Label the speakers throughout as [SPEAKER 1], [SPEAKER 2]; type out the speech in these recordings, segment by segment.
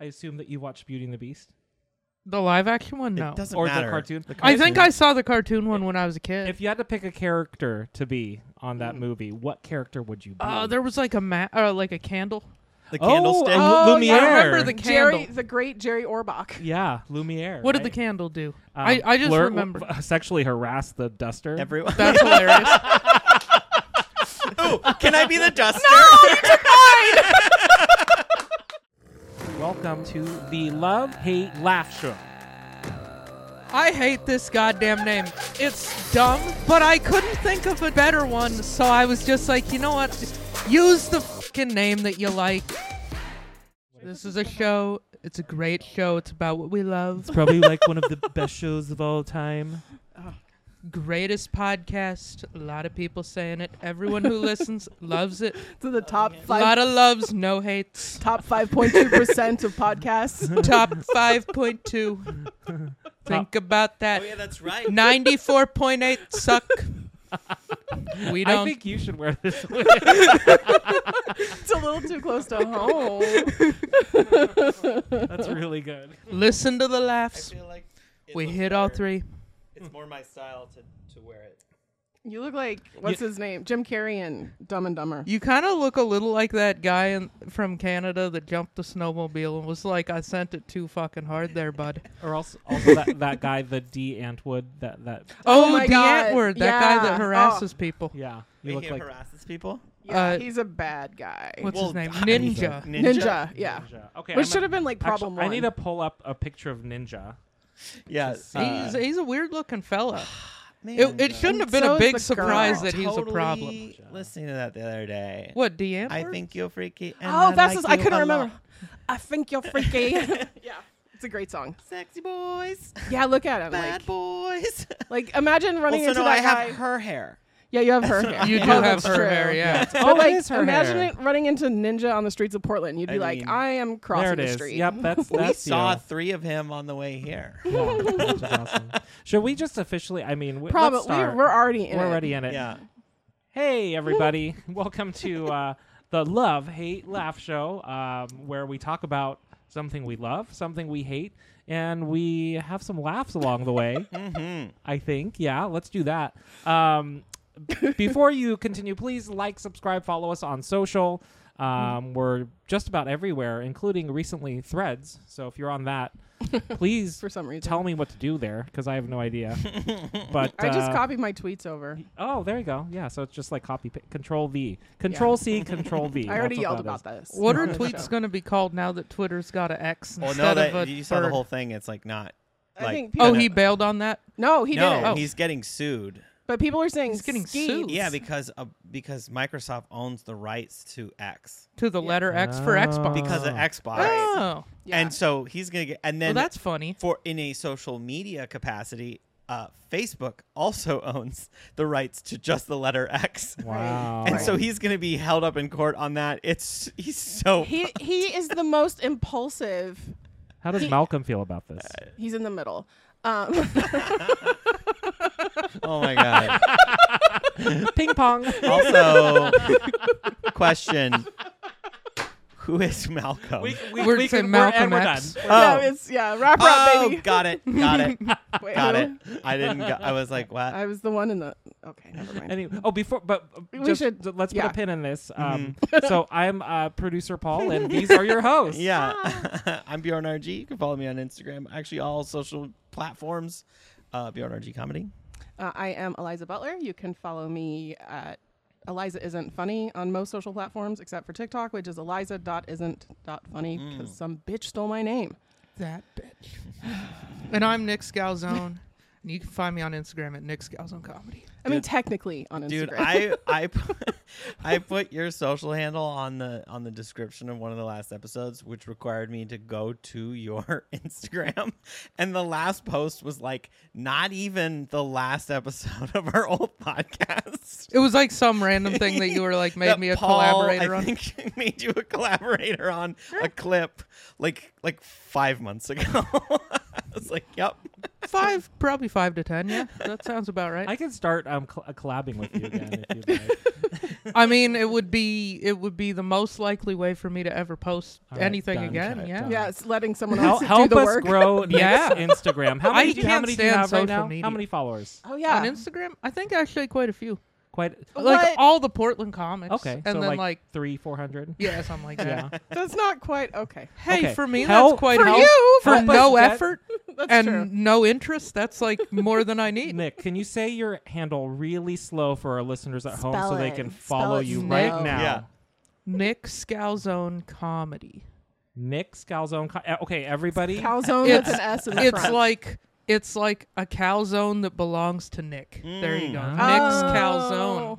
[SPEAKER 1] I assume that you watched Beauty and the Beast
[SPEAKER 2] The live action one? No.
[SPEAKER 3] It doesn't
[SPEAKER 1] or
[SPEAKER 3] matter.
[SPEAKER 1] the cartoon.
[SPEAKER 2] I think I saw the cartoon one when I was a kid.
[SPEAKER 1] If you had to pick a character to be on
[SPEAKER 3] Mm.
[SPEAKER 1] that movie, what character would you be?
[SPEAKER 2] uh, there was like a ma- uh, like a candle.
[SPEAKER 3] The
[SPEAKER 1] Oh,
[SPEAKER 3] candlestick.
[SPEAKER 1] oh, Lumiere.
[SPEAKER 2] I remember the candle.
[SPEAKER 4] Jerry, the great Jerry Orbach.
[SPEAKER 1] yeah, Lumiere.
[SPEAKER 2] what did the
[SPEAKER 1] right?
[SPEAKER 2] candle do?
[SPEAKER 1] Um,
[SPEAKER 2] I, I just
[SPEAKER 1] flirt-
[SPEAKER 2] remember.
[SPEAKER 1] sexually harassed the duster.
[SPEAKER 3] Everyone.
[SPEAKER 2] That's hilarious.
[SPEAKER 3] Ooh, can I be the duster?
[SPEAKER 1] Welcome to the Love Hate Laugh Show.
[SPEAKER 2] I hate this goddamn name. It's dumb, but I couldn't think of a better one, so I was just like, you know what? Use the fucking name that you like. This is a show. It's a great show. It's about what we love.
[SPEAKER 1] Probably like one of the best shows of all time.
[SPEAKER 2] Greatest podcast. A lot of people saying it. Everyone who listens loves it.
[SPEAKER 4] To the top
[SPEAKER 2] A
[SPEAKER 4] five,
[SPEAKER 2] lot of loves, no hates.
[SPEAKER 4] top five point two percent of podcasts.
[SPEAKER 2] Top 5.2. Think about that.
[SPEAKER 3] Oh yeah, that's right.
[SPEAKER 2] 94.8 suck. We
[SPEAKER 1] I
[SPEAKER 2] don't
[SPEAKER 1] think you should wear this.
[SPEAKER 4] It's a little too close to home.
[SPEAKER 1] That's really good.
[SPEAKER 2] listen to the laughs.
[SPEAKER 3] like
[SPEAKER 2] We hit all three.
[SPEAKER 3] It's more my style to, to wear it.
[SPEAKER 4] You look like what's his name, Jim Carrey in Dumb and Dumber.
[SPEAKER 2] You kind of look a little like that guy in, from Canada that jumped the snowmobile and was like, "I sent it too fucking hard there, bud."
[SPEAKER 1] Or also, also that, that guy, the D Antwood. That that
[SPEAKER 4] Oh
[SPEAKER 2] Oh,
[SPEAKER 4] my
[SPEAKER 2] the
[SPEAKER 4] God.
[SPEAKER 2] Antwoord, that guy
[SPEAKER 4] Yeah.
[SPEAKER 2] that harasses people.
[SPEAKER 1] yeah. You
[SPEAKER 3] You he
[SPEAKER 1] look like
[SPEAKER 3] harasses people.
[SPEAKER 4] Yeah,
[SPEAKER 2] Uh,
[SPEAKER 4] he's a bad guy.
[SPEAKER 2] What's
[SPEAKER 3] Well,
[SPEAKER 2] his name?
[SPEAKER 3] God,
[SPEAKER 2] Ninja.
[SPEAKER 4] Ninja, yeah.
[SPEAKER 1] Ninja. Okay,
[SPEAKER 4] Which
[SPEAKER 1] I'm
[SPEAKER 4] should
[SPEAKER 1] a-
[SPEAKER 4] have been like
[SPEAKER 1] actually,
[SPEAKER 4] problem
[SPEAKER 1] I need to
[SPEAKER 4] one.
[SPEAKER 1] pull up a picture of Ninja.
[SPEAKER 3] Yeah.
[SPEAKER 2] he's he's a weird looking fella.
[SPEAKER 3] man,
[SPEAKER 2] It, it shouldn't have been
[SPEAKER 4] so
[SPEAKER 2] a
[SPEAKER 4] is
[SPEAKER 2] big
[SPEAKER 4] the
[SPEAKER 2] surprise
[SPEAKER 4] girl.
[SPEAKER 2] that he's a problem.
[SPEAKER 3] Totally Listening to that the other day.
[SPEAKER 2] What the Antwoord?
[SPEAKER 3] I think you're freaky. And
[SPEAKER 4] oh,
[SPEAKER 3] I like
[SPEAKER 4] that's his, I
[SPEAKER 3] you
[SPEAKER 4] couldn't
[SPEAKER 3] a
[SPEAKER 4] remember.
[SPEAKER 3] lot.
[SPEAKER 4] I think you're freaky. yeah, it's a great song.
[SPEAKER 3] Sexy boys,
[SPEAKER 4] Yeah, look at him.
[SPEAKER 3] bad
[SPEAKER 4] Like,
[SPEAKER 3] boys.
[SPEAKER 4] like imagine running
[SPEAKER 3] also,
[SPEAKER 4] into
[SPEAKER 3] no,
[SPEAKER 4] that
[SPEAKER 3] I
[SPEAKER 4] guy.
[SPEAKER 3] have her hair.
[SPEAKER 4] yeah, you have her hair.
[SPEAKER 2] you do have
[SPEAKER 4] Oh, that's
[SPEAKER 2] her
[SPEAKER 4] true.
[SPEAKER 2] hair, yeah.
[SPEAKER 4] But Oh, like,
[SPEAKER 1] her
[SPEAKER 4] imagine
[SPEAKER 1] hair.
[SPEAKER 4] it running into Ninja on the streets of Portland. You'd be
[SPEAKER 3] I
[SPEAKER 4] like,
[SPEAKER 3] mean-
[SPEAKER 4] I am crossing
[SPEAKER 1] There it
[SPEAKER 4] the
[SPEAKER 1] is.
[SPEAKER 4] street.
[SPEAKER 1] Yep, that's
[SPEAKER 3] We
[SPEAKER 1] that's you.
[SPEAKER 3] saw three of him on the way here.
[SPEAKER 1] Yeah, that's awesome. Should we just officially? I mean, w-
[SPEAKER 4] Probably
[SPEAKER 1] Let's start.
[SPEAKER 4] we're, we're already in.
[SPEAKER 1] We're
[SPEAKER 4] it.
[SPEAKER 1] already in it.
[SPEAKER 3] yeah.
[SPEAKER 1] Hey, everybody! Welcome to uh, the Love Hate Laugh Show, um, where we talk about something we love, something we hate, and we have some laughs along the way.
[SPEAKER 3] Mm-hmm.
[SPEAKER 1] I think. Yeah, let's do that. Um, b- before you continue, please like, subscribe, follow us on social. Um, we're just about everywhere, including recently Threads. So if you're on that, please
[SPEAKER 4] for some reason.
[SPEAKER 1] tell me what to do there because I have no idea. But
[SPEAKER 4] I just
[SPEAKER 1] uh,
[SPEAKER 4] copied my tweets over.
[SPEAKER 1] Oh, there you go. Yeah, so it's just like copy, pa- control V, control C, control V.
[SPEAKER 4] I already
[SPEAKER 1] That's
[SPEAKER 4] yelled
[SPEAKER 1] what that
[SPEAKER 4] about
[SPEAKER 1] is.
[SPEAKER 4] this.
[SPEAKER 2] What are
[SPEAKER 4] on the
[SPEAKER 2] tweets
[SPEAKER 4] show.
[SPEAKER 2] going to be called now that Twitter's got an X
[SPEAKER 3] Well,
[SPEAKER 2] instead
[SPEAKER 3] Oh, no,
[SPEAKER 2] of
[SPEAKER 3] that
[SPEAKER 2] a
[SPEAKER 3] you saw the
[SPEAKER 2] bird?
[SPEAKER 3] whole thing. It's like not.
[SPEAKER 4] I
[SPEAKER 3] like-
[SPEAKER 4] think people-
[SPEAKER 2] Oh, he bailed on that.
[SPEAKER 4] No, he
[SPEAKER 3] no,
[SPEAKER 4] didn't.
[SPEAKER 2] Oh.
[SPEAKER 3] he's getting sued.
[SPEAKER 4] But people are saying
[SPEAKER 2] He's getting
[SPEAKER 4] Skeets.
[SPEAKER 2] sued.
[SPEAKER 3] Yeah, because uh, because Microsoft owns the rights to X
[SPEAKER 2] to the letter X for Xbox.
[SPEAKER 3] because of
[SPEAKER 1] Oh.
[SPEAKER 3] Xbox,
[SPEAKER 2] oh,
[SPEAKER 4] Yeah.
[SPEAKER 3] and so he's gonna get. And
[SPEAKER 2] Ah. well,
[SPEAKER 3] then
[SPEAKER 2] that's funny.
[SPEAKER 3] for in a social media capacity, uh, Facebook also owns the rights to just the letter X,
[SPEAKER 1] Wow.
[SPEAKER 3] and so he's gonna be held up in court on that. It's he's so
[SPEAKER 4] he he is the most impulsive.
[SPEAKER 1] How does Malcolm feel about this?
[SPEAKER 4] He's in the middle. Um,
[SPEAKER 3] oh my god.
[SPEAKER 1] Ping pong.
[SPEAKER 3] Also, question: Who is Malcolm?
[SPEAKER 2] We're we saying can- we're- and Malcolm we're done. X.
[SPEAKER 1] done.
[SPEAKER 4] yeah,
[SPEAKER 3] oh,
[SPEAKER 4] it's yeah, wrap up,
[SPEAKER 3] oh,
[SPEAKER 4] baby.
[SPEAKER 3] got it, got it,
[SPEAKER 4] Wait,
[SPEAKER 3] got
[SPEAKER 4] who?
[SPEAKER 3] it. I didn't. Go- I was like, what?
[SPEAKER 4] I was the one in the. Okay, never mind.
[SPEAKER 1] Anyway, oh, before, but uh,
[SPEAKER 4] We
[SPEAKER 1] just,
[SPEAKER 4] should-
[SPEAKER 1] d- let's
[SPEAKER 4] yeah.
[SPEAKER 1] put a pin in this. Um,
[SPEAKER 2] Mm-hmm.
[SPEAKER 1] so I'm uh, producer Paul, and these are your hosts.
[SPEAKER 3] yeah, I'm Bjorn RG. You can follow me on Instagram. Actually, all social platforms. Uh, Bjorn RG comedy.
[SPEAKER 4] Uh, I am Eliza Butler. You can follow me at Eliza isn't funny on most social platforms except for TikTok, which is eliza.isn't.funny because some bitch stole my name.
[SPEAKER 2] That bitch. and I'm Nick Scalzone. and you can find me on Instagram at Nick Scalzone Comedy.
[SPEAKER 4] I mean,
[SPEAKER 3] Dude-
[SPEAKER 4] technically on Instagram.
[SPEAKER 3] Dude, I I put, I put your social handle on the on the description of one of the last episodes, which required me to go to your Instagram, and the last post was like not even the last episode of our old podcast.
[SPEAKER 2] It was like some random thing that you were like made
[SPEAKER 3] That
[SPEAKER 2] me a
[SPEAKER 3] Paul,
[SPEAKER 2] collaborator
[SPEAKER 3] I
[SPEAKER 2] on.
[SPEAKER 3] think, made you a collaborator on a clip like like five months ago. I was like, yep.
[SPEAKER 2] five, probably five to ten. Yeah, that sounds about right.
[SPEAKER 1] I can start um cl- uh, collabing with you again if you'd like.
[SPEAKER 2] I mean, it would be it would be the most likely way for me to ever post
[SPEAKER 1] All right,
[SPEAKER 2] anything
[SPEAKER 1] done,
[SPEAKER 2] again.
[SPEAKER 1] cut,
[SPEAKER 2] yeah.
[SPEAKER 1] done.
[SPEAKER 4] Yeah, it's letting someone
[SPEAKER 1] Hel-
[SPEAKER 4] else do
[SPEAKER 1] help
[SPEAKER 4] the
[SPEAKER 1] us
[SPEAKER 4] work.
[SPEAKER 1] grow Nick's
[SPEAKER 2] Yeah.
[SPEAKER 1] Instagram. How many,
[SPEAKER 2] I
[SPEAKER 1] do you, how
[SPEAKER 2] can't
[SPEAKER 1] many do you
[SPEAKER 2] stand
[SPEAKER 1] have right
[SPEAKER 2] social
[SPEAKER 1] now?
[SPEAKER 2] media.
[SPEAKER 1] How many followers?
[SPEAKER 4] Oh yeah.
[SPEAKER 2] On Instagram, I think actually quite a few.
[SPEAKER 1] Quite
[SPEAKER 2] Like
[SPEAKER 4] What?
[SPEAKER 2] all the Portland comics.
[SPEAKER 1] okay.
[SPEAKER 2] and
[SPEAKER 1] so
[SPEAKER 2] then like,
[SPEAKER 1] three, four hundred.
[SPEAKER 2] yeah, something like that.
[SPEAKER 1] Yeah.
[SPEAKER 4] That's not quite okay.
[SPEAKER 2] Hey,
[SPEAKER 1] Okay.
[SPEAKER 2] for me,
[SPEAKER 1] Help-
[SPEAKER 2] that's quite
[SPEAKER 4] For
[SPEAKER 2] help.
[SPEAKER 4] you,
[SPEAKER 2] for
[SPEAKER 1] but-
[SPEAKER 2] no
[SPEAKER 1] but-
[SPEAKER 2] effort
[SPEAKER 4] That's
[SPEAKER 2] and
[SPEAKER 4] true.
[SPEAKER 2] no interest. That's like more than I need.
[SPEAKER 1] Nick, can you say your handle really slow for our listeners at home
[SPEAKER 4] Spell
[SPEAKER 1] so they
[SPEAKER 4] it.
[SPEAKER 1] can
[SPEAKER 4] Spell
[SPEAKER 1] follow
[SPEAKER 4] it
[SPEAKER 1] you
[SPEAKER 2] slow.
[SPEAKER 1] right now?
[SPEAKER 3] Yeah.
[SPEAKER 2] Nick Scalzone comedy.
[SPEAKER 1] Nick Scalzone. Co- uh, Okay, everybody.
[SPEAKER 4] Calzone
[SPEAKER 2] It's-
[SPEAKER 4] with an S in the
[SPEAKER 2] It's
[SPEAKER 4] front.
[SPEAKER 2] like it's like a calzone that belongs to Nick. There you go.
[SPEAKER 1] Mm.
[SPEAKER 2] Nick's calzone
[SPEAKER 4] Oh.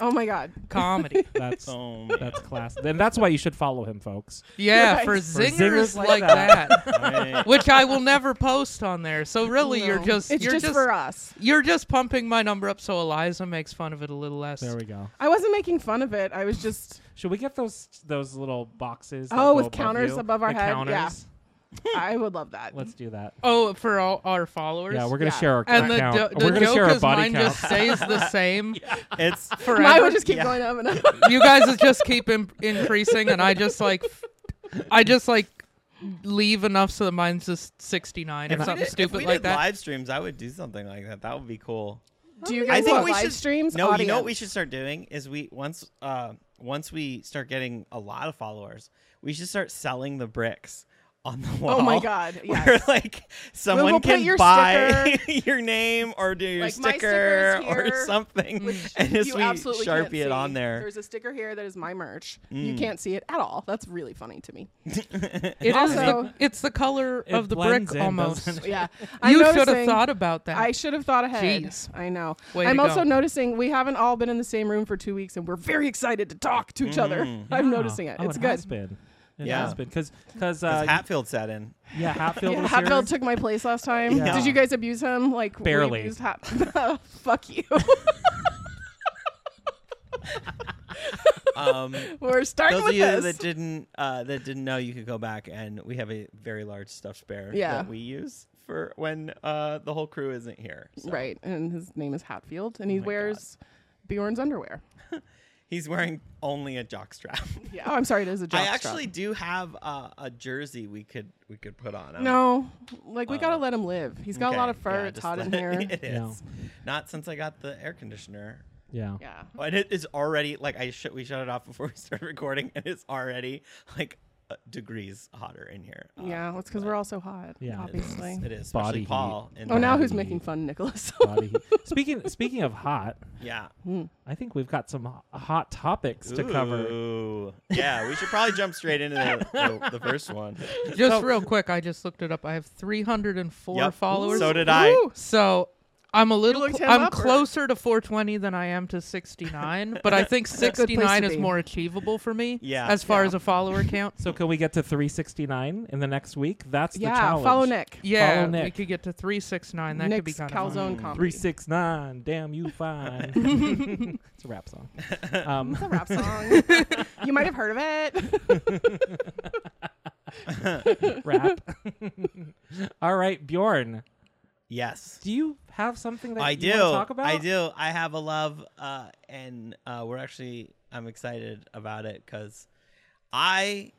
[SPEAKER 4] Oh my god.
[SPEAKER 2] comedy.
[SPEAKER 1] that's
[SPEAKER 3] Oh,
[SPEAKER 1] that's class. Then that's why you should follow him, folks.
[SPEAKER 2] Yeah,
[SPEAKER 4] Right.
[SPEAKER 2] for
[SPEAKER 4] For
[SPEAKER 2] zingers,
[SPEAKER 1] zingers
[SPEAKER 2] like,
[SPEAKER 1] like
[SPEAKER 2] that.
[SPEAKER 1] that.
[SPEAKER 3] man.
[SPEAKER 2] which I will never post on there. So really, you're
[SPEAKER 4] No.
[SPEAKER 2] just
[SPEAKER 4] It's
[SPEAKER 2] you're
[SPEAKER 4] just,
[SPEAKER 2] just,
[SPEAKER 4] for us.
[SPEAKER 2] you're just pumping my number up so Eliza makes fun of it a little less.
[SPEAKER 1] There we go.
[SPEAKER 4] I wasn't making fun of it. I was just
[SPEAKER 1] Should we get those those little boxes? that
[SPEAKER 4] Oh,
[SPEAKER 1] go
[SPEAKER 4] with
[SPEAKER 1] above
[SPEAKER 4] counters
[SPEAKER 1] you?
[SPEAKER 4] above our
[SPEAKER 1] The
[SPEAKER 4] head?
[SPEAKER 1] Counters?
[SPEAKER 4] Yeah. I would love that.
[SPEAKER 1] Let's do that.
[SPEAKER 2] Oh, for all our followers.
[SPEAKER 1] Yeah, we're gonna
[SPEAKER 4] Yeah.
[SPEAKER 1] share our
[SPEAKER 2] and the,
[SPEAKER 1] count.
[SPEAKER 2] jo-
[SPEAKER 1] we're
[SPEAKER 2] the
[SPEAKER 1] gonna
[SPEAKER 2] joke
[SPEAKER 1] share our
[SPEAKER 2] is
[SPEAKER 1] body
[SPEAKER 2] mine
[SPEAKER 1] count.
[SPEAKER 2] just stays the same
[SPEAKER 3] it's
[SPEAKER 2] forever.
[SPEAKER 4] Mine would just keep
[SPEAKER 3] Yeah.
[SPEAKER 4] going up and up.
[SPEAKER 2] you guys just- just keep in- increasing, and I just like, I just like leave enough so that mine's just sixty nine
[SPEAKER 1] If
[SPEAKER 2] or
[SPEAKER 1] we
[SPEAKER 2] something
[SPEAKER 3] If
[SPEAKER 2] stupid
[SPEAKER 3] we
[SPEAKER 2] like
[SPEAKER 3] did
[SPEAKER 2] that.
[SPEAKER 3] Live streams, I would do something like that. That would be cool.
[SPEAKER 4] Do you
[SPEAKER 3] I
[SPEAKER 4] guys
[SPEAKER 3] think
[SPEAKER 4] want
[SPEAKER 3] we
[SPEAKER 4] live
[SPEAKER 3] should
[SPEAKER 4] streams?
[SPEAKER 3] No, you know what we
[SPEAKER 4] Audience.
[SPEAKER 3] should start doing is we once uh, once we start getting a lot of followers, we should start selling the bricks on the wall.
[SPEAKER 4] Oh my god. Yes.
[SPEAKER 3] Where like someone
[SPEAKER 4] we'll put
[SPEAKER 3] can
[SPEAKER 4] your
[SPEAKER 3] buy your name or do your
[SPEAKER 4] Like, my
[SPEAKER 3] sticker
[SPEAKER 4] sticker is
[SPEAKER 3] or
[SPEAKER 4] here,
[SPEAKER 3] something,
[SPEAKER 4] Which
[SPEAKER 3] and just
[SPEAKER 4] you
[SPEAKER 3] we
[SPEAKER 4] absolutely
[SPEAKER 3] sharpie
[SPEAKER 4] can't
[SPEAKER 3] it
[SPEAKER 4] see.
[SPEAKER 3] on there. Mm.
[SPEAKER 4] There's a sticker here that is my merch. You can't see it at all. That's really funny to me.
[SPEAKER 2] It is
[SPEAKER 4] Also-
[SPEAKER 2] the, it's the color
[SPEAKER 1] It
[SPEAKER 2] of the brick
[SPEAKER 1] blends in,
[SPEAKER 2] almost.
[SPEAKER 1] doesn't it?
[SPEAKER 4] Yeah.
[SPEAKER 2] You
[SPEAKER 4] I'm
[SPEAKER 2] should have
[SPEAKER 4] noticing-
[SPEAKER 2] thought about that.
[SPEAKER 4] I should have thought ahead.
[SPEAKER 2] Jeez.
[SPEAKER 4] I know.
[SPEAKER 2] Way to
[SPEAKER 4] I'm also
[SPEAKER 2] go.
[SPEAKER 4] noticing we haven't all been in the same room for two weeks, and we're very excited to talk to each other. I'm
[SPEAKER 3] Mm-hmm.
[SPEAKER 1] Yeah.
[SPEAKER 4] noticing it.
[SPEAKER 1] Oh,
[SPEAKER 4] it's
[SPEAKER 1] it
[SPEAKER 4] good.
[SPEAKER 1] Has been. It
[SPEAKER 3] Yeah.
[SPEAKER 1] has been because because
[SPEAKER 3] Because
[SPEAKER 1] uh,
[SPEAKER 3] Hatfield set in.
[SPEAKER 1] yeah Hatfield
[SPEAKER 4] Yeah,
[SPEAKER 1] was
[SPEAKER 4] Hatfield
[SPEAKER 1] here.
[SPEAKER 4] took my place last time.
[SPEAKER 1] Yeah.
[SPEAKER 4] Did you guys abuse him? Like we
[SPEAKER 1] Barely.
[SPEAKER 4] abused Hat- Fuck you.
[SPEAKER 3] Um,
[SPEAKER 4] We're starting
[SPEAKER 3] those
[SPEAKER 4] with
[SPEAKER 3] of you
[SPEAKER 4] this.
[SPEAKER 3] that didn't uh, that didn't know, you could go back and we have a very large stuff spare
[SPEAKER 4] Yeah.
[SPEAKER 3] that we use for when uh, the whole crew isn't here. So
[SPEAKER 4] Right, and his name is Hatfield, and he
[SPEAKER 3] my
[SPEAKER 4] wears Bjorn's underwear.
[SPEAKER 3] He's wearing only a jockstrap.
[SPEAKER 4] Yeah. Oh, I'm sorry. It is a jock
[SPEAKER 3] I actually do have uh, a jersey we could we could put on. him.
[SPEAKER 4] No, like we gotta
[SPEAKER 3] Oh.
[SPEAKER 4] let him live. He's got a lot of fur. it's hot in here.
[SPEAKER 3] It is.
[SPEAKER 1] Yeah.
[SPEAKER 3] Not since I got the air conditioner.
[SPEAKER 1] yeah.
[SPEAKER 4] yeah.
[SPEAKER 3] And it is already like I shut we shut it off before we started recording, and it's already like uh, degrees hotter in here. Uh,
[SPEAKER 4] Yeah, well, it's because we're all so hot.
[SPEAKER 1] Yeah.
[SPEAKER 4] Yeah,
[SPEAKER 1] It
[SPEAKER 3] it is-
[SPEAKER 4] obviously.
[SPEAKER 3] it is. Especially
[SPEAKER 1] Body heat.
[SPEAKER 3] Paul. in
[SPEAKER 4] Oh, now
[SPEAKER 3] the-
[SPEAKER 4] who's
[SPEAKER 1] Body
[SPEAKER 4] making
[SPEAKER 1] heat.
[SPEAKER 4] fun, Nicholas?
[SPEAKER 1] Body heat. speaking speaking of hot,
[SPEAKER 3] Yeah.
[SPEAKER 1] I think we've got some h- hot topics to cover.
[SPEAKER 3] Ooh. Yeah, we should probably jump straight into the, the, the first one.
[SPEAKER 2] Just real quick, I just looked it up. I have 304
[SPEAKER 3] Yep.
[SPEAKER 2] followers.
[SPEAKER 3] So did I.
[SPEAKER 4] Ooh.
[SPEAKER 2] So I'm a little.
[SPEAKER 4] looked
[SPEAKER 2] cl-
[SPEAKER 4] him
[SPEAKER 2] I'm
[SPEAKER 4] up, or-
[SPEAKER 2] closer to 420 than I am to 69, but I think
[SPEAKER 4] That's a good place
[SPEAKER 2] 69
[SPEAKER 4] to
[SPEAKER 2] is
[SPEAKER 4] be.
[SPEAKER 2] more achievable for me.
[SPEAKER 3] Yeah.
[SPEAKER 2] As far
[SPEAKER 4] Yeah.
[SPEAKER 2] as a follower count.
[SPEAKER 1] So can we get to 369 in the next week? That's the
[SPEAKER 4] yeah,
[SPEAKER 1] challenge.
[SPEAKER 4] follow Nick.
[SPEAKER 2] Yeah,
[SPEAKER 1] Follow
[SPEAKER 2] we
[SPEAKER 1] Nick.
[SPEAKER 2] could get to 369. That could be
[SPEAKER 4] Nick's
[SPEAKER 2] kind of fun.
[SPEAKER 4] calzone comedy.
[SPEAKER 1] 369, damn you fine. it's a rap song. Um,
[SPEAKER 4] It's a rap song. you might have heard of it.
[SPEAKER 1] rap. All right, Bjorn,
[SPEAKER 3] Yes.
[SPEAKER 1] do you have something that
[SPEAKER 3] I
[SPEAKER 1] you
[SPEAKER 3] do.
[SPEAKER 1] want to talk about?
[SPEAKER 3] I do. I have a love, uh, and uh, we're actually I'm excited about it because I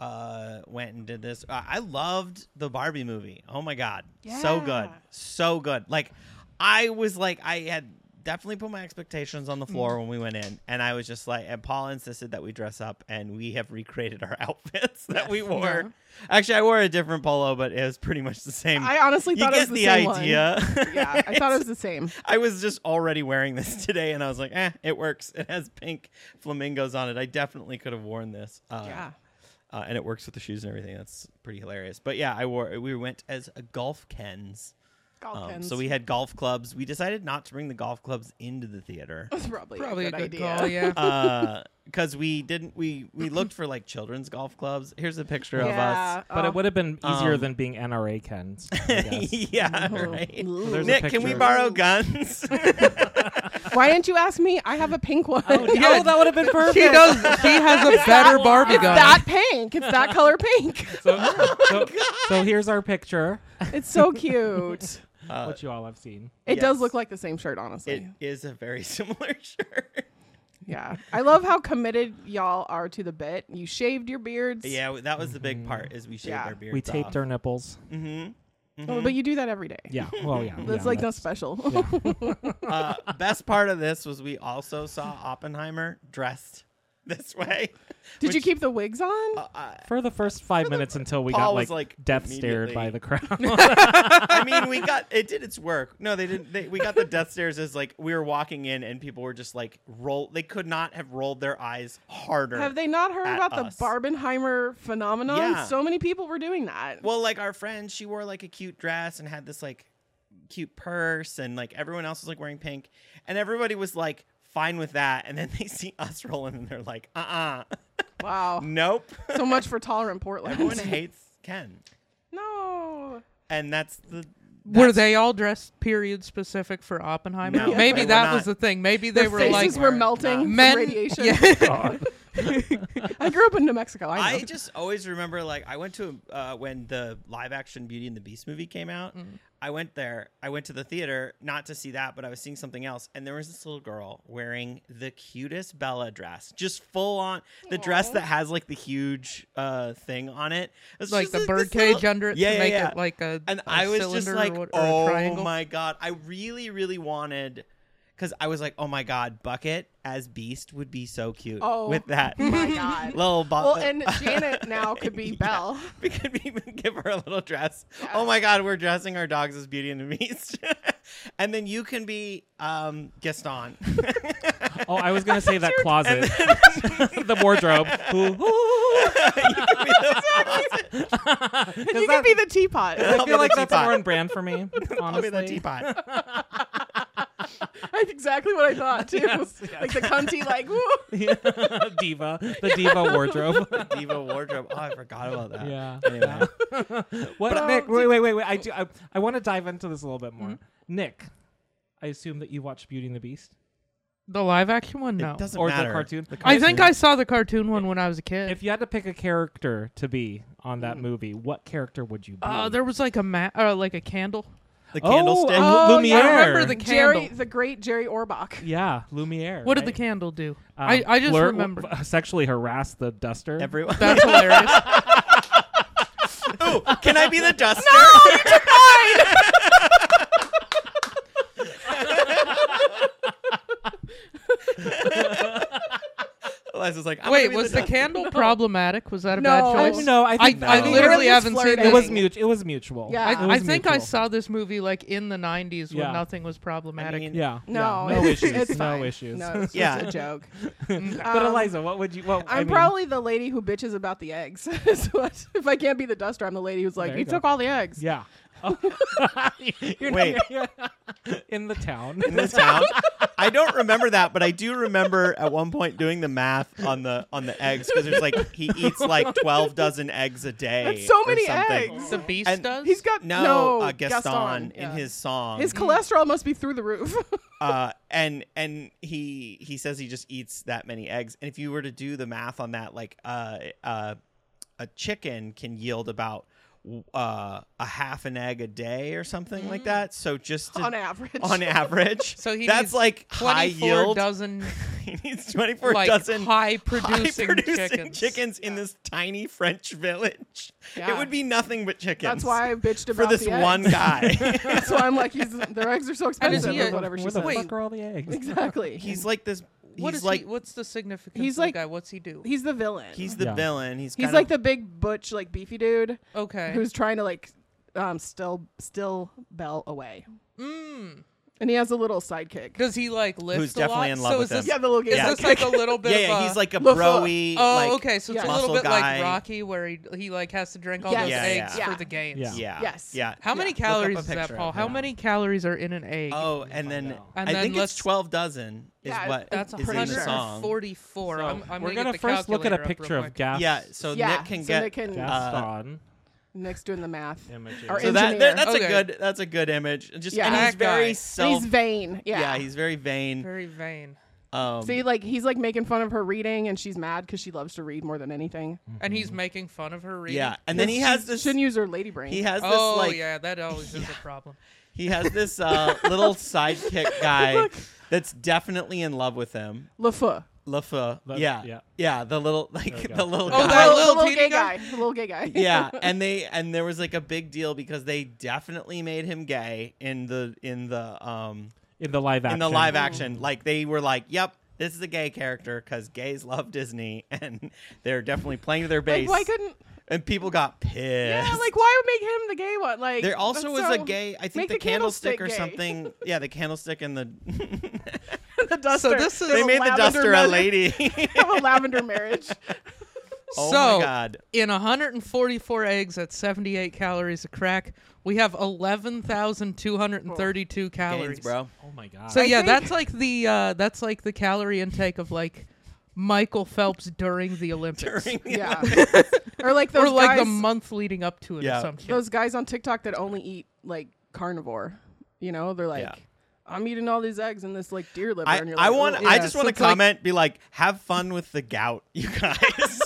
[SPEAKER 3] uh, went and did this. Uh, I loved the Barbie movie. Oh my god, so good,
[SPEAKER 4] Yeah.
[SPEAKER 3] so good. Like I was like I had definitely put my expectations on the
[SPEAKER 4] Mm.
[SPEAKER 3] floor when we went in, and I was just like, and Paul insisted that we dress up, and we have recreated our outfits that we wore. Actually, I wore a different polo, but it was pretty much the same.
[SPEAKER 4] I honestly
[SPEAKER 3] you
[SPEAKER 4] thought it
[SPEAKER 3] get
[SPEAKER 4] was the
[SPEAKER 3] the
[SPEAKER 4] same one.
[SPEAKER 3] idea.
[SPEAKER 4] Yeah, I thought it was the same.
[SPEAKER 3] I was just already wearing this today, and I was like, eh, it works. It has pink flamingos on it. I definitely could have worn this. Uh,
[SPEAKER 4] Yeah.
[SPEAKER 3] uh, and it works with the shoes and everything. That's pretty hilarious. But yeah, I wore. We went as a golf kens. Um,
[SPEAKER 4] Golfkins.
[SPEAKER 3] so we had golf clubs. We decided not to bring the golf clubs into the theater
[SPEAKER 4] That's probably,
[SPEAKER 2] Probably
[SPEAKER 4] a good, idea.
[SPEAKER 2] call. Yeah.
[SPEAKER 3] because we didn't. We we looked for like children's golf clubs. Here's a picture of us.
[SPEAKER 4] Yeah,
[SPEAKER 1] But
[SPEAKER 4] oh.
[SPEAKER 1] it would have been easier
[SPEAKER 3] Um,
[SPEAKER 1] than being NRA Ken's. I guess.
[SPEAKER 3] yeah,
[SPEAKER 4] Oh.
[SPEAKER 3] right.
[SPEAKER 4] Ooh.
[SPEAKER 1] There's a
[SPEAKER 3] Nick, can we Uh,
[SPEAKER 1] picture.
[SPEAKER 3] borrow guns?
[SPEAKER 4] Why didn't you ask me? I have a pink one.
[SPEAKER 1] Oh, that would have been perfect.
[SPEAKER 2] She does. She has a better Barbie
[SPEAKER 4] it's
[SPEAKER 2] gun.
[SPEAKER 4] that pink. It's that color pink.
[SPEAKER 1] So,
[SPEAKER 3] Oh
[SPEAKER 1] so, so here's our picture,
[SPEAKER 4] It's so cute.
[SPEAKER 3] Uh,
[SPEAKER 1] which you all have seen.
[SPEAKER 4] It does
[SPEAKER 3] Yes.
[SPEAKER 4] look like the same shirt, honestly.
[SPEAKER 3] it is a very similar shirt.
[SPEAKER 4] Yeah. I love how committed y'all are to the bit. You shaved your beards.
[SPEAKER 3] yeah, w- that was the big part is we shaved
[SPEAKER 4] Yeah.
[SPEAKER 3] our beards.
[SPEAKER 1] Mm-hmm. We taped our nipples.
[SPEAKER 3] Mm-hmm.
[SPEAKER 4] Oh, but you do that every day.
[SPEAKER 1] Yeah. Well, yeah.
[SPEAKER 4] That's
[SPEAKER 1] yeah,
[SPEAKER 4] like no
[SPEAKER 1] that's-
[SPEAKER 4] special.
[SPEAKER 3] Uh, best part of this was we also saw Oppenheimer dressed this way.
[SPEAKER 4] Did you
[SPEAKER 3] which,
[SPEAKER 4] keep the wigs on?
[SPEAKER 3] uh, I-
[SPEAKER 1] For the first five minutes until we got
[SPEAKER 3] Paul
[SPEAKER 1] like,
[SPEAKER 3] was, like,
[SPEAKER 1] death stared by
[SPEAKER 3] immediately-
[SPEAKER 1] the crowd.
[SPEAKER 3] I mean, we got it did its work. No, they didn't. They, we got the death stares as like we were walking in, and people were just like roll. They could not have rolled their eyes harder.
[SPEAKER 4] Have they not heard
[SPEAKER 3] at
[SPEAKER 4] about
[SPEAKER 3] us.
[SPEAKER 4] the Barbenheimer phenomenon?
[SPEAKER 3] Yeah.
[SPEAKER 4] So many people were doing that.
[SPEAKER 3] Well, like our friend, she wore like a cute dress and had this like cute purse, and like everyone else was like wearing pink, and everybody was like fine with that. And then they see us rolling, and they're like, uh uh
[SPEAKER 4] wow.
[SPEAKER 3] nope.
[SPEAKER 4] so much for tolerant Portland.
[SPEAKER 3] Everyone hates Ken,
[SPEAKER 4] no.
[SPEAKER 3] and that's the
[SPEAKER 2] Were they all dressed period specific for Oppenheimer?
[SPEAKER 3] No,
[SPEAKER 2] Maybe
[SPEAKER 3] they were
[SPEAKER 2] that
[SPEAKER 3] not.
[SPEAKER 2] was the thing. Maybe they
[SPEAKER 4] Their
[SPEAKER 2] were
[SPEAKER 4] faces
[SPEAKER 2] like
[SPEAKER 4] were melting from
[SPEAKER 2] men.
[SPEAKER 4] radiation.
[SPEAKER 2] Yeah.
[SPEAKER 4] I grew up in New Mexico. I know.
[SPEAKER 3] I just always remember, like, I went to uh, when the live action Beauty and the Beast movie came out.
[SPEAKER 2] Mm-hmm.
[SPEAKER 3] I went there. I went to the theater not to see that, but I was seeing something else, and there was this little girl wearing the cutest Bella dress, just full on the dress that has like the huge uh, thing on it, It's
[SPEAKER 2] like
[SPEAKER 3] just,
[SPEAKER 2] the
[SPEAKER 3] this
[SPEAKER 2] birdcage
[SPEAKER 3] little-
[SPEAKER 2] under it
[SPEAKER 3] Yeah,
[SPEAKER 2] to
[SPEAKER 3] yeah,
[SPEAKER 2] make
[SPEAKER 3] yeah.
[SPEAKER 2] it like a
[SPEAKER 3] and
[SPEAKER 2] I
[SPEAKER 3] I was just like,
[SPEAKER 2] or, what- or a
[SPEAKER 3] oh
[SPEAKER 2] triangle.
[SPEAKER 3] my god! I really, really wanted because I was like, oh my god, Bucket as Beast would be so cute
[SPEAKER 4] Oh,
[SPEAKER 3] with that
[SPEAKER 4] my God.
[SPEAKER 3] little bu-
[SPEAKER 4] well, and Janet now could be Belle.
[SPEAKER 3] we could even give her a little dress. Oh my God, we're dressing our dogs as Beauty and the Beast. and then you can be um, Gaston.
[SPEAKER 1] Oh, I was gonna say that closet, the wardrobe.
[SPEAKER 4] And you could be the teapot.
[SPEAKER 1] I
[SPEAKER 3] I'll be
[SPEAKER 1] feel like
[SPEAKER 3] the
[SPEAKER 1] that's
[SPEAKER 3] teapot.
[SPEAKER 1] more on brand for me.
[SPEAKER 3] I'll be
[SPEAKER 1] Honestly,
[SPEAKER 3] the teapot.
[SPEAKER 4] That's exactly what I thought too. Like the cunty, like woo.
[SPEAKER 1] diva, the diva wardrobe.
[SPEAKER 3] Diva wardrobe. Oh, I forgot about that.
[SPEAKER 1] Yeah.
[SPEAKER 3] Anyway.
[SPEAKER 1] What,
[SPEAKER 4] uh,
[SPEAKER 1] Nick? Wait, wait, wait, wait. I do. I, I want to dive into this a little bit more.
[SPEAKER 4] Mm-hmm.
[SPEAKER 1] Nick, I assume that you watched Beauty and the Beast
[SPEAKER 2] The live action one? No.
[SPEAKER 3] It doesn't
[SPEAKER 1] or
[SPEAKER 3] matter.
[SPEAKER 1] the cartoon.
[SPEAKER 2] I think I saw the cartoon one when I was a kid.
[SPEAKER 1] If you had to pick a character to be on
[SPEAKER 4] Mm.
[SPEAKER 1] that movie, what character would you be?
[SPEAKER 2] uh, there was like a ma- uh, like a candle.
[SPEAKER 3] The
[SPEAKER 1] Oh,
[SPEAKER 3] candlestick.
[SPEAKER 1] uh, Lumiere.
[SPEAKER 2] I remember the
[SPEAKER 4] Jerry,
[SPEAKER 2] candle.
[SPEAKER 4] the great Jerry Orbach.
[SPEAKER 1] yeah, Lumiere.
[SPEAKER 2] What did
[SPEAKER 1] right?
[SPEAKER 2] the candle do?
[SPEAKER 1] Um,
[SPEAKER 2] I, I just
[SPEAKER 1] flirt-
[SPEAKER 2] remember.
[SPEAKER 1] sexually harass the duster.
[SPEAKER 2] uh,
[SPEAKER 3] Everyone.
[SPEAKER 2] That's hilarious.
[SPEAKER 3] Ooh, can I be the duster? No, you took mine. Eliza's like, I'm gonna
[SPEAKER 2] Wait,
[SPEAKER 3] be
[SPEAKER 2] was
[SPEAKER 3] the
[SPEAKER 2] the
[SPEAKER 3] duster.
[SPEAKER 2] candle problematic? Was that a
[SPEAKER 4] No.
[SPEAKER 2] bad
[SPEAKER 1] I,
[SPEAKER 2] choice?
[SPEAKER 1] no, I
[SPEAKER 2] Oh, I,
[SPEAKER 1] think
[SPEAKER 2] I
[SPEAKER 1] no.
[SPEAKER 2] literally
[SPEAKER 4] It was
[SPEAKER 2] haven't seen
[SPEAKER 4] flirting.
[SPEAKER 2] this.
[SPEAKER 1] It was mutual. It was mutual.
[SPEAKER 4] Yeah.
[SPEAKER 1] It
[SPEAKER 2] I,
[SPEAKER 1] was
[SPEAKER 2] I think I
[SPEAKER 1] mutual.
[SPEAKER 2] saw this movie like in the 90s
[SPEAKER 1] Yeah.
[SPEAKER 2] when nothing was problematic.
[SPEAKER 3] I mean,
[SPEAKER 1] Yeah.
[SPEAKER 4] No,
[SPEAKER 1] yeah. no
[SPEAKER 4] it's,
[SPEAKER 1] issues.
[SPEAKER 4] It's
[SPEAKER 1] no
[SPEAKER 4] fine.
[SPEAKER 1] issues.
[SPEAKER 4] No, it's just
[SPEAKER 3] Yeah.
[SPEAKER 4] a joke.
[SPEAKER 1] but
[SPEAKER 4] Um,
[SPEAKER 1] Eliza, what would you? Well,
[SPEAKER 4] I'm
[SPEAKER 1] I mean,
[SPEAKER 4] probably the lady who bitches about the eggs. Is what- if I can't be the duster, I'm the lady who's like,
[SPEAKER 1] There
[SPEAKER 4] "You,
[SPEAKER 1] you go.
[SPEAKER 4] took all the eggs."
[SPEAKER 1] Yeah. Oh. You're not-
[SPEAKER 3] Wait.
[SPEAKER 1] you're- in the town.
[SPEAKER 3] in this town. I don't remember that, but I do remember at one point doing the math on the on the eggs because there's like he eats like twelve dozen eggs a day.
[SPEAKER 4] That's so
[SPEAKER 3] or
[SPEAKER 4] many
[SPEAKER 3] something.
[SPEAKER 4] eggs.
[SPEAKER 2] The Beast
[SPEAKER 3] And
[SPEAKER 2] does?
[SPEAKER 4] He's got
[SPEAKER 3] No,
[SPEAKER 4] no,
[SPEAKER 3] uh, Gaston, in
[SPEAKER 4] yeah.
[SPEAKER 3] his Mm. song,
[SPEAKER 4] His cholesterol must be through the roof.
[SPEAKER 3] uh, and and he he says he just eats that many eggs. And if you were to do the math on that, like uh, uh, a chicken can yield about uh, a half an egg a day or something like that. So just to-
[SPEAKER 4] Mm. on average.
[SPEAKER 3] on average,
[SPEAKER 2] So he
[SPEAKER 3] that's
[SPEAKER 2] needs
[SPEAKER 3] like high
[SPEAKER 2] 24
[SPEAKER 3] yield.
[SPEAKER 2] dozen
[SPEAKER 3] He needs 24
[SPEAKER 2] like
[SPEAKER 3] dozen
[SPEAKER 2] high producing,
[SPEAKER 3] high-producing
[SPEAKER 2] chickens.
[SPEAKER 3] in this tiny French village. It
[SPEAKER 4] Yeah.
[SPEAKER 3] would be nothing but chickens.
[SPEAKER 4] That's why I bitched
[SPEAKER 3] for
[SPEAKER 4] about
[SPEAKER 3] this
[SPEAKER 4] the eggs.
[SPEAKER 3] one guy.
[SPEAKER 4] That's why I'm like, he's, their eggs are so
[SPEAKER 2] And
[SPEAKER 4] expensive.
[SPEAKER 2] is he
[SPEAKER 4] or
[SPEAKER 2] a-
[SPEAKER 4] whatever she
[SPEAKER 1] Where the
[SPEAKER 4] said.
[SPEAKER 2] Wait.
[SPEAKER 1] fuck are all the eggs?
[SPEAKER 4] Exactly.
[SPEAKER 3] he's like this.
[SPEAKER 2] What
[SPEAKER 3] he's
[SPEAKER 2] is
[SPEAKER 3] like
[SPEAKER 2] he, what's the significance
[SPEAKER 4] He's
[SPEAKER 2] of the
[SPEAKER 4] like-
[SPEAKER 2] guy? What's he do?
[SPEAKER 4] he's the villain.
[SPEAKER 3] he's the
[SPEAKER 1] Yeah.
[SPEAKER 3] villain. He's
[SPEAKER 4] He's
[SPEAKER 3] kind
[SPEAKER 4] like
[SPEAKER 3] of,
[SPEAKER 4] the big butch, like beefy dude
[SPEAKER 2] okay.
[SPEAKER 4] who's trying to like um still still Bell away,
[SPEAKER 2] mm.
[SPEAKER 4] and he has a little sidekick.
[SPEAKER 2] Does he like lift
[SPEAKER 3] Who's
[SPEAKER 2] a lot?
[SPEAKER 3] definitely in love
[SPEAKER 2] so
[SPEAKER 3] with
[SPEAKER 2] is this,
[SPEAKER 3] him.
[SPEAKER 4] yeah, the little
[SPEAKER 2] Is
[SPEAKER 4] guy.
[SPEAKER 2] this like a little bit
[SPEAKER 3] yeah,
[SPEAKER 2] of
[SPEAKER 3] yeah.
[SPEAKER 2] a,
[SPEAKER 3] He's like a
[SPEAKER 4] LaFleur.
[SPEAKER 3] broy.
[SPEAKER 2] Oh,
[SPEAKER 3] like,
[SPEAKER 2] okay. So it's a
[SPEAKER 3] muscle
[SPEAKER 2] little bit
[SPEAKER 3] guy.
[SPEAKER 2] like Rocky, where he he like has to drink all
[SPEAKER 4] Yes.
[SPEAKER 2] those
[SPEAKER 3] Yeah,
[SPEAKER 2] eggs
[SPEAKER 4] yeah.
[SPEAKER 2] for the games.
[SPEAKER 1] Yeah.
[SPEAKER 3] Yeah.
[SPEAKER 4] Yes.
[SPEAKER 3] Yeah.
[SPEAKER 2] How many
[SPEAKER 4] Yeah.
[SPEAKER 3] up
[SPEAKER 2] calories
[SPEAKER 3] a
[SPEAKER 2] is that,
[SPEAKER 3] picture
[SPEAKER 2] Paul?
[SPEAKER 3] of
[SPEAKER 2] How
[SPEAKER 3] it.
[SPEAKER 2] many calories are in an egg?
[SPEAKER 3] Oh, and then
[SPEAKER 1] out.
[SPEAKER 2] And
[SPEAKER 3] I
[SPEAKER 2] then
[SPEAKER 3] think
[SPEAKER 2] let's-
[SPEAKER 3] it's 12 dozen is
[SPEAKER 4] Yeah,
[SPEAKER 3] what
[SPEAKER 2] That's
[SPEAKER 3] is in the song.
[SPEAKER 2] 144.
[SPEAKER 1] So
[SPEAKER 2] I'm, I'm
[SPEAKER 1] we're
[SPEAKER 2] gonna
[SPEAKER 1] gonna
[SPEAKER 2] get the
[SPEAKER 1] first look at a
[SPEAKER 2] calculator up real
[SPEAKER 1] picture of
[SPEAKER 2] quick.
[SPEAKER 1] Gas.
[SPEAKER 3] Yeah, so
[SPEAKER 4] yeah,
[SPEAKER 3] Nick can
[SPEAKER 4] so
[SPEAKER 3] get
[SPEAKER 4] Nick can-
[SPEAKER 1] Gaston.
[SPEAKER 4] Nick's doing the math.
[SPEAKER 1] Images.
[SPEAKER 4] Our
[SPEAKER 3] So that,
[SPEAKER 4] engineer.
[SPEAKER 3] that- that's
[SPEAKER 2] Okay.
[SPEAKER 3] a good that's a good image. Just
[SPEAKER 4] Yeah.
[SPEAKER 3] and he's
[SPEAKER 2] That guy.
[SPEAKER 3] very
[SPEAKER 2] And
[SPEAKER 4] And
[SPEAKER 3] self.
[SPEAKER 4] he's vain. Yeah.
[SPEAKER 3] yeah, he's very vain.
[SPEAKER 2] Very vain.
[SPEAKER 3] Um,
[SPEAKER 4] See, like he's like making fun of her reading, and she's mad because she loves to read more than anything.
[SPEAKER 2] And he's making fun of her reading.
[SPEAKER 3] Mm-hmm. yeah, and then he has this
[SPEAKER 4] Shouldn't use her lady brain.
[SPEAKER 3] he has this
[SPEAKER 2] Oh
[SPEAKER 3] like
[SPEAKER 2] yeah, that always is a problem.
[SPEAKER 3] he has this uh, little sidekick guy that's definitely in love with him.
[SPEAKER 4] LeFou.
[SPEAKER 3] Lafa.
[SPEAKER 1] Le-
[SPEAKER 3] yeah.
[SPEAKER 1] yeah.
[SPEAKER 3] Yeah. The little
[SPEAKER 1] There we
[SPEAKER 3] like
[SPEAKER 1] go.
[SPEAKER 3] the little
[SPEAKER 2] Oh,
[SPEAKER 3] guy.
[SPEAKER 2] that
[SPEAKER 4] Well,
[SPEAKER 2] little
[SPEAKER 4] the
[SPEAKER 2] teeny
[SPEAKER 4] gay
[SPEAKER 2] guy?
[SPEAKER 4] guy. The little gay guy.
[SPEAKER 3] yeah, and they and there was like a big deal because they definitely made him gay in the in the um
[SPEAKER 1] in the live action.
[SPEAKER 3] in the live action. Like they were like, "Yep, this is a gay character because gays love Disney and they're definitely playing to their
[SPEAKER 4] like
[SPEAKER 3] base."
[SPEAKER 4] why couldn't?
[SPEAKER 3] and people got pissed.
[SPEAKER 4] Yeah, like why make him the gay one? Like
[SPEAKER 3] there also was
[SPEAKER 4] that's so-
[SPEAKER 3] a gay. I
[SPEAKER 4] make
[SPEAKER 3] think the,
[SPEAKER 4] the
[SPEAKER 3] candlestick,
[SPEAKER 4] candlestick
[SPEAKER 3] or
[SPEAKER 4] gay.
[SPEAKER 3] something. Yeah, the candlestick and the
[SPEAKER 4] the duster.
[SPEAKER 2] this is-
[SPEAKER 4] They
[SPEAKER 3] they
[SPEAKER 2] The
[SPEAKER 3] made the
[SPEAKER 4] lavender
[SPEAKER 3] duster a
[SPEAKER 4] marriage-
[SPEAKER 3] lady.
[SPEAKER 4] Have a lavender marriage.
[SPEAKER 3] oh
[SPEAKER 2] so
[SPEAKER 3] my god.
[SPEAKER 2] in 144 eggs at 78 calories a crack, we have 11,232 calories,
[SPEAKER 3] Gains, bro.
[SPEAKER 1] Oh my god.
[SPEAKER 2] So yeah,
[SPEAKER 4] think-
[SPEAKER 2] that's like the uh, that's like the calorie intake of like Michael Phelps during the Olympics,
[SPEAKER 3] During the-
[SPEAKER 4] Yeah. or like those
[SPEAKER 2] or like
[SPEAKER 4] guys,
[SPEAKER 2] the month leading up to it or
[SPEAKER 3] Yeah.
[SPEAKER 2] some shit.
[SPEAKER 4] those guys on TikTok that only eat like carnivore. You know, they're like,
[SPEAKER 3] Yeah.
[SPEAKER 4] I'm eating all these eggs and this like deer liver,
[SPEAKER 3] I,
[SPEAKER 4] and you're like, "Oh,
[SPEAKER 3] I want.
[SPEAKER 4] "Ugh."
[SPEAKER 2] Yeah,
[SPEAKER 3] I just
[SPEAKER 2] so
[SPEAKER 3] want to
[SPEAKER 2] it's like-
[SPEAKER 3] comment. be like, have fun with the gout, you guys.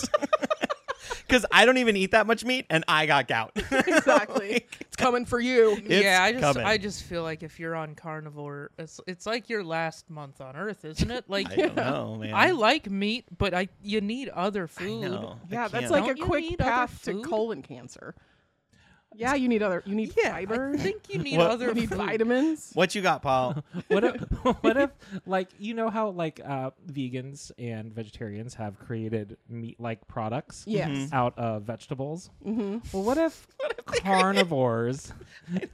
[SPEAKER 3] Because I don't even eat that much meat, and I got gout.
[SPEAKER 4] exactly. it's coming for you.
[SPEAKER 3] It's
[SPEAKER 2] yeah, I just
[SPEAKER 3] coming.
[SPEAKER 2] I just feel like if you're on carnivore, it's it's like your last month on Earth, isn't it? Like
[SPEAKER 3] I don't know, man.
[SPEAKER 2] I like meat, but I you need other food.
[SPEAKER 3] No, I
[SPEAKER 4] Yeah, that's
[SPEAKER 3] can't.
[SPEAKER 4] like
[SPEAKER 2] Don't
[SPEAKER 4] a
[SPEAKER 2] you
[SPEAKER 4] quick
[SPEAKER 2] need other
[SPEAKER 4] path to
[SPEAKER 2] food?
[SPEAKER 4] colon cancer. Yeah, you need other. You need
[SPEAKER 2] Yeah,
[SPEAKER 4] fiber.
[SPEAKER 2] I think you need
[SPEAKER 3] What-
[SPEAKER 2] other
[SPEAKER 4] you need
[SPEAKER 2] food.
[SPEAKER 4] vitamins.
[SPEAKER 3] what you got, Paul.
[SPEAKER 1] what if what if like you know how like uh vegans and vegetarians have created meat like products
[SPEAKER 4] Yes. Mhm.
[SPEAKER 3] Mm-hmm.
[SPEAKER 1] out of vegetables mm-hmm. well what if carnivores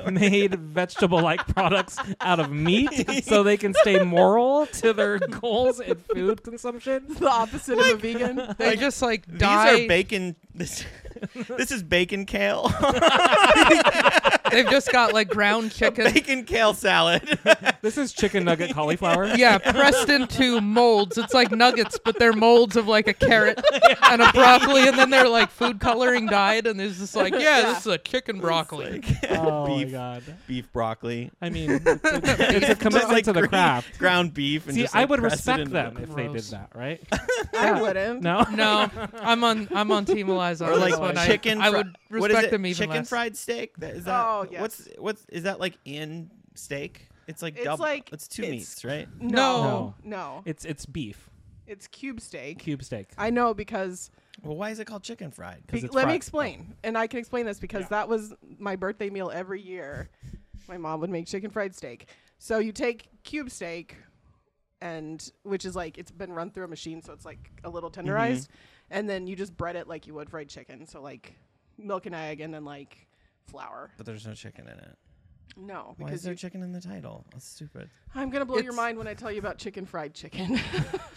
[SPEAKER 1] made vegetable like products out of meat so they can stay moral to their goals in food consumption
[SPEAKER 4] The opposite of a vegan.
[SPEAKER 2] They just like
[SPEAKER 3] These
[SPEAKER 2] die.
[SPEAKER 3] are bacon. This, this is bacon kale.
[SPEAKER 2] They've just got like ground chicken.
[SPEAKER 3] bacon kale salad.
[SPEAKER 1] this is chicken nugget cauliflower
[SPEAKER 2] Yeah, pressed into molds. It's like nuggets, but they're molds of like a carrot and a broccoli, and then they're like food coloring dyed, and there's just like, yeah, this is a chicken broccoli.
[SPEAKER 1] oh
[SPEAKER 3] beef,
[SPEAKER 1] my god
[SPEAKER 3] beef broccoli.
[SPEAKER 1] i mean it's, a- it's a
[SPEAKER 3] Just
[SPEAKER 1] commitment
[SPEAKER 3] like
[SPEAKER 1] to the
[SPEAKER 3] green-
[SPEAKER 1] craft
[SPEAKER 3] Ground beef. And
[SPEAKER 1] see
[SPEAKER 3] just,
[SPEAKER 1] i
[SPEAKER 3] like,
[SPEAKER 1] would
[SPEAKER 3] press it
[SPEAKER 1] respect
[SPEAKER 3] into
[SPEAKER 1] them
[SPEAKER 3] the-
[SPEAKER 1] if they did
[SPEAKER 2] Gross.
[SPEAKER 1] that right
[SPEAKER 4] I wouldn't.
[SPEAKER 1] no
[SPEAKER 2] No, I'm on. I'm on Team Eliza.
[SPEAKER 3] Or
[SPEAKER 2] on
[SPEAKER 3] like
[SPEAKER 2] this one.
[SPEAKER 3] chicken.
[SPEAKER 2] I, I
[SPEAKER 3] fri-
[SPEAKER 2] would
[SPEAKER 3] what is
[SPEAKER 2] respect
[SPEAKER 3] it?
[SPEAKER 2] them even
[SPEAKER 3] Chicken
[SPEAKER 2] less.
[SPEAKER 3] fried steak. That, is that,
[SPEAKER 4] Oh, yes.
[SPEAKER 3] What's what's is that like in steak? It's like
[SPEAKER 4] It's
[SPEAKER 3] double.
[SPEAKER 4] like-
[SPEAKER 3] it's two
[SPEAKER 4] it's-
[SPEAKER 3] meats, right?
[SPEAKER 4] No,
[SPEAKER 1] No.
[SPEAKER 4] no.
[SPEAKER 1] it's it's beef
[SPEAKER 4] It's cube steak.
[SPEAKER 1] cube steak
[SPEAKER 2] Ah,
[SPEAKER 4] I know because
[SPEAKER 3] Well, why is it called chicken fried?
[SPEAKER 4] be-
[SPEAKER 1] 'Cause it's
[SPEAKER 4] let me
[SPEAKER 1] fried.
[SPEAKER 4] explain, and I can explain this because that was my birthday meal every year. My mom would make chicken fried steak. So you take cube steak, and which is like it's been run through a machine, so it's like a little
[SPEAKER 3] Mm-hmm.
[SPEAKER 4] tenderized, and then you just bread it like you would fried chicken. So like milk and egg, and then like flour.
[SPEAKER 3] But there's no chicken in it.
[SPEAKER 4] No,
[SPEAKER 3] Why is
[SPEAKER 4] because
[SPEAKER 3] there
[SPEAKER 4] you,
[SPEAKER 3] chicken in the title? That's stupid.
[SPEAKER 4] I'm gonna blow your
[SPEAKER 2] It's-
[SPEAKER 4] mind when I tell you about chicken fried chicken.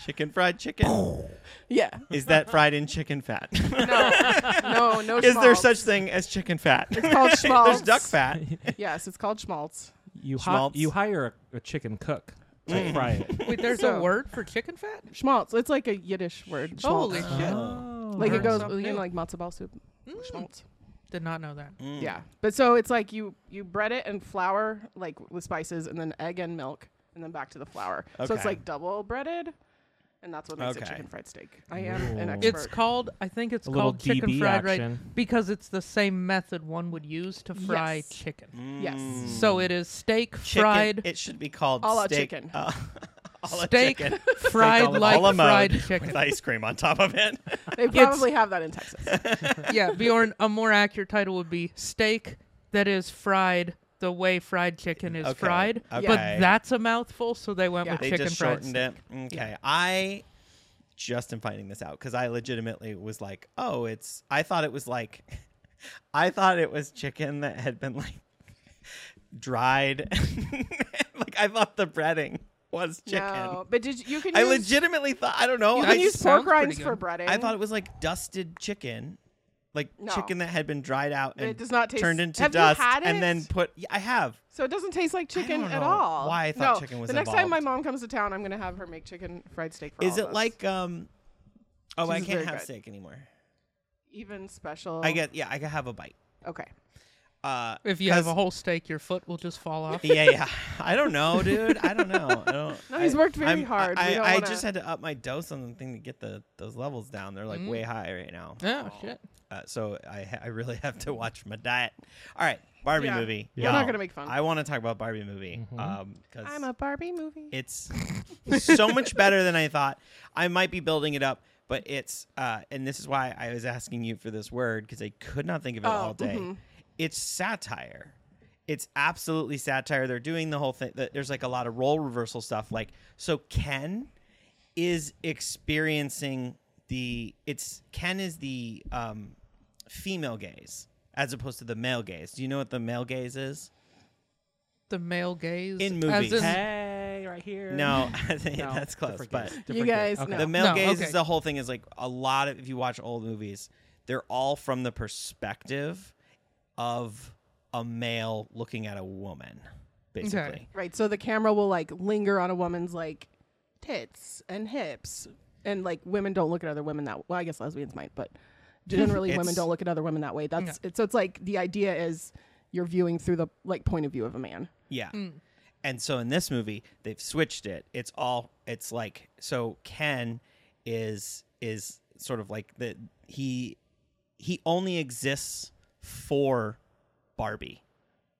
[SPEAKER 3] Chicken fried chicken.
[SPEAKER 4] yeah.
[SPEAKER 3] is that fried in chicken fat?
[SPEAKER 4] No. no. No.
[SPEAKER 3] is there
[SPEAKER 4] schmaltz.
[SPEAKER 3] such thing as chicken fat?
[SPEAKER 4] It's called
[SPEAKER 3] there's
[SPEAKER 4] schmaltz.
[SPEAKER 3] duck fat.
[SPEAKER 4] Yes, it's called schmaltz.
[SPEAKER 1] You hi-
[SPEAKER 3] Schmaltz. Mm.
[SPEAKER 1] you hire a, a chicken cook to fry it.
[SPEAKER 2] Wait, there's a
[SPEAKER 4] So-
[SPEAKER 2] word for chicken fat?
[SPEAKER 4] Schmaltz. It's like a Yiddish word.
[SPEAKER 2] Holy
[SPEAKER 4] Schmaltz.
[SPEAKER 2] shit!
[SPEAKER 3] Uh-huh.
[SPEAKER 1] Oh.
[SPEAKER 4] Like it
[SPEAKER 2] Learn
[SPEAKER 4] goes,
[SPEAKER 2] something
[SPEAKER 4] you
[SPEAKER 2] new.
[SPEAKER 4] know, like matzo ball soup. Schmaltz.
[SPEAKER 2] Did not know that.
[SPEAKER 3] Mm.
[SPEAKER 4] Yeah. But so it's like you you bread it and flour like with spices and then egg and milk and then back to the flour. So it's
[SPEAKER 3] Okay.
[SPEAKER 4] like double breaded. And that's what makes it
[SPEAKER 3] Okay.
[SPEAKER 4] chicken fried steak. I am an
[SPEAKER 1] Ooh.
[SPEAKER 4] expert.
[SPEAKER 2] It's called. I think it's
[SPEAKER 1] A little
[SPEAKER 2] called chicken
[SPEAKER 1] DB
[SPEAKER 2] fried right
[SPEAKER 1] action.
[SPEAKER 2] because it's the same method one would use to fry
[SPEAKER 4] Yes.
[SPEAKER 2] chicken.
[SPEAKER 4] yes.
[SPEAKER 2] So it is steak
[SPEAKER 3] Mm. Chicken-
[SPEAKER 2] fried
[SPEAKER 3] It should be called
[SPEAKER 4] A la
[SPEAKER 3] steak,
[SPEAKER 4] chicken.
[SPEAKER 3] Uh, a la
[SPEAKER 2] steak
[SPEAKER 3] chicken.
[SPEAKER 2] fried
[SPEAKER 3] Steak a la-
[SPEAKER 2] like
[SPEAKER 3] a la mode
[SPEAKER 2] fried
[SPEAKER 3] with
[SPEAKER 2] chicken.
[SPEAKER 3] ice cream on top of it.
[SPEAKER 4] They probably have that in Texas.
[SPEAKER 2] yeah, Bjorn. A more accurate title would be steak that is fried the way fried chicken is
[SPEAKER 3] Okay,
[SPEAKER 2] fried. But
[SPEAKER 3] okay.
[SPEAKER 2] that's a mouthful, so they went
[SPEAKER 4] Yeah.
[SPEAKER 2] with
[SPEAKER 3] they
[SPEAKER 2] chicken
[SPEAKER 3] just
[SPEAKER 2] fried.
[SPEAKER 3] shortened it. Mm, Okay, I just am finding this out because I legitimately was like, oh, it's. I thought it was like, I thought it was chicken that had been like dried. like I thought the breading was chicken.
[SPEAKER 4] No. But did you, you can
[SPEAKER 3] I
[SPEAKER 4] use,
[SPEAKER 3] legitimately thought. I don't know.
[SPEAKER 4] you
[SPEAKER 3] I
[SPEAKER 4] can use
[SPEAKER 3] just-
[SPEAKER 4] pork
[SPEAKER 2] sounds pretty
[SPEAKER 4] rinds for breading.
[SPEAKER 3] I thought it was like dusted chicken, like
[SPEAKER 4] No.
[SPEAKER 3] chicken that had been dried out
[SPEAKER 4] It
[SPEAKER 3] and
[SPEAKER 4] does not taste-
[SPEAKER 3] turned into
[SPEAKER 4] Have you
[SPEAKER 3] dust,
[SPEAKER 4] had
[SPEAKER 3] and then
[SPEAKER 4] it?
[SPEAKER 3] put. Yeah, I have.
[SPEAKER 4] So it doesn't taste like chicken
[SPEAKER 3] don't
[SPEAKER 4] at
[SPEAKER 3] know
[SPEAKER 4] all.
[SPEAKER 3] why I thought
[SPEAKER 4] No,
[SPEAKER 3] chicken was
[SPEAKER 4] The next time my
[SPEAKER 3] involved.
[SPEAKER 4] mom comes to town, I'm going to have her make chicken fried steak for all
[SPEAKER 3] Is
[SPEAKER 4] of
[SPEAKER 3] it
[SPEAKER 4] us.
[SPEAKER 3] like um? Oh,
[SPEAKER 4] This
[SPEAKER 3] I
[SPEAKER 4] is
[SPEAKER 3] can't
[SPEAKER 4] very
[SPEAKER 3] have
[SPEAKER 4] good. Oh.
[SPEAKER 3] steak anymore.
[SPEAKER 4] even special?
[SPEAKER 3] I get yeah, I can have a bite.
[SPEAKER 4] Okay.
[SPEAKER 3] Uh,
[SPEAKER 2] If you have a
[SPEAKER 3] 'cause-
[SPEAKER 2] whole steak, your foot will just fall off.
[SPEAKER 3] yeah, yeah. I don't know, dude. I don't know. I don't.
[SPEAKER 4] No, he's
[SPEAKER 3] I-
[SPEAKER 4] worked very
[SPEAKER 3] I'm-
[SPEAKER 4] hard. We
[SPEAKER 3] I,
[SPEAKER 4] don't
[SPEAKER 3] I
[SPEAKER 4] wanna-
[SPEAKER 3] just had to up my dose on the thing to get the those levels down. They're like
[SPEAKER 4] Mm-hmm.
[SPEAKER 3] way high right now.
[SPEAKER 2] Oh, shit.
[SPEAKER 3] Uh, so I ha- I really have to watch my diet. All right, Barbie
[SPEAKER 4] Yeah.
[SPEAKER 3] movie.
[SPEAKER 4] We're not
[SPEAKER 3] Y'all,
[SPEAKER 4] gonna make fun.
[SPEAKER 3] I want to talk about Barbie movie um, because
[SPEAKER 4] I'm a Barbie movie.
[SPEAKER 3] it's so much better than I thought. I might be building it up, but it's uh, and this is why I was asking you for this word because I could not think of it all day. It's satire. It's absolutely satire. They're doing the whole thing. that- There's like a lot of role reversal stuff. Like so, Ken is experiencing the it's Ken is the um, female gaze as opposed to the male gaze. Do you know what the male gaze is?
[SPEAKER 2] The male gaze. as
[SPEAKER 3] In movies.
[SPEAKER 2] in-
[SPEAKER 1] Hey, right here.
[SPEAKER 3] No, I think
[SPEAKER 1] No,
[SPEAKER 3] that's
[SPEAKER 1] different
[SPEAKER 3] close, but.
[SPEAKER 1] gaze,
[SPEAKER 4] You
[SPEAKER 1] different
[SPEAKER 4] guys
[SPEAKER 1] gaze. Okay.
[SPEAKER 4] know.
[SPEAKER 3] The male
[SPEAKER 2] No,
[SPEAKER 3] gaze
[SPEAKER 2] okay.
[SPEAKER 3] is the whole thing is like a lot of if you watch old movies, they're all from the perspective of a male looking at a woman, basically.
[SPEAKER 4] Right. So the camera will like linger on a woman's like tits and hips, and like women don't look at other women that. Well, I guess lesbians might, but generally women
[SPEAKER 3] It's-
[SPEAKER 4] don't look at other women that way. That's it, so it's like the idea is you're viewing through the like point of view of a man.
[SPEAKER 3] Yeah.
[SPEAKER 2] Hmm.
[SPEAKER 3] And so in this movie, they've switched it. It's all it's like so Ken is is sort of like the he he only exists for Barbie.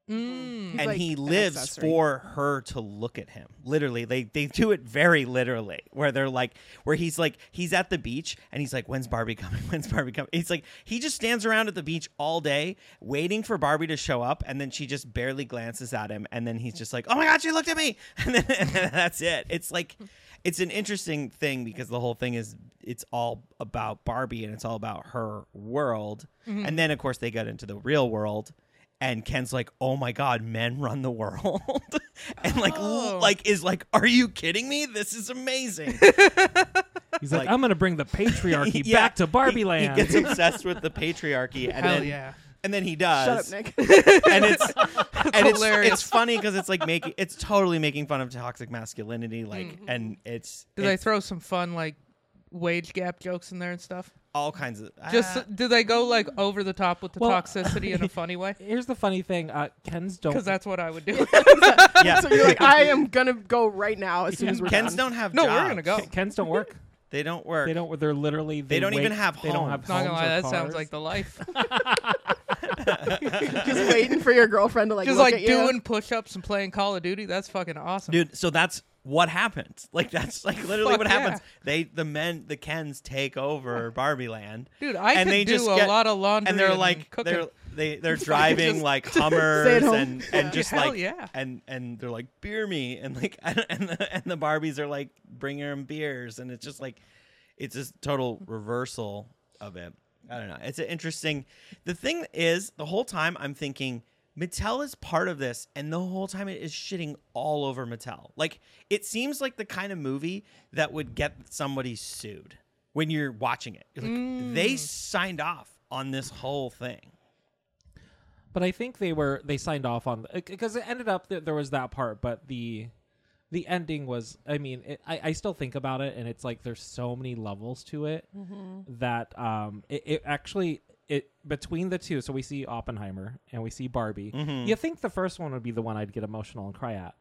[SPEAKER 3] and
[SPEAKER 4] like
[SPEAKER 3] he
[SPEAKER 4] an
[SPEAKER 3] lives
[SPEAKER 4] accessory.
[SPEAKER 3] for her to look at him. Literally, they they do it very literally, where they're like, where he's like, he's at the beach and he's like, when's Barbie coming? When's Barbie coming? He's like, he just stands around at the beach all day waiting for Barbie to show up, and then she just barely glances at him, and then he's just like, oh my god, she looked at me, and then and then that's it. It's like. It's an interesting thing because the whole thing is it's all about Barbie and it's all about her world.
[SPEAKER 4] Mm-hmm.
[SPEAKER 3] And then of course they got into the real world and Ken's like, "Oh my god, men run the world." and like
[SPEAKER 2] Oh.
[SPEAKER 3] l- like is like, "Are you kidding me? This is amazing."
[SPEAKER 1] He's like,
[SPEAKER 3] Like-
[SPEAKER 1] I'm gonna bring the patriarchy
[SPEAKER 3] Yeah,
[SPEAKER 1] back to Barbie
[SPEAKER 3] he,
[SPEAKER 1] Land.
[SPEAKER 3] He gets obsessed with the patriarchy and
[SPEAKER 2] Hell
[SPEAKER 3] then
[SPEAKER 2] yeah.
[SPEAKER 3] and then he does.
[SPEAKER 4] Shut up, Nick.
[SPEAKER 3] and it's and it's,
[SPEAKER 2] hilarious.
[SPEAKER 3] it's funny cuz it's like making it's totally making fun of toxic masculinity like and it's,
[SPEAKER 2] Do they
[SPEAKER 3] it's
[SPEAKER 2] Mm-hmm. throw some fun, like, wage gap jokes in there and stuff?
[SPEAKER 3] all kinds of
[SPEAKER 2] Just uh,
[SPEAKER 3] ah.
[SPEAKER 2] do they go like over the top with the
[SPEAKER 1] Well,
[SPEAKER 2] toxicity in a funny way?
[SPEAKER 1] Here's the funny thing: uh, Ken's don't.
[SPEAKER 2] Because that's what I would do.
[SPEAKER 3] yeah.
[SPEAKER 4] so you're like, I am gonna go right now as soon as we're
[SPEAKER 3] Ken's
[SPEAKER 4] done.
[SPEAKER 3] don't have
[SPEAKER 2] no,
[SPEAKER 3] jobs.
[SPEAKER 2] we're gonna go.
[SPEAKER 1] Ken's don't work.
[SPEAKER 3] They don't work.
[SPEAKER 1] They don't. They're literally. They,
[SPEAKER 3] don't
[SPEAKER 1] wait-
[SPEAKER 3] even have
[SPEAKER 1] They don't have
[SPEAKER 3] homes.
[SPEAKER 1] homes
[SPEAKER 2] Not gonna
[SPEAKER 1] or
[SPEAKER 2] lie, that sounds
[SPEAKER 1] cars.
[SPEAKER 2] like the life.
[SPEAKER 4] just waiting for your girlfriend to like
[SPEAKER 2] Just
[SPEAKER 4] look
[SPEAKER 2] like
[SPEAKER 4] at you.
[SPEAKER 2] doing push-ups and playing Call of Duty. That's fucking awesome.
[SPEAKER 3] dude so that's what happens like that's like literally
[SPEAKER 2] Fuck
[SPEAKER 3] what happens
[SPEAKER 2] yeah.
[SPEAKER 3] they the men the kens take over barbie land
[SPEAKER 2] Dude, I
[SPEAKER 3] and
[SPEAKER 2] could
[SPEAKER 3] they
[SPEAKER 2] do
[SPEAKER 3] just
[SPEAKER 2] a
[SPEAKER 3] get-
[SPEAKER 2] lot of laundry
[SPEAKER 3] and they're
[SPEAKER 2] and
[SPEAKER 3] like
[SPEAKER 2] cooking.
[SPEAKER 3] they're they, they're driving like hummers
[SPEAKER 4] home.
[SPEAKER 3] and and just
[SPEAKER 2] Hell
[SPEAKER 3] like
[SPEAKER 2] yeah.
[SPEAKER 3] and and they're like beer me and like and, the, and the barbies are like bringing them beers and it's just like it's this total reversal of it i don't know it's an interesting the thing is the whole time i'm thinking mattel is part of this and the whole time it is shitting all over mattel like it seems like the kind of movie that would get somebody sued when you're watching it You're like,
[SPEAKER 2] Mm.
[SPEAKER 3] they signed off on this whole thing
[SPEAKER 1] But I think they were they signed off on because it ended up that there was that part, but the the ending was. I mean, it, I I still think about it, and it's like there's so many levels to it that um it, it actually it between the two. So we see Oppenheimer and we see Barbie.
[SPEAKER 3] Mm-hmm.
[SPEAKER 1] You think the first one would be the one I'd get emotional and cry at?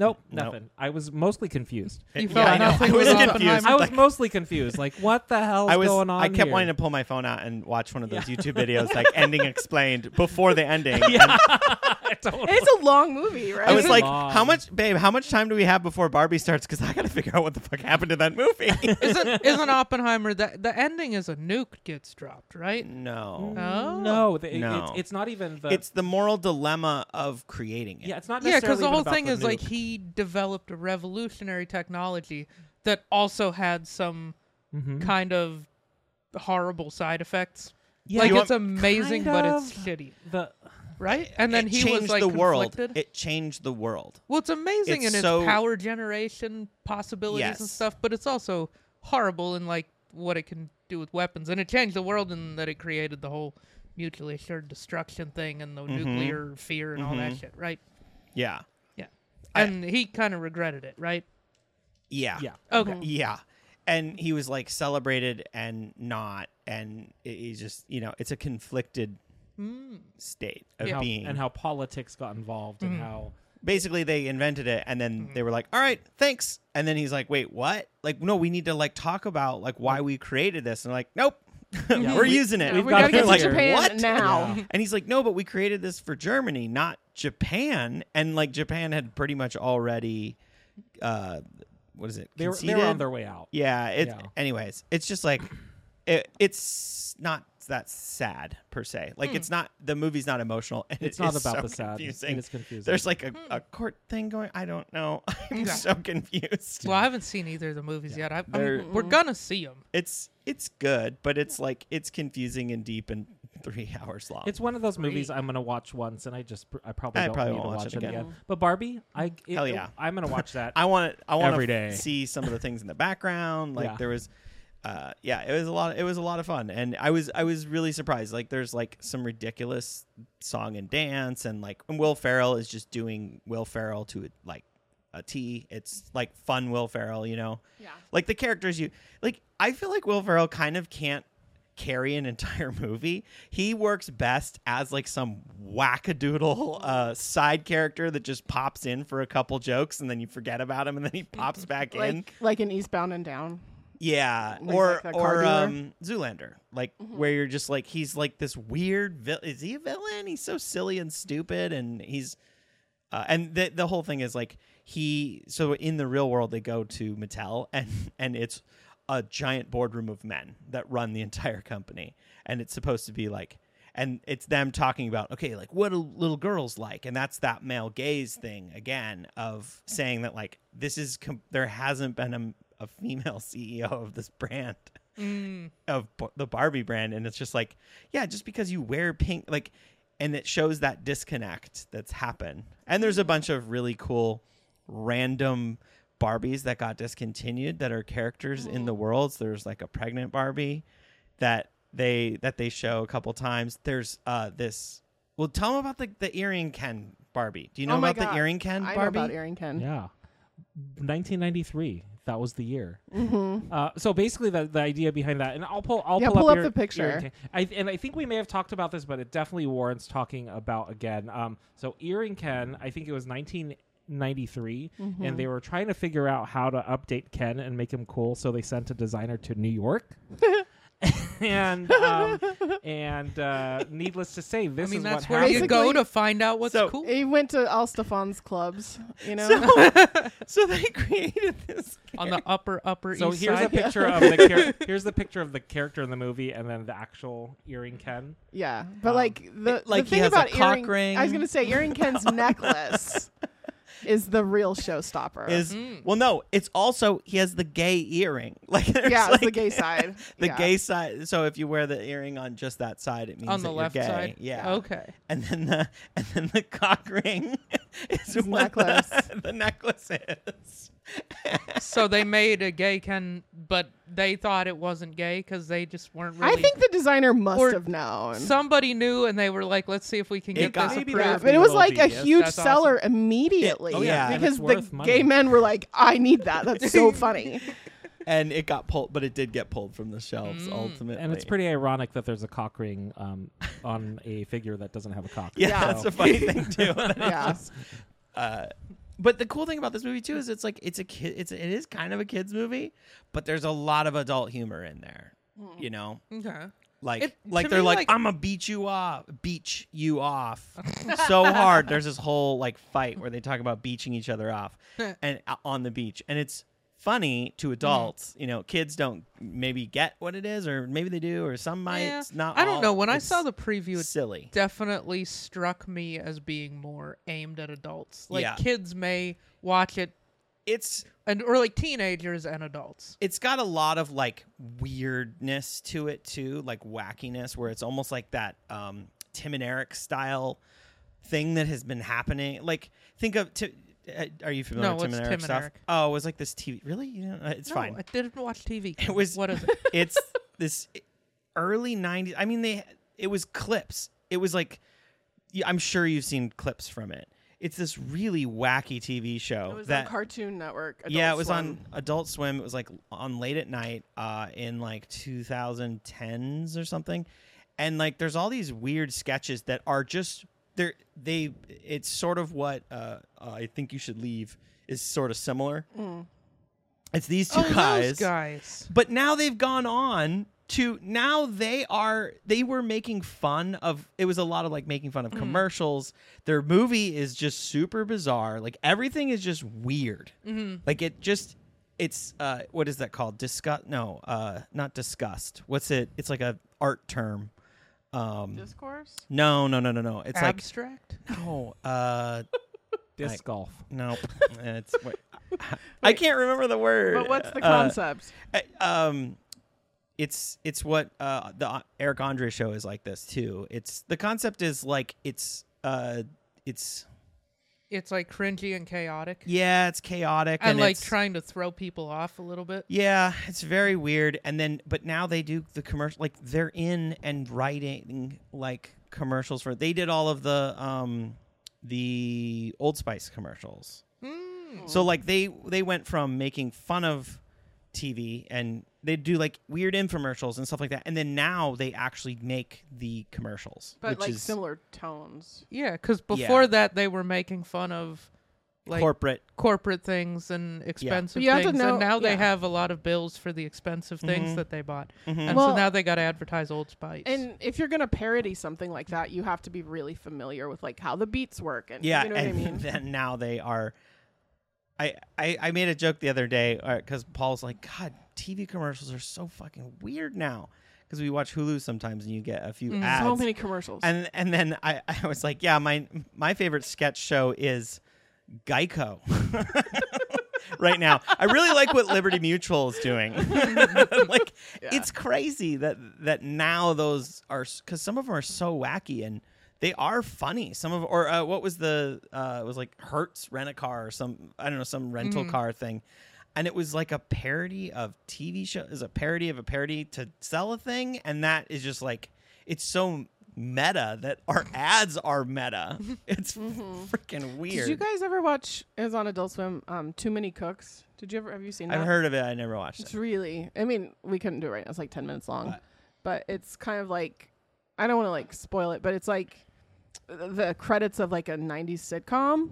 [SPEAKER 1] Nope,
[SPEAKER 3] Nope.
[SPEAKER 1] nothing. I was mostly confused.
[SPEAKER 2] You
[SPEAKER 3] Yeah,
[SPEAKER 2] felt
[SPEAKER 3] I know.
[SPEAKER 2] nothing
[SPEAKER 3] I was
[SPEAKER 2] with
[SPEAKER 3] confused.
[SPEAKER 2] Oppenheimer?
[SPEAKER 1] I was
[SPEAKER 3] Like-
[SPEAKER 1] mostly confused. Like, what the hell's
[SPEAKER 3] I was.
[SPEAKER 1] going on?
[SPEAKER 3] I kept
[SPEAKER 1] here?
[SPEAKER 3] wanting to pull my phone out and watch one of those YouTube videos, like ending explained before the ending. And
[SPEAKER 1] Totally.
[SPEAKER 4] It's a long movie, right?
[SPEAKER 3] I was
[SPEAKER 1] It's
[SPEAKER 3] like,
[SPEAKER 1] long.
[SPEAKER 3] "How much, babe? How much time do we have before Barbie starts? Because I got to figure out what the fuck happened to that movie."
[SPEAKER 2] isn't isn't Oppenheimer that the ending is a nuke gets dropped, right?
[SPEAKER 3] no,
[SPEAKER 2] No.
[SPEAKER 1] No, the, it-
[SPEAKER 3] Oh. No.
[SPEAKER 1] It's, it's not even the.
[SPEAKER 3] it's the moral dilemma of creating it.
[SPEAKER 1] yeah, it's not
[SPEAKER 2] Yeah,
[SPEAKER 1] necessarily
[SPEAKER 2] because the
[SPEAKER 1] even
[SPEAKER 2] whole
[SPEAKER 1] about
[SPEAKER 2] thing is like
[SPEAKER 1] nuke.
[SPEAKER 2] he developed a revolutionary technology that also had some
[SPEAKER 3] Mm-hmm.
[SPEAKER 2] kind of horrible side effects.
[SPEAKER 1] Yeah,
[SPEAKER 2] like
[SPEAKER 3] You
[SPEAKER 2] it's
[SPEAKER 3] want-
[SPEAKER 2] amazing,
[SPEAKER 1] Kind
[SPEAKER 2] but it's
[SPEAKER 1] of.
[SPEAKER 2] shitty,
[SPEAKER 1] the
[SPEAKER 2] right? And then
[SPEAKER 3] it
[SPEAKER 2] he
[SPEAKER 3] changed
[SPEAKER 2] was like
[SPEAKER 3] the world.
[SPEAKER 2] conflicted.
[SPEAKER 3] It changed the world.
[SPEAKER 2] Well, it's amazing
[SPEAKER 3] It's
[SPEAKER 2] in its
[SPEAKER 3] so-
[SPEAKER 2] power generation possibilities and
[SPEAKER 3] Yes.
[SPEAKER 2] stuff, but it's also horrible in like what it can do with weapons. And it changed the world in that it created the whole mutually assured destruction thing and the
[SPEAKER 3] Mm-hmm.
[SPEAKER 2] nuclear fear and all that shit, right?
[SPEAKER 3] Yeah,
[SPEAKER 2] Yeah.
[SPEAKER 3] Mm-hmm. I-
[SPEAKER 2] And he kind of regretted it, right?
[SPEAKER 3] yeah,
[SPEAKER 1] yeah.
[SPEAKER 2] Okay.
[SPEAKER 3] yeah. And he was like celebrated and not, and it, he just, you know, it's a conflicted state of
[SPEAKER 2] Yeah.
[SPEAKER 3] being.
[SPEAKER 1] and how politics got involved
[SPEAKER 2] Mm-hmm.
[SPEAKER 1] and how
[SPEAKER 3] Basically, they invented it, and then they were like, "All right, thanks." And then he's like, "Wait, what? Like, no, we need to like talk about like why we created this." And they're like, "Nope, we're
[SPEAKER 1] we-
[SPEAKER 3] using it.
[SPEAKER 1] we've
[SPEAKER 4] we
[SPEAKER 1] got
[SPEAKER 4] gotta
[SPEAKER 1] to
[SPEAKER 4] get to
[SPEAKER 1] like,
[SPEAKER 4] Japan
[SPEAKER 3] what?
[SPEAKER 4] now.
[SPEAKER 1] Yeah.
[SPEAKER 3] And he's like, no, but we created this for Germany, not Japan. And like Japan had pretty much already, uh, what is it?
[SPEAKER 1] they were, they were on
[SPEAKER 3] conceded?
[SPEAKER 1] their way out.
[SPEAKER 3] Yeah. It.
[SPEAKER 1] Yeah.
[SPEAKER 3] Anyways, it's just like, it, it's not that sad per se. Like
[SPEAKER 2] Hmm.
[SPEAKER 3] it's not the movie's not emotional. And
[SPEAKER 1] It's
[SPEAKER 3] it
[SPEAKER 1] not
[SPEAKER 3] is
[SPEAKER 1] about
[SPEAKER 3] so
[SPEAKER 1] the sad.
[SPEAKER 3] Confusing.
[SPEAKER 1] It is confusing.
[SPEAKER 3] There's like a, a court thing going. I don't know. I'm
[SPEAKER 2] Hmm. Yeah.
[SPEAKER 3] so confused.
[SPEAKER 2] Well, I haven't seen either of the movies yet. I, I
[SPEAKER 3] They're-
[SPEAKER 2] mean, we're gonna see them.
[SPEAKER 3] It's it's good, but it's like it's confusing and deep and three hours long.
[SPEAKER 1] It's one of those movies I'm gonna watch once, and I just pr- I probably
[SPEAKER 3] I
[SPEAKER 1] don't
[SPEAKER 3] probably
[SPEAKER 1] need to
[SPEAKER 3] won't
[SPEAKER 1] watch, it again. But Barbie, I it,
[SPEAKER 3] Hell yeah.
[SPEAKER 1] I'm gonna watch that.
[SPEAKER 3] I want to. I want
[SPEAKER 1] Every
[SPEAKER 3] to
[SPEAKER 1] day.
[SPEAKER 3] see some of the things in the background. Like
[SPEAKER 1] Yeah.
[SPEAKER 3] there was, uh, yeah, it was a lot. It was a lot of fun, and I was I was really surprised. Like there's like some ridiculous song and dance, and like and Will Ferrell is just doing Will Ferrell to a, like a T. It's like fun Will Ferrell, you know.
[SPEAKER 4] Yeah.
[SPEAKER 3] Like the characters you like. I feel like Will Ferrell kind of can't carry an entire movie. He works best as like some wackadoodle uh, side character that just pops in for a couple jokes and then you forget about him and then he pops back in.
[SPEAKER 4] Like like an Eastbound and Down.
[SPEAKER 3] Yeah,
[SPEAKER 4] Like
[SPEAKER 3] or
[SPEAKER 4] that car
[SPEAKER 3] or
[SPEAKER 4] dealer? Mm-hmm.
[SPEAKER 3] um, Zoolander, like where you're just like he's like this weird. vil- is he a villain? He's so silly and stupid, and he's uh, and the the whole thing is like he. So in the real world, they go to Mattel, and and it's a giant boardroom of men that run the entire company, and it's supposed to be like. And it's them talking about okay, like what do little girls like, and that's that male gaze thing again of saying that like this is com- there hasn't been a, a female CEO of this brand of b- the Barbie brand, and it's just like, yeah, just because you wear pink, like, and it shows that disconnect that's happened. And there's a bunch of really cool, random Barbies that got discontinued that are characters in
[SPEAKER 4] Mm.
[SPEAKER 3] the worlds. there's like a pregnant Barbie that they that they show a couple times. There's uh this. Well, tell them about the the earring Ken Barbie. Do you know
[SPEAKER 4] oh my
[SPEAKER 3] about
[SPEAKER 4] God.
[SPEAKER 3] the earring Ken
[SPEAKER 4] I
[SPEAKER 3] Barbie?
[SPEAKER 4] know about Erin Ken.
[SPEAKER 1] Yeah. 1993. That was the year. Uh, so basically, the, the idea behind that, and I'll pull, I'll
[SPEAKER 4] Mm-hmm. Yeah,
[SPEAKER 1] pull,
[SPEAKER 4] pull up
[SPEAKER 1] your-
[SPEAKER 4] the picture.
[SPEAKER 1] your ta- I, and I think we may have talked about this, but it definitely warrants talking about again. Um, so Earring Ken, I think it was 1993,
[SPEAKER 4] Mm-hmm.
[SPEAKER 1] and they were trying to figure out how to update Ken and make him cool. So they sent a designer to New York. and um, and uh, needless to say, this
[SPEAKER 2] I mean,
[SPEAKER 1] is
[SPEAKER 2] that's
[SPEAKER 1] what
[SPEAKER 2] where
[SPEAKER 1] happened.
[SPEAKER 2] you go to find out what's
[SPEAKER 3] So-
[SPEAKER 2] cool.
[SPEAKER 4] He went to all Stefan's clubs, you know.
[SPEAKER 3] so they created this.
[SPEAKER 2] on the upper upper
[SPEAKER 1] So
[SPEAKER 2] east
[SPEAKER 1] here's a
[SPEAKER 2] side.
[SPEAKER 1] picture of the char- here's the picture of the character in the movie, and then the actual earring Ken.
[SPEAKER 4] yeah, but
[SPEAKER 1] Um,
[SPEAKER 4] like the
[SPEAKER 3] like he
[SPEAKER 4] the thing
[SPEAKER 3] has a
[SPEAKER 4] about
[SPEAKER 3] cock
[SPEAKER 4] Erin-
[SPEAKER 3] ring.
[SPEAKER 4] I was gonna say Erin Ken's necklace is the real showstopper.
[SPEAKER 3] is
[SPEAKER 2] Mm.
[SPEAKER 3] well no it's also he has the gay earring like there's,
[SPEAKER 4] yeah, it's the
[SPEAKER 3] like,
[SPEAKER 4] gay side.
[SPEAKER 3] the
[SPEAKER 4] yeah.
[SPEAKER 3] gay side so if you wear the earring on just that side it means
[SPEAKER 2] on the
[SPEAKER 3] that
[SPEAKER 2] left
[SPEAKER 3] you're gay.
[SPEAKER 2] side.
[SPEAKER 3] yeah
[SPEAKER 2] Okay.
[SPEAKER 3] and then the and then the cock ring is
[SPEAKER 4] His
[SPEAKER 3] what
[SPEAKER 4] necklace.
[SPEAKER 3] the, the necklace is
[SPEAKER 2] So they made a gay Ken, but they thought it wasn't gay because they just weren't really.
[SPEAKER 4] I think the designer must
[SPEAKER 2] Or
[SPEAKER 4] have known.
[SPEAKER 2] somebody knew, and they were like, "Let's see if we can
[SPEAKER 3] It
[SPEAKER 2] get
[SPEAKER 3] got-
[SPEAKER 2] this
[SPEAKER 1] Maybe
[SPEAKER 2] approved."
[SPEAKER 1] that-
[SPEAKER 4] yeah, but it was like a
[SPEAKER 1] Yes,
[SPEAKER 4] huge
[SPEAKER 2] that's awesome.
[SPEAKER 4] seller immediately.
[SPEAKER 3] Oh, yeah,
[SPEAKER 1] and
[SPEAKER 4] because
[SPEAKER 1] it's
[SPEAKER 4] the
[SPEAKER 1] worth money.
[SPEAKER 4] gay men were like, "I need that. That's so funny."
[SPEAKER 3] and it got pulled but it did get pulled from the shelves
[SPEAKER 2] Mm.
[SPEAKER 3] ultimately
[SPEAKER 1] And it's pretty ironic that there's a cock ring um, on a figure that doesn't have a cock.
[SPEAKER 3] yeah,
[SPEAKER 4] Yeah.
[SPEAKER 3] that's a funny thing too
[SPEAKER 4] yeah,
[SPEAKER 3] uh, but the cool thing about this movie too is it's like it's a kid it's it is kind of a kids movie but there's a lot of adult humor in there
[SPEAKER 2] Mm.
[SPEAKER 3] you know
[SPEAKER 2] Okay.
[SPEAKER 3] Like,
[SPEAKER 2] It-
[SPEAKER 3] like
[SPEAKER 2] to
[SPEAKER 3] they're
[SPEAKER 2] me,
[SPEAKER 3] like,
[SPEAKER 2] like-
[SPEAKER 3] I'm gonna beat you off, beach you off so hard. There's this whole like fight where they talk about beaching each other off and uh, on the beach, and it's funny
[SPEAKER 2] Mm-hmm.
[SPEAKER 3] to adults. You know, kids don't maybe get what it is, or maybe they do, or some might
[SPEAKER 2] Yeah.
[SPEAKER 3] It's not.
[SPEAKER 2] I don't
[SPEAKER 3] all-
[SPEAKER 2] know. When I
[SPEAKER 3] it's
[SPEAKER 2] saw the preview, it
[SPEAKER 3] silly,
[SPEAKER 2] definitely struck me as being more aimed at adults. Like
[SPEAKER 3] Yeah.
[SPEAKER 2] kids may watch it,
[SPEAKER 3] it's
[SPEAKER 2] and or like teenagers and adults.
[SPEAKER 3] it's got a lot of like weirdness to it too, like wackiness, where it's almost like that um, Tim and Eric style thing that has been happening. Like, think of. Ti- uh, are you familiar
[SPEAKER 2] No,
[SPEAKER 3] with Tim
[SPEAKER 2] what's
[SPEAKER 3] and Eric
[SPEAKER 2] Tim and
[SPEAKER 3] stuff?
[SPEAKER 2] Eric?
[SPEAKER 3] Oh, it was like this TV. Really? You know, uh, it's
[SPEAKER 2] no,
[SPEAKER 3] fine.
[SPEAKER 2] I didn't watch TV.
[SPEAKER 3] It was-
[SPEAKER 2] what is it?
[SPEAKER 3] it's this early '90s. I mean, they. It was clips. It was like, yeah, I'm sure you've seen clips from it. It's this really wacky TV show
[SPEAKER 4] it was
[SPEAKER 3] that
[SPEAKER 4] on Cartoon Network.
[SPEAKER 3] yeah,
[SPEAKER 4] Adult
[SPEAKER 3] it was
[SPEAKER 4] Swim.
[SPEAKER 3] on Adult Swim. It was like on late at night uh, in like 2010s or something. and like there's all these weird sketches that are just they're they it's sort of what uh, uh, I think you should leave is sort of similar. It's these two
[SPEAKER 2] Oh, those
[SPEAKER 3] guys,
[SPEAKER 2] guys.
[SPEAKER 3] but now they've gone on to now they are they were making fun of it was a lot of like making fun of
[SPEAKER 4] Mm-hmm.
[SPEAKER 3] commercials their movie is just super bizarre like everything is just weird
[SPEAKER 4] Mm-hmm.
[SPEAKER 3] like it just it's uh what is that called disgust no uh not disgust what's it it's like a art term um
[SPEAKER 4] Discourse.
[SPEAKER 3] no no no no no it's
[SPEAKER 2] Abstract.
[SPEAKER 3] like no uh
[SPEAKER 1] Disc
[SPEAKER 3] Right.
[SPEAKER 1] golf.
[SPEAKER 3] nope it's wait, i can't remember the word
[SPEAKER 4] But what's the
[SPEAKER 3] Uh,
[SPEAKER 4] concept?
[SPEAKER 3] uh, um it's it's what uh the Eric Andre show is like this too. It's the concept is like it's uh it's
[SPEAKER 2] it's like cringy and chaotic.
[SPEAKER 3] yeah, it's chaotic
[SPEAKER 2] and, like
[SPEAKER 3] it's-
[SPEAKER 2] trying to throw people off a little bit.
[SPEAKER 3] Yeah, it's very weird. And then but now they do the commercial like they're in and writing like commercials for they did all of the um the Old Spice commercials.
[SPEAKER 4] Hmm.
[SPEAKER 3] So like they they went from making fun of TV and they do like weird infomercials and stuff like that, and then now they actually make the commercials,
[SPEAKER 4] But
[SPEAKER 3] which
[SPEAKER 4] like
[SPEAKER 3] is
[SPEAKER 4] similar tones.
[SPEAKER 2] Yeah, because before
[SPEAKER 3] Yeah.
[SPEAKER 2] that they were making fun of like
[SPEAKER 3] corporate.
[SPEAKER 2] corporate things and expensive
[SPEAKER 4] But you have to
[SPEAKER 2] things,
[SPEAKER 4] know-
[SPEAKER 2] and now they
[SPEAKER 4] yeah.
[SPEAKER 2] have a lot of bills for the expensive
[SPEAKER 3] Mm-hmm.
[SPEAKER 2] things that they bought, and so
[SPEAKER 4] Well-
[SPEAKER 2] now they got to advertise Old Spice.
[SPEAKER 4] And if you're gonna parody something like that, you have to be really familiar with like how the beats work and
[SPEAKER 3] Yeah,
[SPEAKER 4] you know what I
[SPEAKER 3] and
[SPEAKER 4] mean.
[SPEAKER 3] then now they are. I, I I made a joke the other day because Paul's like, God, TV commercials are so fucking weird now because we watch Hulu sometimes and you get a few ads.
[SPEAKER 4] Mm, so many commercials.
[SPEAKER 3] and and then I, I was like, yeah, my my favorite sketch show is Geico. right now, I really like what Liberty Mutual is doing. like, it's crazy that that now those are because some of them are so wacky and they are funny. Some of or uh, what was the uh, it was like Hertz rent a car or some I don't know some rental
[SPEAKER 4] Mm-hmm.
[SPEAKER 3] car thing. And it was like a parody of TV show is a parody of a parody to sell a thing, and that is just like it's so meta that our ads are meta. It's freaking weird.
[SPEAKER 4] Mm-hmm. Did you guys ever watch? It was on Adult Swim. Um, Too Many Cooks. Did you ever? Have you seen?
[SPEAKER 3] I've
[SPEAKER 4] that?
[SPEAKER 3] heard of it. I never watched
[SPEAKER 4] It's
[SPEAKER 3] it.
[SPEAKER 4] really. I mean, we couldn't do it right now. It's like ten minutes long, but it's kind of like I don't want to like spoil it, but it's like th- the credits of like a '90s sitcom.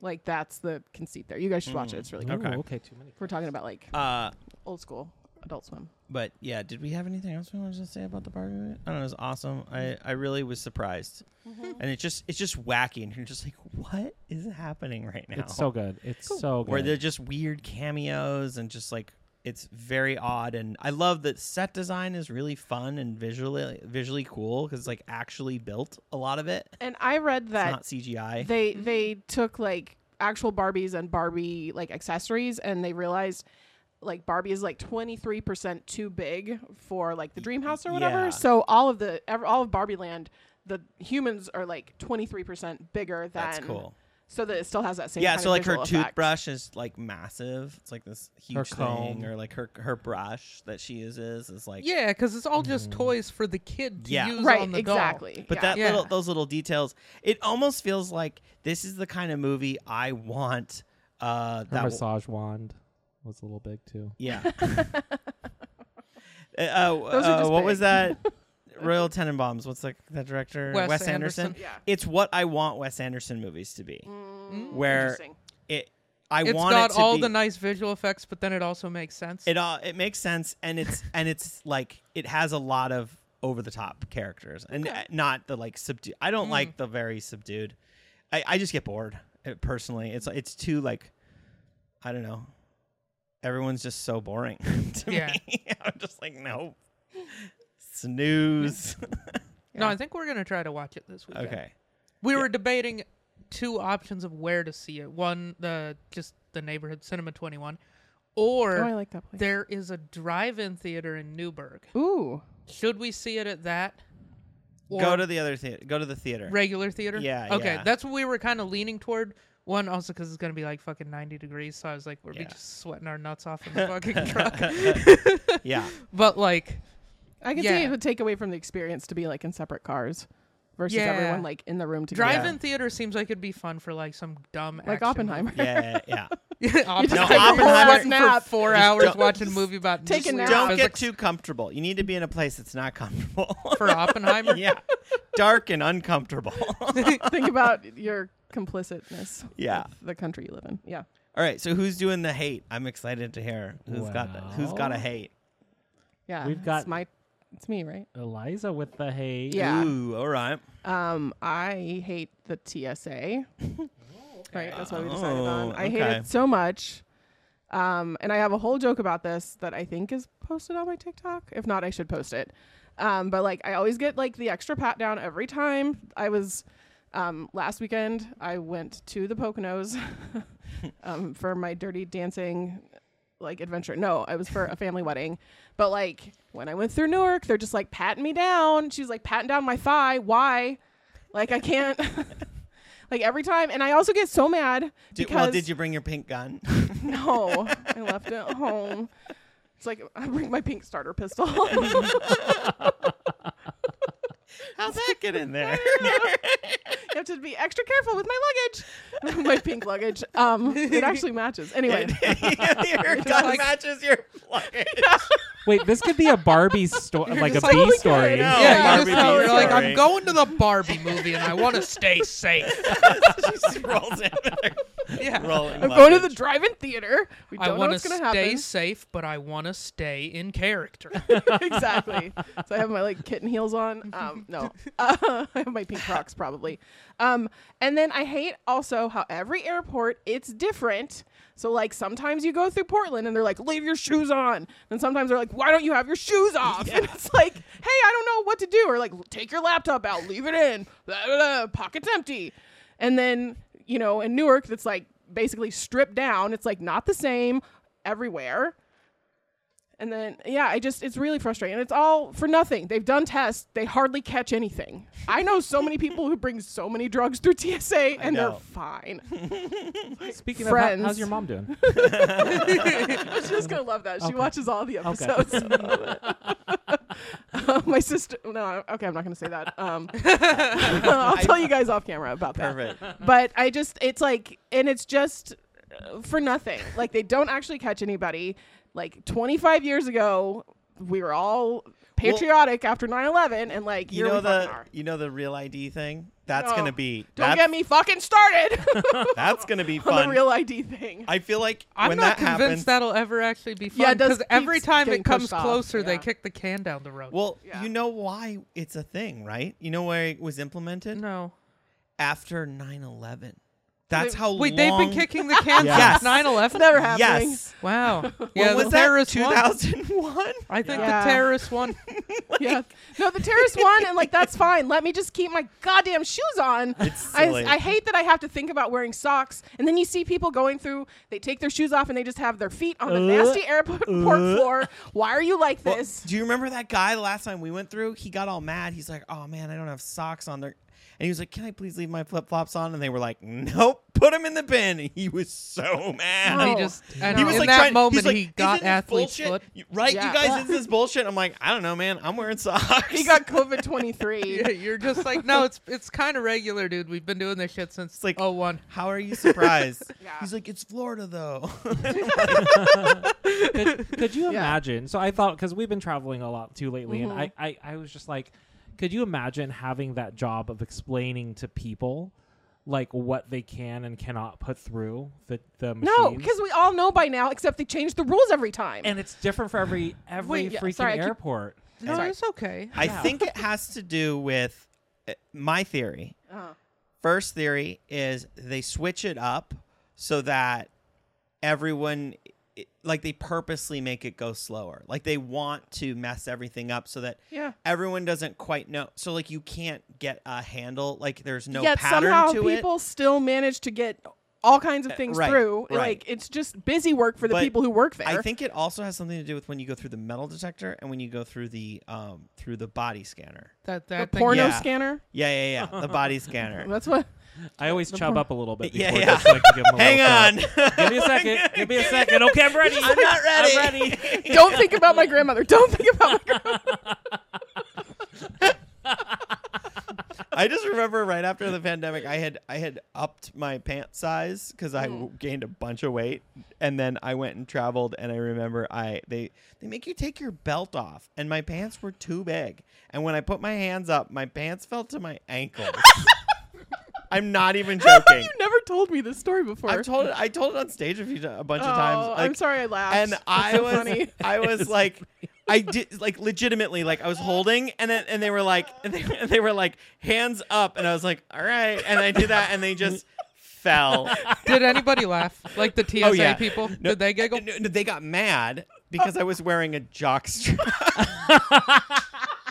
[SPEAKER 4] Like that's the conceit there. You guys should watch it. It's really good.
[SPEAKER 1] Ooh,
[SPEAKER 3] Mm. Okay.
[SPEAKER 1] Mm-hmm. okay, too many.
[SPEAKER 4] We're talking about like
[SPEAKER 3] Uh,
[SPEAKER 4] old school Adult Swim.
[SPEAKER 3] but yeah, did we have anything else we wanted to say about the park? I don't know. It was awesome. I, I really was surprised,
[SPEAKER 4] Mm-hmm.
[SPEAKER 3] and it's just it's just wacky, and you're just like, what is happening right now?
[SPEAKER 1] It's so good. It's so good.
[SPEAKER 3] where they're just weird cameos and just like it's very odd and i love that set design is really fun and visually visually cool because like actually built a lot of it
[SPEAKER 4] And I read
[SPEAKER 3] it's
[SPEAKER 4] that
[SPEAKER 3] not cgi
[SPEAKER 4] they they took like actual Barbies and Barbie like accessories, and they realized like Barbie is like twenty three percent too big for like the dream house or whatever.
[SPEAKER 3] yeah.
[SPEAKER 4] So all of the ev- all of Barbie Land, the humans are like twenty three percent bigger than.
[SPEAKER 3] that's cool
[SPEAKER 4] So that it still has that same.
[SPEAKER 3] yeah
[SPEAKER 4] kind
[SPEAKER 3] so
[SPEAKER 4] of
[SPEAKER 3] like her
[SPEAKER 4] visual effect.
[SPEAKER 3] toothbrush is like massive it's like this huge
[SPEAKER 1] comb.
[SPEAKER 3] thing or like her her brush that she uses is like Mm-hmm.
[SPEAKER 2] yeah, because it's all just toys for the kid to
[SPEAKER 3] Yeah.
[SPEAKER 2] use
[SPEAKER 4] Right,
[SPEAKER 2] on the doll.
[SPEAKER 4] exactly.
[SPEAKER 3] But
[SPEAKER 4] yeah.
[SPEAKER 3] that
[SPEAKER 2] Yeah.
[SPEAKER 3] little those little details, it almost feels like this is the kind of movie I want. Uh,
[SPEAKER 1] Her
[SPEAKER 3] that w-
[SPEAKER 1] massage wand was a little big too.
[SPEAKER 3] yeah. Uh, uh,
[SPEAKER 4] Those are
[SPEAKER 3] uh,
[SPEAKER 4] just
[SPEAKER 3] what was
[SPEAKER 4] big.
[SPEAKER 3] that? Royal Tenenbaums. What's the that director?
[SPEAKER 2] Wes
[SPEAKER 3] Anderson.
[SPEAKER 2] Anderson.
[SPEAKER 4] Yeah.
[SPEAKER 3] It's what I want Wes Anderson movies to be. where
[SPEAKER 4] Interesting.
[SPEAKER 3] it, I
[SPEAKER 2] Mm. It's
[SPEAKER 3] want
[SPEAKER 2] got
[SPEAKER 3] it to
[SPEAKER 2] all
[SPEAKER 3] be,
[SPEAKER 2] the nice visual effects, but then it also makes sense.
[SPEAKER 3] it all it makes sense and it's and it's like it has a lot of over the top characters and uh, not the like subdued i don't like the very subdued i, I just get bored uh, personally it's it's too like i don't know everyone's just so boring to
[SPEAKER 2] Yeah.
[SPEAKER 3] me i'm just like no snooze
[SPEAKER 2] No, I think we're gonna try to watch it this weekend.
[SPEAKER 3] okay
[SPEAKER 2] We were debating two options of where to see it. One, the just the neighborhood cinema twenty one, or
[SPEAKER 4] Oh, I like that place.
[SPEAKER 2] there is a drive-in theater in Newburgh.
[SPEAKER 4] Ooh.
[SPEAKER 2] Should we see it at that? Or
[SPEAKER 3] go to the other theater go to the theater
[SPEAKER 2] regular theater.
[SPEAKER 3] Yeah,
[SPEAKER 2] Okay,
[SPEAKER 3] yeah.
[SPEAKER 2] that's what we were kind of leaning toward. One also because it's gonna be like fucking ninety degrees, so I was like, we're
[SPEAKER 3] Yeah.
[SPEAKER 2] just sweating our nuts off in the fucking truck.
[SPEAKER 3] yeah
[SPEAKER 2] But like,
[SPEAKER 4] I can
[SPEAKER 2] Yeah.
[SPEAKER 4] see it would take away from the experience to be like in separate cars versus
[SPEAKER 2] Yeah.
[SPEAKER 4] everyone like in the room together.
[SPEAKER 2] drive-in theater seems like it'd be fun for like some dumb
[SPEAKER 4] Like
[SPEAKER 2] action movie.
[SPEAKER 4] Oppenheimer.
[SPEAKER 3] yeah yeah
[SPEAKER 2] Oppenheimer.
[SPEAKER 3] Oppenheimer-
[SPEAKER 2] Sitting for
[SPEAKER 4] Snap.
[SPEAKER 2] four
[SPEAKER 3] Just
[SPEAKER 2] hours
[SPEAKER 3] don't-
[SPEAKER 2] watching a movie about
[SPEAKER 4] Take a
[SPEAKER 2] nuclear
[SPEAKER 4] nap.
[SPEAKER 2] physics
[SPEAKER 3] Don't get too comfortable. You need to be in a place that's not comfortable.
[SPEAKER 2] for Oppenheimer.
[SPEAKER 3] yeah. Dark and uncomfortable.
[SPEAKER 4] Think about your complicitness.
[SPEAKER 3] Yeah.
[SPEAKER 4] with The country you live in. Yeah.
[SPEAKER 3] All right, so who's doing the hate? I'm excited to hear who's got the, who's got a
[SPEAKER 1] Well.
[SPEAKER 3] hate.
[SPEAKER 4] Yeah.
[SPEAKER 1] We've got-
[SPEAKER 4] it's my it's me, right?
[SPEAKER 1] Eliza with the hay.
[SPEAKER 4] Yeah.
[SPEAKER 3] Ooh, all right.
[SPEAKER 4] Um, I hate the TSA. Right, that's what we decided on.
[SPEAKER 3] Oh,
[SPEAKER 4] I hate
[SPEAKER 3] okay.
[SPEAKER 4] it so much. Um, and I have a whole joke about this that I think is posted on my TikTok. If not, I should post it. Um, but like, I always get like the extra pat down every time. I was um, last weekend. I went to the Poconos um, for my dirty dancing like adventure. No, I was for a family wedding. But like when I went through Newark, they're just like patting me down. She was like patting down my thigh. Why? Like I can't. like every time, and I also get so mad
[SPEAKER 3] Did,
[SPEAKER 4] because
[SPEAKER 3] well, did you bring your pink gun?
[SPEAKER 4] no, I left it at home. It's like I bring my pink starter pistol.
[SPEAKER 3] How's that get in there?
[SPEAKER 4] you have to be extra careful with my luggage, my pink luggage. Um, it actually matches. Anyway,
[SPEAKER 3] your gun
[SPEAKER 2] like-
[SPEAKER 3] matches your luggage.
[SPEAKER 1] Wait, this could be a Barbie story,
[SPEAKER 2] You're
[SPEAKER 1] like a
[SPEAKER 2] just like,
[SPEAKER 1] B
[SPEAKER 2] "Oh my
[SPEAKER 1] story.
[SPEAKER 3] God,
[SPEAKER 2] Yeah,
[SPEAKER 3] Oh,
[SPEAKER 2] you
[SPEAKER 3] Barbie
[SPEAKER 2] just tell her,
[SPEAKER 3] movie,
[SPEAKER 2] like,
[SPEAKER 3] sorry.
[SPEAKER 2] I'm going to the Barbie movie and I want to stay safe.
[SPEAKER 3] she just rolls in with her
[SPEAKER 2] Yeah.
[SPEAKER 3] rolling
[SPEAKER 4] I'm going to the
[SPEAKER 3] luggage.
[SPEAKER 4] drive-in theater. We
[SPEAKER 2] I
[SPEAKER 4] don't know
[SPEAKER 2] want to
[SPEAKER 4] what's
[SPEAKER 2] stay
[SPEAKER 4] gonna happen.
[SPEAKER 2] safe, but I want to stay in character.
[SPEAKER 4] exactly. So I have my like kitten heels on. Um, no, uh, I have my pink Crocs probably. Um, and then I hate also how every airport it's different. So like sometimes you go through Portland and they're like, leave your shoes on. And sometimes they're like, why don't you have your shoes off? And it's like, hey, I don't know what to do. Or like, take your laptop out, leave it in. Blah, blah, blah, pockets empty. And then you know in Newark that's like basically stripped down. It's like not the same everywhere. And then, yeah, I just, it's really frustrating. And it's all for nothing. They've done tests, they hardly catch anything. I know so many people who bring so many drugs through TSA and they're
[SPEAKER 3] know.
[SPEAKER 4] fine.
[SPEAKER 1] Speaking of,
[SPEAKER 4] Friends.
[SPEAKER 1] how- how's your mom doing?
[SPEAKER 4] I was just going to love that. She
[SPEAKER 1] Okay.
[SPEAKER 4] watches all the
[SPEAKER 1] Okay.
[SPEAKER 4] episodes. Uh, my sister, no, okay, I'm not going to say that. Um, I'll tell you guys off camera about that.
[SPEAKER 3] Perfect.
[SPEAKER 4] but I just it's like and it's just uh, for nothing. Like they don't actually catch anybody. Like 25 years ago, we were all patriotic after 9/11 and like
[SPEAKER 3] You
[SPEAKER 4] here
[SPEAKER 3] know
[SPEAKER 4] we fucking
[SPEAKER 3] the
[SPEAKER 4] are.
[SPEAKER 3] you know the real ID thing? That's
[SPEAKER 4] No.
[SPEAKER 3] gonna be
[SPEAKER 4] Don't
[SPEAKER 3] that's,
[SPEAKER 4] get me fucking started
[SPEAKER 3] that's gonna be
[SPEAKER 4] on
[SPEAKER 3] fun.
[SPEAKER 4] the real ID thing.
[SPEAKER 3] I feel like
[SPEAKER 2] I'm
[SPEAKER 3] when
[SPEAKER 2] not
[SPEAKER 3] that
[SPEAKER 2] convinced
[SPEAKER 3] happens
[SPEAKER 2] that'll ever actually be fun.
[SPEAKER 4] Yeah, it does keep
[SPEAKER 2] every time
[SPEAKER 4] getting
[SPEAKER 2] it comes
[SPEAKER 4] pushed off,
[SPEAKER 2] closer, they
[SPEAKER 4] yeah.
[SPEAKER 2] kick the can down the road.
[SPEAKER 3] Well,
[SPEAKER 4] Yeah.
[SPEAKER 3] you know why it's a thing, right? You know where it was implemented?
[SPEAKER 2] no.
[SPEAKER 3] After 9/11. That's
[SPEAKER 4] They-
[SPEAKER 3] how
[SPEAKER 2] Wait,
[SPEAKER 3] long
[SPEAKER 2] they've been kicking the can
[SPEAKER 3] Yeah. Yes.
[SPEAKER 2] since 9
[SPEAKER 4] It's
[SPEAKER 2] 11?
[SPEAKER 4] never happening.
[SPEAKER 3] Yes.
[SPEAKER 2] Wow.
[SPEAKER 3] When
[SPEAKER 2] Yeah,
[SPEAKER 3] was
[SPEAKER 2] the
[SPEAKER 3] that?
[SPEAKER 2] terrorist won.
[SPEAKER 3] 2001?
[SPEAKER 2] I think
[SPEAKER 4] Yeah.
[SPEAKER 2] the terrorist won.
[SPEAKER 4] Yeah. No, the terrorist won and like that's fine. Let me just keep my goddamn shoes on.
[SPEAKER 3] It's
[SPEAKER 4] I,
[SPEAKER 3] silly.
[SPEAKER 4] I hate that I have to think about wearing socks. And then you see people going through, they take their shoes off and they just have their feet on the nasty airport floor. Why are you like
[SPEAKER 3] Uh, Well,
[SPEAKER 4] this?
[SPEAKER 3] do you remember that guy the last time we went through? He got all mad. He's like, "Oh man, I don't have socks on there." And he was like, "Can I please leave my flip-flops on?" And they were like, "Nope, put them in the bin." And he was so mad.
[SPEAKER 4] No.
[SPEAKER 2] He just, and
[SPEAKER 3] He was
[SPEAKER 2] in
[SPEAKER 3] like
[SPEAKER 2] that
[SPEAKER 3] trying- he's
[SPEAKER 2] moment,
[SPEAKER 3] like,
[SPEAKER 2] he got
[SPEAKER 3] "Isn't this
[SPEAKER 2] athlete's
[SPEAKER 3] bullshit?
[SPEAKER 2] foot.
[SPEAKER 3] You- right?
[SPEAKER 4] Yeah.
[SPEAKER 3] You guys, is this bullshit? I'm like, I don't know, man. I'm wearing socks.
[SPEAKER 4] He got COVID 23.
[SPEAKER 2] Yeah, you're just like, no, it's it's kind of regular, dude. We've been doing this shit since oh
[SPEAKER 3] like-
[SPEAKER 2] like 01.
[SPEAKER 3] How are you surprised?
[SPEAKER 4] Yeah.
[SPEAKER 3] He's like, it's Florida though.
[SPEAKER 1] could, could you
[SPEAKER 4] Yeah.
[SPEAKER 1] imagine? So I thought because we've been traveling a lot too lately, and I, I I was just like, could you imagine having that job of explaining to people like what they can and cannot put through the the machines?
[SPEAKER 4] No, because we all know by now, except they change the rules every time.
[SPEAKER 1] and it's different for every every
[SPEAKER 4] Wait, yeah,
[SPEAKER 1] freaking
[SPEAKER 4] sorry, I keep-
[SPEAKER 1] airport.
[SPEAKER 2] No,
[SPEAKER 4] Sorry.
[SPEAKER 2] it's okay.
[SPEAKER 3] I
[SPEAKER 1] Yeah.
[SPEAKER 3] think it has to do with uh, my theory.
[SPEAKER 4] Uh-huh.
[SPEAKER 3] First theory is they switch it up so that everyone i- like they purposely make it go slower. Like they want to mess everything up so that
[SPEAKER 4] Yeah.
[SPEAKER 3] everyone doesn't quite know. So like you can't get a handle. Like there's no
[SPEAKER 4] Yet
[SPEAKER 3] pattern
[SPEAKER 4] somehow
[SPEAKER 3] to it. Uh,
[SPEAKER 4] people still manage to get all kinds of things
[SPEAKER 3] right,
[SPEAKER 4] through.
[SPEAKER 3] right.
[SPEAKER 4] Like it's just busy work for the
[SPEAKER 3] But
[SPEAKER 4] people who work there.
[SPEAKER 3] I think it also has something to do with when you go through the metal detector and when you go through the um through the body scanner.
[SPEAKER 2] That,
[SPEAKER 4] the
[SPEAKER 2] that thing,
[SPEAKER 4] porno
[SPEAKER 3] yeah.
[SPEAKER 4] scanner.
[SPEAKER 3] Yeah, yeah, yeah. The body scanner.
[SPEAKER 4] That's what.
[SPEAKER 1] I always chub up a little bit.
[SPEAKER 3] Yeah,
[SPEAKER 1] Before
[SPEAKER 3] yeah.
[SPEAKER 1] This, so I can give 'em a
[SPEAKER 3] Hang
[SPEAKER 1] little
[SPEAKER 3] on.
[SPEAKER 1] crap. Give me a second. Give me a second. Okay, I'm ready.
[SPEAKER 3] I'm not ready.
[SPEAKER 1] I'm ready.
[SPEAKER 4] Don't think about my grandmother. Don't think about my grandmother.
[SPEAKER 3] I just remember right after the pandemic, I had I had upped my pant size because I
[SPEAKER 4] Mm.
[SPEAKER 3] w- gained a bunch of weight, and then I went and traveled. And I remember I they they make you take your belt off, and my pants were too big. And when I put my hands up, my pants fell to my ankles. I'm not even joking.
[SPEAKER 4] you never told me this story before.
[SPEAKER 3] I told it. I told it on stage a, few, ti- a bunch
[SPEAKER 4] oh,
[SPEAKER 3] of times. Like,
[SPEAKER 4] I'm sorry I laughed.
[SPEAKER 3] and
[SPEAKER 4] That's
[SPEAKER 3] I
[SPEAKER 4] so
[SPEAKER 3] was,
[SPEAKER 4] funny.
[SPEAKER 3] I was like, I did like legitimately like I was holding, and then and they were like, and they, and they were like hands up, and I was like, all right, and I did that, and they just fell.
[SPEAKER 2] Did anybody laugh? Like the TSA
[SPEAKER 3] Oh, yeah.
[SPEAKER 2] people?
[SPEAKER 3] No,
[SPEAKER 2] Did they giggle?
[SPEAKER 3] No, no, they got mad because I was wearing a jockstrap.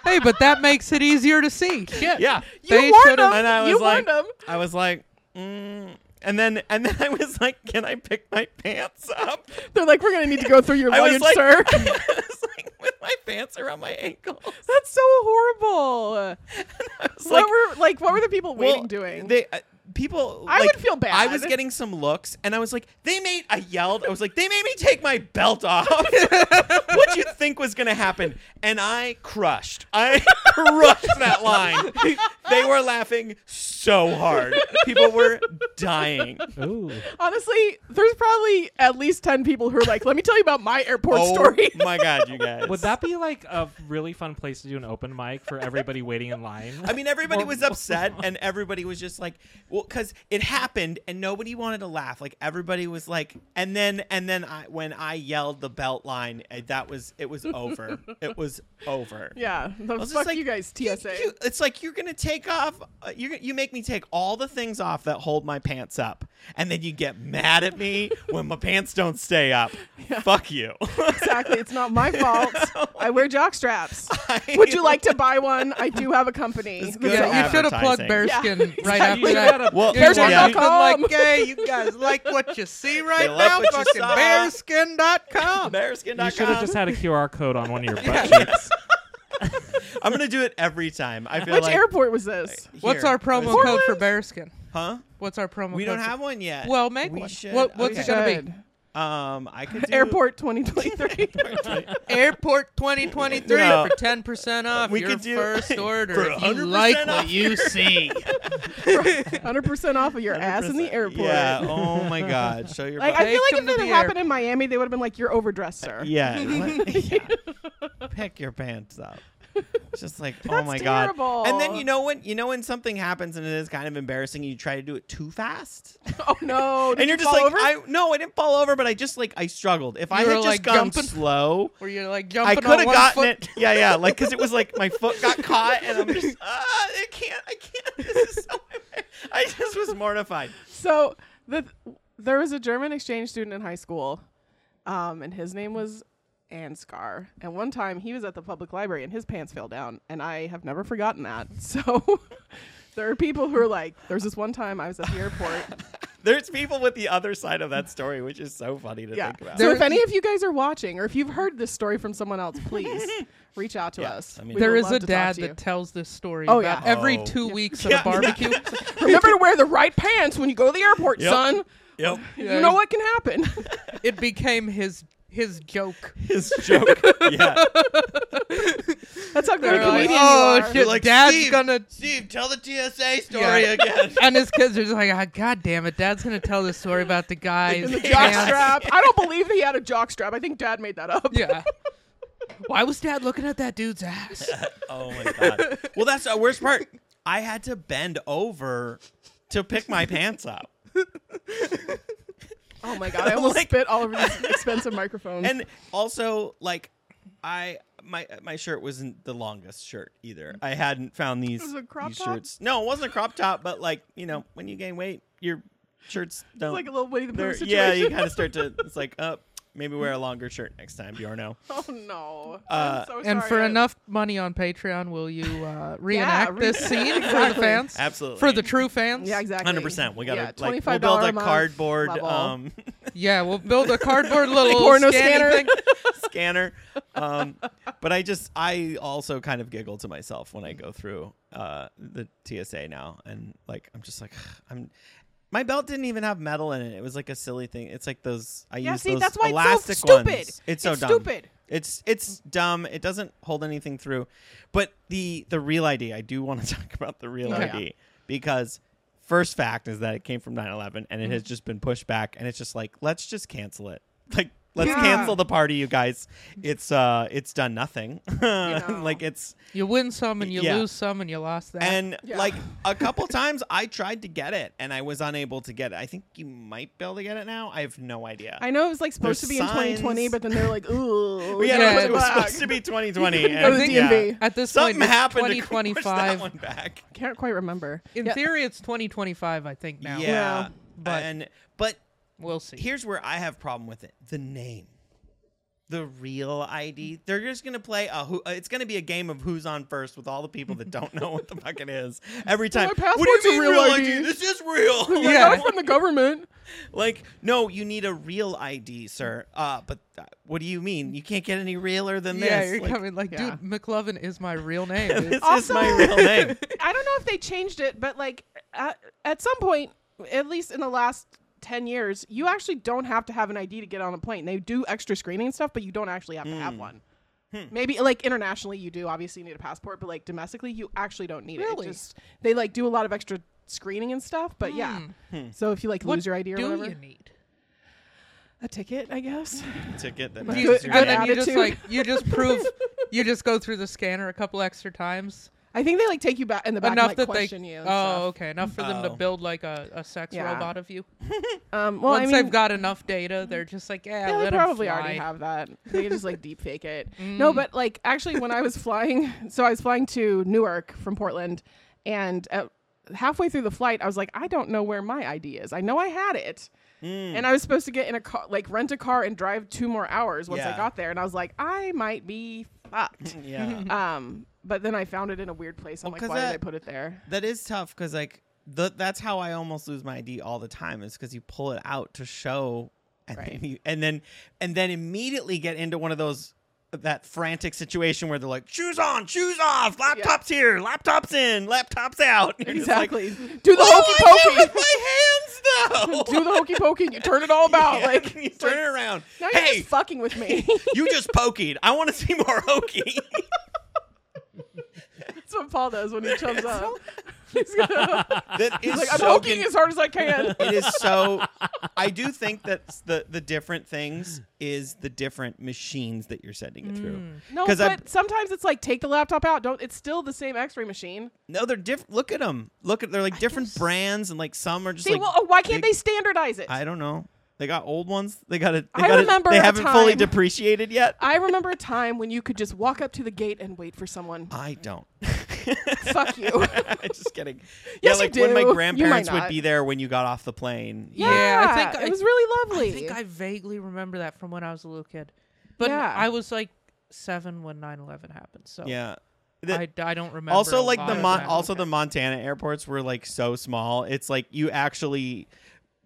[SPEAKER 2] Hey, but that makes it easier to see. Shit.
[SPEAKER 3] yeah,
[SPEAKER 4] You
[SPEAKER 2] They
[SPEAKER 4] warned
[SPEAKER 2] should've-
[SPEAKER 4] them.
[SPEAKER 3] and I was
[SPEAKER 4] you
[SPEAKER 3] like,
[SPEAKER 4] warned them.
[SPEAKER 3] I was like, mm. and then and then I was like, can I pick my pants up?
[SPEAKER 4] They're like, we're gonna need to go through your
[SPEAKER 3] I
[SPEAKER 4] luggage,
[SPEAKER 3] was like,
[SPEAKER 4] sir.
[SPEAKER 3] I was like with my pants around my ankles.
[SPEAKER 4] That's so horrible.
[SPEAKER 3] I was
[SPEAKER 4] what
[SPEAKER 3] like,
[SPEAKER 4] were like? What were the people
[SPEAKER 3] Well,
[SPEAKER 4] waiting doing?
[SPEAKER 3] They uh, people.
[SPEAKER 4] I
[SPEAKER 3] like,
[SPEAKER 4] would feel bad.
[SPEAKER 3] I was getting some looks, and I was like, "They made." I yelled. I was like, "They made me take my belt off." what you think was gonna happen? And I crushed. I crushed that line. they were laughing so hard. People were dying.
[SPEAKER 1] Ooh.
[SPEAKER 4] Honestly, there's probably at least ten people who are like, "Let me tell you about my airport
[SPEAKER 3] oh
[SPEAKER 4] story."
[SPEAKER 3] my god, you guys!
[SPEAKER 1] Would that be like a really fun place to do an open mic for everybody waiting in line?
[SPEAKER 3] I mean, everybody
[SPEAKER 1] Or-
[SPEAKER 3] was upset, and everybody was just like, "Well," because it happened, and nobody wanted to laugh. Like everybody was like, and then and then I when I yelled the belt line, eh, that was it was over. it was over.
[SPEAKER 4] yeah, the
[SPEAKER 3] I was just
[SPEAKER 4] fuck
[SPEAKER 3] like,
[SPEAKER 4] you guys,
[SPEAKER 3] "You-
[SPEAKER 4] TSA.
[SPEAKER 3] you- it's like you're gonna take off. Uh, you you make me take all the things off that hold my pants up, and then you get mad at me when my pants don't stay up. Fuck you.
[SPEAKER 4] exactly. It's not my fault. I wear jock straps. Would you like to buy one? I do have a company.
[SPEAKER 3] It's
[SPEAKER 4] This
[SPEAKER 3] good
[SPEAKER 4] is-
[SPEAKER 3] for
[SPEAKER 2] Yeah, you should have plugged
[SPEAKER 3] advertising.
[SPEAKER 2] Bearskin
[SPEAKER 4] Yeah,
[SPEAKER 2] right
[SPEAKER 1] You
[SPEAKER 2] after
[SPEAKER 1] should
[SPEAKER 2] that.
[SPEAKER 1] have had a-
[SPEAKER 3] Well,
[SPEAKER 2] You would've
[SPEAKER 3] yeah.
[SPEAKER 2] been like, hey, you guys like what you see right
[SPEAKER 3] like
[SPEAKER 2] now?
[SPEAKER 3] what you
[SPEAKER 2] Fucking
[SPEAKER 3] saw."
[SPEAKER 2] bearskin.com.
[SPEAKER 3] Bearskin.com.
[SPEAKER 1] you should have just had a QR code on one of your butt
[SPEAKER 2] Yeah.
[SPEAKER 1] cheeks.
[SPEAKER 3] I'm gonna do it every time. I feel
[SPEAKER 4] Which
[SPEAKER 3] like
[SPEAKER 4] airport was this?
[SPEAKER 2] What's
[SPEAKER 3] Here.
[SPEAKER 2] our promo
[SPEAKER 3] What is it?
[SPEAKER 2] code for bearskin?
[SPEAKER 3] Huh?
[SPEAKER 2] What's our promo
[SPEAKER 3] We
[SPEAKER 2] code?
[SPEAKER 3] don't
[SPEAKER 2] for-
[SPEAKER 3] have one yet.
[SPEAKER 2] Well, make
[SPEAKER 3] we
[SPEAKER 2] one.
[SPEAKER 3] Should.
[SPEAKER 2] What- what's it
[SPEAKER 3] okay.
[SPEAKER 2] gonna be?
[SPEAKER 4] Good.
[SPEAKER 3] Um, I could do,
[SPEAKER 4] Oh, Airport 2023.
[SPEAKER 2] Airport 2023
[SPEAKER 3] No.
[SPEAKER 2] for 10% off
[SPEAKER 3] We
[SPEAKER 2] your
[SPEAKER 3] could do-
[SPEAKER 2] first order.
[SPEAKER 3] for
[SPEAKER 2] if you
[SPEAKER 3] 100%
[SPEAKER 2] like what
[SPEAKER 3] off
[SPEAKER 2] you see.
[SPEAKER 4] 100% off of your ass in the
[SPEAKER 3] 100%.
[SPEAKER 4] airport.
[SPEAKER 3] Yeah. Oh my God. Show your.
[SPEAKER 4] Like
[SPEAKER 3] butt.
[SPEAKER 4] I feel
[SPEAKER 2] Take
[SPEAKER 4] like if
[SPEAKER 2] 'em to
[SPEAKER 4] it
[SPEAKER 2] the
[SPEAKER 4] had happened in Miami, they would have been like, "You're overdressed, sir."
[SPEAKER 3] yeah. yeah. Pick your pants up. It's just like, oh
[SPEAKER 4] That's
[SPEAKER 3] my
[SPEAKER 4] terrible.
[SPEAKER 3] god. And then you know when you know when something happens and it is kind of embarrassing, you try to do it too fast.
[SPEAKER 4] Oh no!
[SPEAKER 3] and
[SPEAKER 4] Did you
[SPEAKER 3] you're just
[SPEAKER 4] fall
[SPEAKER 3] like,
[SPEAKER 4] over?
[SPEAKER 3] I no, I didn't fall over, but I just like I struggled. If I
[SPEAKER 2] You
[SPEAKER 3] had
[SPEAKER 2] were,
[SPEAKER 3] just
[SPEAKER 2] like,
[SPEAKER 3] gone
[SPEAKER 2] jumping.
[SPEAKER 3] slow,
[SPEAKER 2] Where you're like jumping
[SPEAKER 3] I could
[SPEAKER 2] on
[SPEAKER 3] have
[SPEAKER 2] one
[SPEAKER 3] gotten
[SPEAKER 2] foot.
[SPEAKER 3] it. Yeah, yeah. Like because it was like my foot got caught, and I'm just ah, I can't, I can't. This is so. embar- I just was mortified.
[SPEAKER 4] So the there was a German exchange student in high school, um, and his name was Ansgar. And one time he was at the public library and his pants fell down, and I have never forgotten that. So there are people who are like, "There's this one time I was at the airport."
[SPEAKER 3] There's people with the other side of that story, which is so funny to
[SPEAKER 4] yeah.
[SPEAKER 3] think about.
[SPEAKER 4] So
[SPEAKER 2] There-
[SPEAKER 4] if any of you guys are watching, or if you've heard this story from someone else, please reach out to
[SPEAKER 3] Yeah,
[SPEAKER 4] us.
[SPEAKER 3] I mean-
[SPEAKER 4] We
[SPEAKER 2] There
[SPEAKER 4] would
[SPEAKER 2] is
[SPEAKER 4] love
[SPEAKER 2] a
[SPEAKER 4] to talk
[SPEAKER 2] dad
[SPEAKER 4] to you.
[SPEAKER 2] that tells this story
[SPEAKER 4] Oh,
[SPEAKER 2] about
[SPEAKER 4] yeah.
[SPEAKER 2] every
[SPEAKER 3] Oh.
[SPEAKER 2] two weeks
[SPEAKER 3] Yeah.
[SPEAKER 2] at a barbecue.
[SPEAKER 4] Remember to wear the right pants when you go to the airport,
[SPEAKER 3] Yep.
[SPEAKER 4] son.
[SPEAKER 3] yep,
[SPEAKER 2] Yeah.
[SPEAKER 4] You know what can happen.
[SPEAKER 2] it became his his joke.
[SPEAKER 3] his joke. yeah,
[SPEAKER 4] That's how good a
[SPEAKER 2] They're like,
[SPEAKER 4] comedian
[SPEAKER 2] oh
[SPEAKER 4] you are.
[SPEAKER 2] shit,
[SPEAKER 3] Like,
[SPEAKER 2] dad's
[SPEAKER 3] Steve.
[SPEAKER 2] gonna.
[SPEAKER 3] Steve, tell the TSA
[SPEAKER 2] story
[SPEAKER 3] again.
[SPEAKER 2] And his kids are just like, "Ah, God damn it, dad's gonna tell this story about the guy's
[SPEAKER 4] in the
[SPEAKER 2] pants."
[SPEAKER 4] jockstrap. I don't believe he had a jockstrap. I think Dad made that up.
[SPEAKER 2] Yeah. Why was dad looking at that dude's ass?
[SPEAKER 3] Oh my god. Well, that's the worst part. I had to bend over to pick my pants up.
[SPEAKER 4] Oh my god! I almost
[SPEAKER 3] Like-
[SPEAKER 4] spit all over these expensive microphones.
[SPEAKER 3] and also like I my my shirt wasn't the longest shirt either. I hadn't found these,
[SPEAKER 4] was a crop
[SPEAKER 3] these
[SPEAKER 4] top?
[SPEAKER 3] shirts. No, it wasn't a crop top, but like you know when you gain weight, your shirts don't.
[SPEAKER 4] like a little Winnie the Pooh
[SPEAKER 3] they're-
[SPEAKER 4] situation.
[SPEAKER 3] yeah, you kind of start to. It's like uh, maybe wear a longer shirt next time, Bjorno.
[SPEAKER 4] oh no!
[SPEAKER 3] Uh,
[SPEAKER 4] I'm so
[SPEAKER 2] and
[SPEAKER 4] sorry.
[SPEAKER 2] for
[SPEAKER 4] I-
[SPEAKER 2] enough money on Patreon, will you uh, reenact this
[SPEAKER 4] reenact.
[SPEAKER 2] scene for the
[SPEAKER 4] Exactly.
[SPEAKER 2] fans?
[SPEAKER 3] Absolutely.
[SPEAKER 2] For the true fans?
[SPEAKER 4] Yeah, exactly.
[SPEAKER 3] Hundred percent. We gotta
[SPEAKER 4] Yeah,
[SPEAKER 3] like we'll
[SPEAKER 4] $25
[SPEAKER 3] build a
[SPEAKER 4] month
[SPEAKER 3] cardboard
[SPEAKER 4] level.
[SPEAKER 3] um,
[SPEAKER 2] Yeah, we'll build a cardboard little
[SPEAKER 4] porno
[SPEAKER 2] scanning
[SPEAKER 4] scanner.
[SPEAKER 2] thing.
[SPEAKER 3] scanner. Um, but I just I also kind of giggle to myself when I go through uh, the TSA now, and like I'm just like I'm. My belt didn't even have metal in it. It was like a silly thing. It's like those I
[SPEAKER 4] Yeah,
[SPEAKER 3] use
[SPEAKER 4] see,
[SPEAKER 3] those
[SPEAKER 4] that's why it's so
[SPEAKER 3] elastic
[SPEAKER 4] stupid.
[SPEAKER 3] ones. It's so dumb.
[SPEAKER 4] stupid.
[SPEAKER 3] It's it's dumb. It doesn't hold anything through. But the the real ID, I do want to talk about the real
[SPEAKER 2] Yeah.
[SPEAKER 3] ID because first fact is that it came from 9/11 and it
[SPEAKER 4] Mm-hmm.
[SPEAKER 3] has just been pushed back and it's just like let's just cancel it. Like let's
[SPEAKER 4] Yeah.
[SPEAKER 3] cancel the party, you guys. It's uh it's done nothing.
[SPEAKER 4] know.
[SPEAKER 3] like it's
[SPEAKER 2] You win some and you
[SPEAKER 3] Yeah.
[SPEAKER 2] lose some and you lost that.
[SPEAKER 3] and
[SPEAKER 4] Yeah.
[SPEAKER 3] like a couple times I tried to get it and I was unable to get it. I think you might be able to get it now. I have no idea.
[SPEAKER 4] I know it was like supposed
[SPEAKER 3] There's
[SPEAKER 4] to be in 2020,
[SPEAKER 3] signs.
[SPEAKER 4] but then they're like, ooh,
[SPEAKER 3] Well,
[SPEAKER 2] Yeah,
[SPEAKER 3] yeah, no, it
[SPEAKER 2] it
[SPEAKER 3] was
[SPEAKER 4] back.
[SPEAKER 3] supposed to be 2020.
[SPEAKER 4] Go to
[SPEAKER 3] and-
[SPEAKER 4] the
[SPEAKER 3] yeah.
[SPEAKER 4] DMV.
[SPEAKER 2] at this
[SPEAKER 3] Something
[SPEAKER 2] point, it's
[SPEAKER 3] happened to push that
[SPEAKER 2] 2025.
[SPEAKER 3] one back.
[SPEAKER 4] Can't quite remember.
[SPEAKER 2] In
[SPEAKER 4] Yeah.
[SPEAKER 2] theory, it's 2025. I think now.
[SPEAKER 3] Yeah,
[SPEAKER 4] Yeah.
[SPEAKER 3] but and but
[SPEAKER 2] We'll see.
[SPEAKER 3] here's where I have problem with it: the name, the real ID. They're just gonna play a who. Uh, it's gonna be a game of who's on first with all the people that don't know what the fuck it is every time.
[SPEAKER 4] my
[SPEAKER 3] what do
[SPEAKER 4] passport's a
[SPEAKER 3] you mean
[SPEAKER 4] real
[SPEAKER 3] real
[SPEAKER 4] ID?
[SPEAKER 3] ID? This is real.
[SPEAKER 4] I
[SPEAKER 2] Yeah.
[SPEAKER 4] got it from the government.
[SPEAKER 3] Like, no, you need a real ID, sir. Uh, but uh, what do you mean? You can't get any realer than
[SPEAKER 2] yeah,
[SPEAKER 3] this.
[SPEAKER 2] you're
[SPEAKER 3] Like,
[SPEAKER 2] coming like,
[SPEAKER 4] Yeah.
[SPEAKER 2] dude, McLovin is my real name.
[SPEAKER 3] This
[SPEAKER 2] dude.
[SPEAKER 3] is my real name.
[SPEAKER 4] I don't know if they changed it, but like at, at some point, at least in the last 10 years, you actually don't have to have an ID to get on a plane. They do extra screening and stuff, but you don't actually have to
[SPEAKER 3] Hmm.
[SPEAKER 4] have one. Maybe like internationally you do obviously you need a passport, but like domestically you actually don't need it.
[SPEAKER 2] Really?
[SPEAKER 4] it. Just they like do a lot of extra screening and stuff, but yeah.
[SPEAKER 3] Hmm.
[SPEAKER 4] So if you like
[SPEAKER 2] What
[SPEAKER 4] lose your ID or
[SPEAKER 2] do
[SPEAKER 4] whatever,
[SPEAKER 2] you need?
[SPEAKER 4] a ticket, I guess.
[SPEAKER 3] Ticket that
[SPEAKER 2] Do
[SPEAKER 3] matches
[SPEAKER 2] you,
[SPEAKER 3] your
[SPEAKER 2] and
[SPEAKER 3] name.
[SPEAKER 2] then you just
[SPEAKER 4] attitude.
[SPEAKER 2] like you just prove you just go through the scanner a couple extra times
[SPEAKER 4] I think they like take you back in the back
[SPEAKER 2] enough
[SPEAKER 4] and,
[SPEAKER 2] that
[SPEAKER 4] like, question
[SPEAKER 2] they
[SPEAKER 4] you.
[SPEAKER 2] oh
[SPEAKER 4] And stuff.
[SPEAKER 2] okay enough for them to
[SPEAKER 3] Oh.
[SPEAKER 2] build like a, a sex
[SPEAKER 4] Yeah.
[SPEAKER 2] robot of you.
[SPEAKER 4] Um, well,
[SPEAKER 2] Once
[SPEAKER 4] I mean,
[SPEAKER 2] they've got enough data, they're just like yeah,
[SPEAKER 4] Yeah,
[SPEAKER 2] let
[SPEAKER 4] they
[SPEAKER 2] 'em
[SPEAKER 4] probably already
[SPEAKER 2] fly." Mm.
[SPEAKER 4] have that. They just like deep fake it. No, but like actually, when I was flying, so I was flying to Newark from Portland, and at, halfway through the flight, I was like, I don't know where my ID is. I know I had it,
[SPEAKER 3] Mm.
[SPEAKER 4] and I was supposed to get in a car, like rent a car and drive two more hours once
[SPEAKER 3] Yeah.
[SPEAKER 4] I got there, and I was like, I might be fucked.
[SPEAKER 3] Yeah.
[SPEAKER 4] um, but then I found it in a weird place. I'm
[SPEAKER 3] Well,
[SPEAKER 4] like,
[SPEAKER 3] 'cause
[SPEAKER 4] why
[SPEAKER 3] that-
[SPEAKER 4] did I put it there?
[SPEAKER 3] That is tough because like the, that's how I almost lose my ID all the time is because you pull it out to show, and
[SPEAKER 4] Right.
[SPEAKER 3] then you, and then and then immediately get into one of those that frantic situation where they're like shoes on, shoes off, laptops here, laptops in, laptops out. And you're just like,
[SPEAKER 4] Exactly. Do the
[SPEAKER 3] "What do I do
[SPEAKER 4] hokey
[SPEAKER 3] with my hands
[SPEAKER 4] pokey.
[SPEAKER 3] though.
[SPEAKER 4] Do the hokey pokey. and You turn it all about.
[SPEAKER 3] Yeah,
[SPEAKER 4] Like
[SPEAKER 3] you
[SPEAKER 4] it's
[SPEAKER 3] turn
[SPEAKER 4] like,
[SPEAKER 3] it around.
[SPEAKER 4] Now you're
[SPEAKER 3] Hey,
[SPEAKER 4] just fucking with me.
[SPEAKER 3] you just pokeyed. I want to see more hokey.
[SPEAKER 4] That's what Paul does when he chums up. He's gonna,
[SPEAKER 3] that is
[SPEAKER 4] like, I'm
[SPEAKER 3] so
[SPEAKER 4] poking
[SPEAKER 3] con-
[SPEAKER 4] as hard as I can.
[SPEAKER 3] it is so i do think that s- the the different things is the different machines that you're sending it through
[SPEAKER 4] Mm. No,
[SPEAKER 3] 'Cause
[SPEAKER 4] but
[SPEAKER 3] I-
[SPEAKER 4] sometimes it's like take the laptop out. Don't. It's still the same X-ray machine.
[SPEAKER 3] no they're different look at them look at they're like different
[SPEAKER 4] guess-
[SPEAKER 3] brands and like some are just
[SPEAKER 4] See,
[SPEAKER 3] like
[SPEAKER 4] well, oh, why can't
[SPEAKER 3] big-
[SPEAKER 4] they standardize it?
[SPEAKER 3] i don't know they got old ones they got it they
[SPEAKER 4] I
[SPEAKER 3] got
[SPEAKER 4] remember
[SPEAKER 3] it, they
[SPEAKER 4] a
[SPEAKER 3] haven't fully
[SPEAKER 4] time-
[SPEAKER 3] depreciated yet
[SPEAKER 4] I remember a time when you could just walk up to the gate and wait for someone.
[SPEAKER 3] i don't
[SPEAKER 4] Fuck you.
[SPEAKER 3] just kidding yeah
[SPEAKER 4] Yes, you
[SPEAKER 3] like when my
[SPEAKER 4] do. You might
[SPEAKER 3] grandparents would
[SPEAKER 4] not.
[SPEAKER 3] be there when you got off the plane
[SPEAKER 2] Yeah, I think I-
[SPEAKER 4] it was really lovely.
[SPEAKER 2] I think I vaguely remember that from when I was a little kid, but
[SPEAKER 4] Yeah.
[SPEAKER 2] I was like seven when 9/11 happened, so
[SPEAKER 3] yeah The-
[SPEAKER 2] I, I don't remember. a
[SPEAKER 3] also like
[SPEAKER 2] lot
[SPEAKER 3] the
[SPEAKER 2] of
[SPEAKER 3] Mon-
[SPEAKER 2] that.
[SPEAKER 3] also the Montana airports were like so small. It's like you actually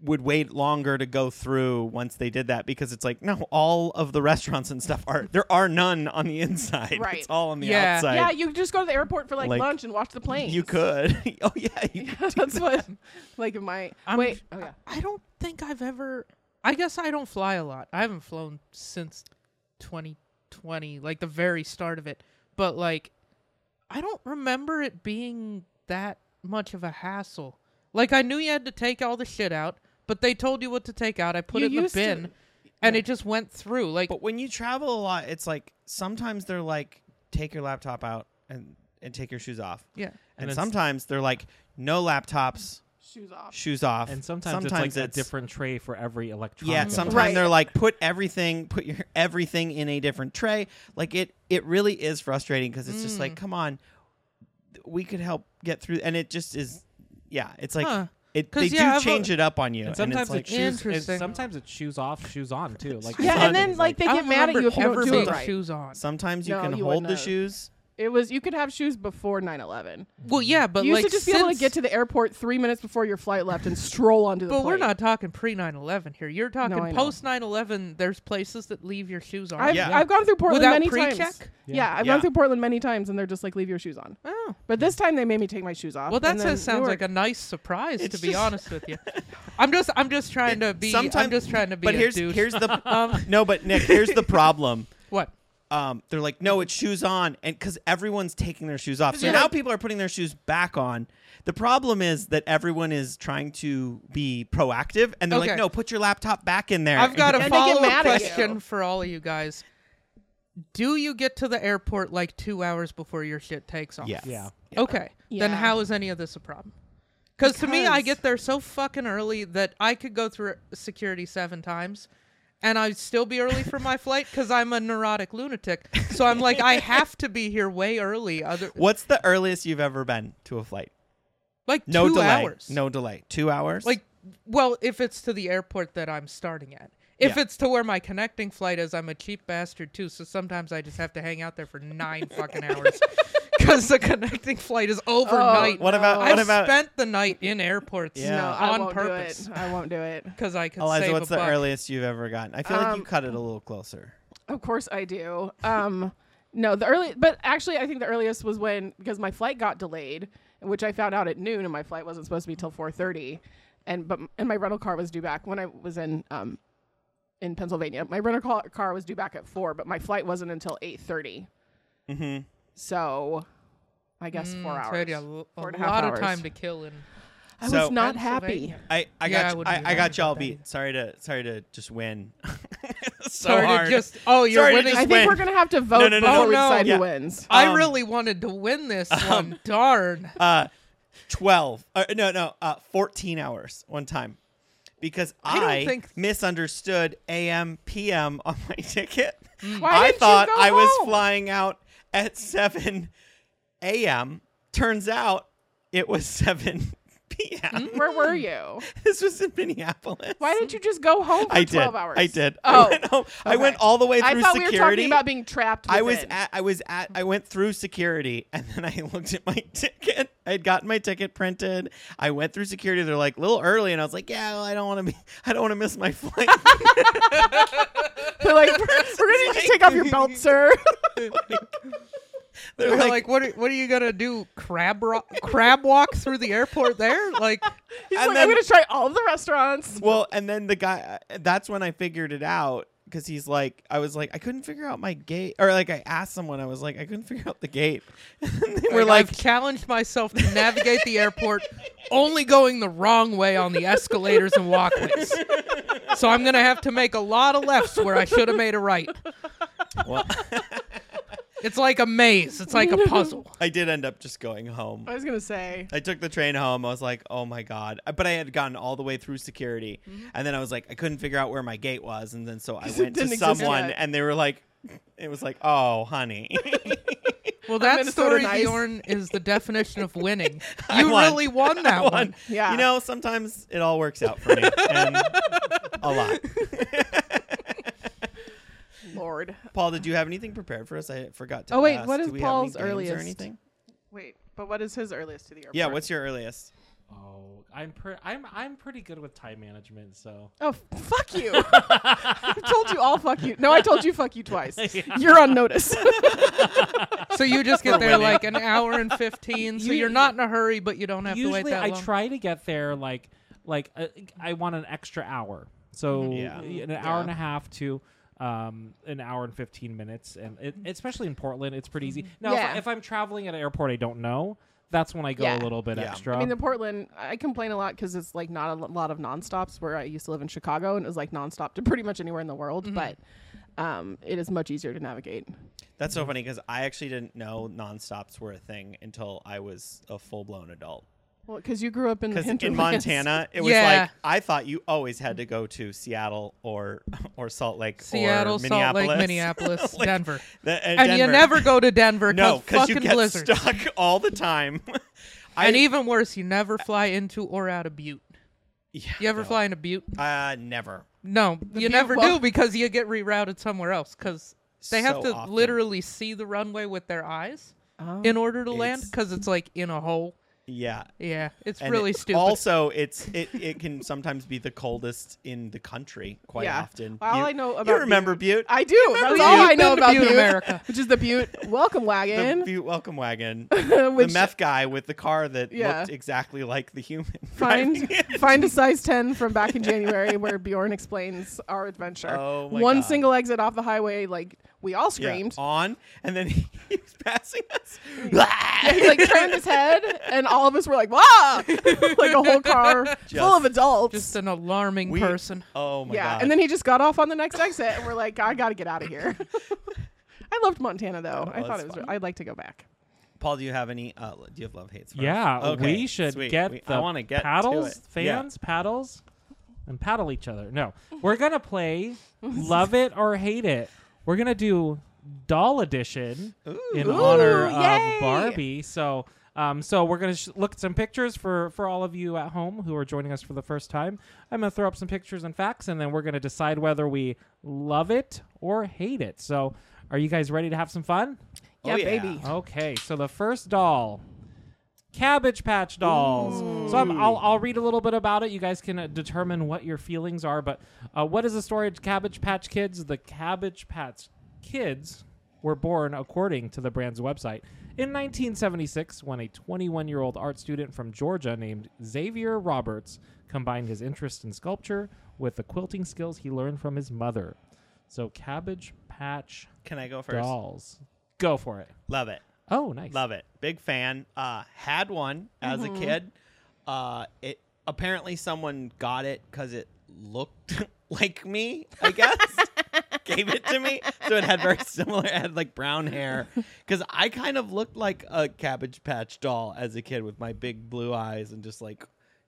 [SPEAKER 3] would wait longer to go through once they did that because it's like no, all of the restaurants and stuff are there are none on the inside.
[SPEAKER 4] Right.
[SPEAKER 3] It's all on the
[SPEAKER 2] Yeah.
[SPEAKER 3] outside.
[SPEAKER 4] yeah, you could just go to the airport for like,
[SPEAKER 3] Like,
[SPEAKER 4] lunch and watch the plane.
[SPEAKER 3] you could. oh yeah, you could do
[SPEAKER 4] That's
[SPEAKER 3] that.
[SPEAKER 4] what. Like in my
[SPEAKER 2] I'm-
[SPEAKER 4] wait. Oh yeah.
[SPEAKER 2] I don't think I've ever. I guess I don't fly a lot. I haven't flown since 2020, like the very start of it. But like, I don't remember it being that much of a hassle. Like I knew you had to take all the shit out, but they told you what to take out. I put
[SPEAKER 4] You
[SPEAKER 2] it in the
[SPEAKER 4] used to-
[SPEAKER 2] bin, and it just went through. Like
[SPEAKER 3] But when you travel a lot, it's like sometimes they're like take your laptop out and and take your shoes off.
[SPEAKER 2] yeah,
[SPEAKER 3] And,
[SPEAKER 1] And it's-
[SPEAKER 3] sometimes they're like no laptops,
[SPEAKER 4] Shoes off.
[SPEAKER 3] shoes off.
[SPEAKER 1] And sometimes, it's like a different tray for every electronic.
[SPEAKER 3] Yeah,
[SPEAKER 1] device.
[SPEAKER 3] sometimes
[SPEAKER 4] Right.
[SPEAKER 3] they're like put everything, put your everything in a different tray. Like it, it really is frustrating because it's just like,
[SPEAKER 2] Mm.
[SPEAKER 3] come on, we could help get through, and it just is. Yeah, it's like
[SPEAKER 2] Huh.
[SPEAKER 3] it.
[SPEAKER 2] 'Cause
[SPEAKER 3] They
[SPEAKER 2] yeah,
[SPEAKER 3] do
[SPEAKER 2] I've-
[SPEAKER 3] change it up on you,
[SPEAKER 1] And sometimes
[SPEAKER 3] it's like
[SPEAKER 1] it shoes. and
[SPEAKER 2] Interesting.
[SPEAKER 1] sometimes it shoes off, shoes on too. Like
[SPEAKER 4] Yeah, and then
[SPEAKER 3] It's
[SPEAKER 4] like they
[SPEAKER 2] I
[SPEAKER 4] get
[SPEAKER 2] don't
[SPEAKER 4] mad at
[SPEAKER 2] remember
[SPEAKER 4] you if you
[SPEAKER 2] ever
[SPEAKER 4] don't do
[SPEAKER 2] being
[SPEAKER 4] it right.
[SPEAKER 2] shoes on.
[SPEAKER 3] sometimes you
[SPEAKER 4] No,
[SPEAKER 3] can
[SPEAKER 4] you
[SPEAKER 3] hold
[SPEAKER 4] wouldn't
[SPEAKER 3] the
[SPEAKER 4] have.
[SPEAKER 3] shoes.
[SPEAKER 4] It was you could have shoes before 9/11.
[SPEAKER 2] Well, yeah, but
[SPEAKER 4] you
[SPEAKER 2] like
[SPEAKER 4] used to just be able to
[SPEAKER 2] since-
[SPEAKER 4] get to the airport three minutes before your flight left and stroll onto the
[SPEAKER 2] But we're
[SPEAKER 4] plane.
[SPEAKER 2] not talking pre 9/11 here. You're talking
[SPEAKER 4] I know.
[SPEAKER 2] post 9/11. There's places that leave your shoes on.
[SPEAKER 4] I've,
[SPEAKER 3] Yeah.
[SPEAKER 4] I've gone through Portland
[SPEAKER 2] Without
[SPEAKER 4] many times.
[SPEAKER 2] pre-check?
[SPEAKER 1] Yeah.
[SPEAKER 4] Yeah, I've
[SPEAKER 3] Yeah.
[SPEAKER 4] gone through Portland many times, and they're just like, "Leave your shoes on."
[SPEAKER 2] Oh.
[SPEAKER 4] But this time, they made me take my shoes off.
[SPEAKER 2] Well, that
[SPEAKER 4] and then
[SPEAKER 2] says sounds like
[SPEAKER 4] Newark-
[SPEAKER 2] a nice surprise, to
[SPEAKER 3] It's
[SPEAKER 2] be
[SPEAKER 3] just-
[SPEAKER 2] honest with you. I'm just, I'm just trying to be, I'm just trying to be
[SPEAKER 3] but
[SPEAKER 2] a
[SPEAKER 3] here's
[SPEAKER 2] douche.
[SPEAKER 3] here's the
[SPEAKER 2] um,
[SPEAKER 3] no, but Nick, here's the problem.
[SPEAKER 2] what?
[SPEAKER 3] um, they're like, no, it's shoes on, and because everyone's taking their shoes off, so
[SPEAKER 4] you're
[SPEAKER 3] now
[SPEAKER 4] like-
[SPEAKER 3] people are putting their shoes back on. The problem is that everyone is trying to be proactive, and they're
[SPEAKER 2] Okay.
[SPEAKER 3] like, no, put your laptop back in there.
[SPEAKER 2] I've
[SPEAKER 3] and
[SPEAKER 2] got
[SPEAKER 3] get-
[SPEAKER 2] a
[SPEAKER 4] And they get
[SPEAKER 2] follow up
[SPEAKER 4] mad at
[SPEAKER 2] question
[SPEAKER 4] you.
[SPEAKER 2] for all of you guys. Do you get to the airport like two hours before your shit takes off?
[SPEAKER 3] Yes.
[SPEAKER 1] Yeah.
[SPEAKER 2] Okay. Then
[SPEAKER 4] Yeah.
[SPEAKER 2] how is any of this a problem? Because to me, I
[SPEAKER 4] Because-
[SPEAKER 2] get there so fucking early that I could go through security seven times and I'd still be early for my flight because I'm a neurotic lunatic. So I'm like, I have to be here way early. Other
[SPEAKER 3] What's the earliest you've ever been to a flight?
[SPEAKER 2] like
[SPEAKER 3] No
[SPEAKER 2] two
[SPEAKER 3] delay.
[SPEAKER 2] hours.
[SPEAKER 3] No delay. Two hours.
[SPEAKER 2] Like, well, if it's to the airport that I'm starting at. If
[SPEAKER 3] Yeah.
[SPEAKER 2] it's to where my connecting flight is, I'm a cheap bastard too. So sometimes I just have to hang out there for nine fucking hours because the connecting flight is overnight.
[SPEAKER 3] what about
[SPEAKER 2] I've
[SPEAKER 3] Oh, what about
[SPEAKER 2] spent the night in airports
[SPEAKER 3] Yeah.
[SPEAKER 4] No, I
[SPEAKER 2] on
[SPEAKER 4] won't
[SPEAKER 2] purpose
[SPEAKER 4] do it. I won't do it.
[SPEAKER 2] because I could
[SPEAKER 3] Eliza?
[SPEAKER 2] save
[SPEAKER 3] What's
[SPEAKER 2] a
[SPEAKER 3] the
[SPEAKER 2] buck.
[SPEAKER 3] earliest you've ever gotten? I feel like you
[SPEAKER 4] Um,
[SPEAKER 3] cut it a little closer.
[SPEAKER 4] Of course I do. Um, no, the early, but actually, I think the earliest was when because my flight got delayed, which I found out at noon, and my flight wasn't supposed to be till four thirty, and but and my rental car was due back when I was in um in Pennsylvania. My rental car, car was due back at four, but my flight wasn't until eight thirty.
[SPEAKER 3] Mm-hmm.
[SPEAKER 4] So, I guess four
[SPEAKER 2] Mm,
[SPEAKER 4] hours.
[SPEAKER 2] so I had a, l- a
[SPEAKER 4] Four and a half
[SPEAKER 2] lot
[SPEAKER 4] hours.
[SPEAKER 2] of time to kill in
[SPEAKER 4] I
[SPEAKER 3] So-
[SPEAKER 4] was not happy.
[SPEAKER 2] Pennsylvania.
[SPEAKER 3] I, I
[SPEAKER 2] Yeah, I
[SPEAKER 3] got you-
[SPEAKER 2] wouldn't
[SPEAKER 3] I,
[SPEAKER 2] be
[SPEAKER 3] I
[SPEAKER 2] mad
[SPEAKER 3] got y'all
[SPEAKER 2] about that
[SPEAKER 3] beat. Sorry to sorry to just win. so
[SPEAKER 2] Sorry to
[SPEAKER 3] hard.
[SPEAKER 2] just- oh, you're
[SPEAKER 3] Sorry to
[SPEAKER 2] winning.
[SPEAKER 4] I
[SPEAKER 3] just
[SPEAKER 4] think
[SPEAKER 3] win.
[SPEAKER 4] we're gonna have to vote
[SPEAKER 3] no, no,
[SPEAKER 4] before
[SPEAKER 2] no.
[SPEAKER 4] we
[SPEAKER 2] Oh, no.
[SPEAKER 4] decide
[SPEAKER 3] Yeah.
[SPEAKER 4] who wins.
[SPEAKER 2] I
[SPEAKER 3] Um,
[SPEAKER 2] really wanted to win this one. Darn.
[SPEAKER 3] uh, twelve. Uh, no, no, uh, fourteen hours one time because
[SPEAKER 2] I don't
[SPEAKER 3] I,
[SPEAKER 2] think-
[SPEAKER 3] misunderstood AM PM on my ticket. I
[SPEAKER 4] Why didn't you
[SPEAKER 3] thought
[SPEAKER 4] go
[SPEAKER 3] I was
[SPEAKER 4] home?
[SPEAKER 3] flying out at seven AM. Turns out it was seven PM.
[SPEAKER 4] Where were you?
[SPEAKER 3] This was in Minneapolis.
[SPEAKER 4] Hmm? Why didn't you just go home for
[SPEAKER 3] I did.
[SPEAKER 4] twelve hours?
[SPEAKER 3] I did. I
[SPEAKER 4] Oh,
[SPEAKER 3] went home. I
[SPEAKER 4] okay.
[SPEAKER 3] went all the way through
[SPEAKER 4] I thought
[SPEAKER 3] security.
[SPEAKER 4] we were talking about being trapped.
[SPEAKER 3] I was
[SPEAKER 4] within.
[SPEAKER 3] at I was at I went through security and then I looked at my ticket. I had gotten my ticket printed. I went through security. They're like a little early, and I was like, "Yeah, well, I don't want to be. I don't want to miss my flight."
[SPEAKER 4] They're like, we're, we're gonna need you to take off your belt, sir.
[SPEAKER 3] They're
[SPEAKER 2] They're like, what? Are, what are you gonna do? Crab ro- crab walk through the airport there? Like,
[SPEAKER 4] He's
[SPEAKER 3] And
[SPEAKER 4] like,
[SPEAKER 3] then-
[SPEAKER 4] I'm gonna try all the restaurants.
[SPEAKER 3] well, and then the guy. uh, That's when I figured it out because he's like, I was like, I couldn't figure out my gate, or like I asked someone, I was like, I couldn't figure out the gate. and they were like,
[SPEAKER 2] I've challenged myself to navigate the airport, only going the wrong way on the escalators and walkways. So I'm gonna have to make a lot of lefts where I should have made a right.
[SPEAKER 3] well,
[SPEAKER 2] It's like a maze. It's like a puzzle.
[SPEAKER 3] I did end up just going home.
[SPEAKER 4] I was gonna say,
[SPEAKER 3] I took the train home. I was like, oh my God. But I had gotten all the way through security. And then I was like, I couldn't figure out where my gate was. And then so I
[SPEAKER 4] 'Cause Mm-hmm. it
[SPEAKER 3] went to
[SPEAKER 4] didn't exist
[SPEAKER 3] someone
[SPEAKER 4] yet.
[SPEAKER 3] and they were like, it was like, oh, honey.
[SPEAKER 2] Well, that
[SPEAKER 4] Minnesota
[SPEAKER 2] story,
[SPEAKER 4] nice.
[SPEAKER 2] Bjorn, is the definition of winning.
[SPEAKER 3] I
[SPEAKER 2] You
[SPEAKER 3] won.
[SPEAKER 2] really won that
[SPEAKER 3] I
[SPEAKER 2] one.
[SPEAKER 4] Yeah.
[SPEAKER 3] You know, sometimes it all works out for me. and a lot.
[SPEAKER 4] Lord,
[SPEAKER 3] Paul, did you have anything prepared for us? I forgot to
[SPEAKER 4] Oh, wait,
[SPEAKER 3] ask.
[SPEAKER 4] what
[SPEAKER 3] Do
[SPEAKER 4] is
[SPEAKER 3] we have any
[SPEAKER 4] Paul's
[SPEAKER 3] games Or
[SPEAKER 4] earliest?
[SPEAKER 3] anything?
[SPEAKER 4] wait, but what is his earliest to the airport?
[SPEAKER 3] Yeah, what's your earliest?
[SPEAKER 1] Oh, I'm pre- I'm I'm pretty good with time management, so
[SPEAKER 4] Oh, f- fuck you! I told you all fuck you. No, I told you fuck you twice. You're on notice.
[SPEAKER 2] So you just get
[SPEAKER 3] For
[SPEAKER 2] there
[SPEAKER 3] winning.
[SPEAKER 2] like an hour and fifteen. So
[SPEAKER 1] You-
[SPEAKER 2] you're not in a hurry, but you don't have to wait
[SPEAKER 1] usually
[SPEAKER 2] that
[SPEAKER 1] I
[SPEAKER 2] long.
[SPEAKER 1] try to get there like like uh, I want an extra hour,
[SPEAKER 2] Mm-hmm.
[SPEAKER 1] so
[SPEAKER 3] Yeah.
[SPEAKER 1] an hour and a half to um an hour and 15 minutes and it, especially in portland it's pretty easy now if,
[SPEAKER 4] Yeah.
[SPEAKER 1] I, if i'm traveling at an airport i don't know that's when i go
[SPEAKER 4] Yeah.
[SPEAKER 1] a little bit
[SPEAKER 3] Yeah.
[SPEAKER 1] extra
[SPEAKER 4] I mean, the Portland, I complain a lot because it's like not a l- lot of nonstops where I used to live in Chicago and it was like nonstop to pretty much anywhere in the world,
[SPEAKER 3] Mm-hmm.
[SPEAKER 4] but um, it is much easier to navigate.
[SPEAKER 3] That's
[SPEAKER 4] Mm-hmm.
[SPEAKER 3] so funny because I actually didn't know nonstops were a thing until I was a full blown adult.
[SPEAKER 4] Well, because you grew up in the
[SPEAKER 3] because in
[SPEAKER 4] hinterlands.
[SPEAKER 3] Montana, it was
[SPEAKER 2] Yeah.
[SPEAKER 3] like I thought you always had to go to Seattle or or Salt Lake,
[SPEAKER 2] Seattle,
[SPEAKER 3] or
[SPEAKER 2] Salt
[SPEAKER 3] Minneapolis.
[SPEAKER 2] Lake, Minneapolis,
[SPEAKER 3] Like,
[SPEAKER 2] Denver.
[SPEAKER 3] the-
[SPEAKER 2] And you
[SPEAKER 3] Denver.
[SPEAKER 2] never go to Denver
[SPEAKER 3] no
[SPEAKER 2] because
[SPEAKER 3] because
[SPEAKER 2] fucking
[SPEAKER 3] you get
[SPEAKER 2] blizzards.
[SPEAKER 3] stuck all the time. I
[SPEAKER 2] and even worse, you never fly into or out of Butte.
[SPEAKER 3] yeah,
[SPEAKER 2] You ever
[SPEAKER 3] no.
[SPEAKER 2] fly into Butte?
[SPEAKER 3] Uh, never.
[SPEAKER 2] No, you
[SPEAKER 4] Butte-
[SPEAKER 2] never do
[SPEAKER 4] well-
[SPEAKER 2] because you get rerouted somewhere else because they have
[SPEAKER 3] So
[SPEAKER 2] to
[SPEAKER 3] often.
[SPEAKER 2] literally see the runway with their eyes
[SPEAKER 4] Oh.
[SPEAKER 2] in order to land
[SPEAKER 3] It's-
[SPEAKER 2] because it's like in a hole
[SPEAKER 3] Yeah.
[SPEAKER 2] Yeah, it's
[SPEAKER 3] And
[SPEAKER 2] really
[SPEAKER 3] it-
[SPEAKER 2] stupid.
[SPEAKER 3] Also, it's it, it can sometimes be the coldest in the country quite
[SPEAKER 4] Yeah.
[SPEAKER 3] often.
[SPEAKER 4] All
[SPEAKER 3] You-
[SPEAKER 4] I know about
[SPEAKER 3] you remember Butte?
[SPEAKER 4] I do. That's
[SPEAKER 2] Butte.
[SPEAKER 4] all I
[SPEAKER 2] You've
[SPEAKER 4] know
[SPEAKER 2] been to
[SPEAKER 4] about
[SPEAKER 2] Butte,
[SPEAKER 4] Butte,
[SPEAKER 2] America.
[SPEAKER 4] which is the Butte welcome
[SPEAKER 3] the
[SPEAKER 4] wagon.
[SPEAKER 3] Butte welcome wagon,
[SPEAKER 4] which
[SPEAKER 3] the meth guy with the car that
[SPEAKER 4] Yeah.
[SPEAKER 3] looked exactly like the human.
[SPEAKER 4] find
[SPEAKER 3] driving it.
[SPEAKER 4] find a size ten from back in January where Bjorn explains our adventure.
[SPEAKER 3] Oh my
[SPEAKER 4] One
[SPEAKER 3] God.
[SPEAKER 4] single exit off the highway, like we all
[SPEAKER 3] Yeah,
[SPEAKER 4] screamed.
[SPEAKER 3] on, and then he's passing us.
[SPEAKER 4] Yeah, he like turned his head, and all of us were like, "Wow!" like a whole car full
[SPEAKER 3] Just-
[SPEAKER 4] of adults.
[SPEAKER 2] just an alarming
[SPEAKER 3] We-
[SPEAKER 2] person.
[SPEAKER 3] Oh my
[SPEAKER 4] yeah,
[SPEAKER 3] god!
[SPEAKER 4] and then he just got off on the next exit, and we're like, "I got to get out of here." I loved Montana though. I
[SPEAKER 3] that's
[SPEAKER 4] thought it was.
[SPEAKER 3] fun.
[SPEAKER 4] I'd like to go back.
[SPEAKER 3] Paul, do you have any? Uh, do you have love hates? for us?
[SPEAKER 1] Yeah,
[SPEAKER 3] Okay,
[SPEAKER 1] we should
[SPEAKER 3] sweet.
[SPEAKER 1] get
[SPEAKER 3] We-
[SPEAKER 1] the
[SPEAKER 3] I want to get to
[SPEAKER 1] paddles,
[SPEAKER 3] it. Yeah.
[SPEAKER 1] fans, paddles, and paddle each other. No, we're gonna play love it or hate it. We're gonna do doll edition in
[SPEAKER 4] Ooh,
[SPEAKER 1] honor
[SPEAKER 4] yay!
[SPEAKER 1] of Barbie. So. Um, so we're gonna sh- look at some pictures for for all of you at home who are joining us for the first time. I'm gonna throw up some pictures and facts, and then we're gonna decide whether we love it or hate it. So, are you guys ready to have some fun?
[SPEAKER 3] Oh,
[SPEAKER 4] yeah,
[SPEAKER 3] yeah.
[SPEAKER 4] baby.
[SPEAKER 1] Okay, so the first doll, Cabbage Patch Dolls. So I'm, I'll, I'll read a little bit about it. You guys can uh, determine what your feelings are. But uh, what is the story of Cabbage Patch Kids? The Cabbage Patch Kids were born, according to the brand's website, in 1976 when a 21 year old art student from Georgia named Xavier Roberts combined his interest in sculpture with the quilting skills he learned from his mother. So, Cabbage Patch
[SPEAKER 3] Can I go first?
[SPEAKER 1] Dolls. Go for it.
[SPEAKER 3] Love it.
[SPEAKER 1] Oh, nice.
[SPEAKER 3] Love it. Big fan. Uh, had one as
[SPEAKER 4] Mm-hmm.
[SPEAKER 3] a kid. Uh, it apparently someone got it because it looked like me. I guess gave it to me, so it had very similar. It had like brown hair because I kind of looked like a Cabbage Patch doll as a kid with my big blue eyes and just like.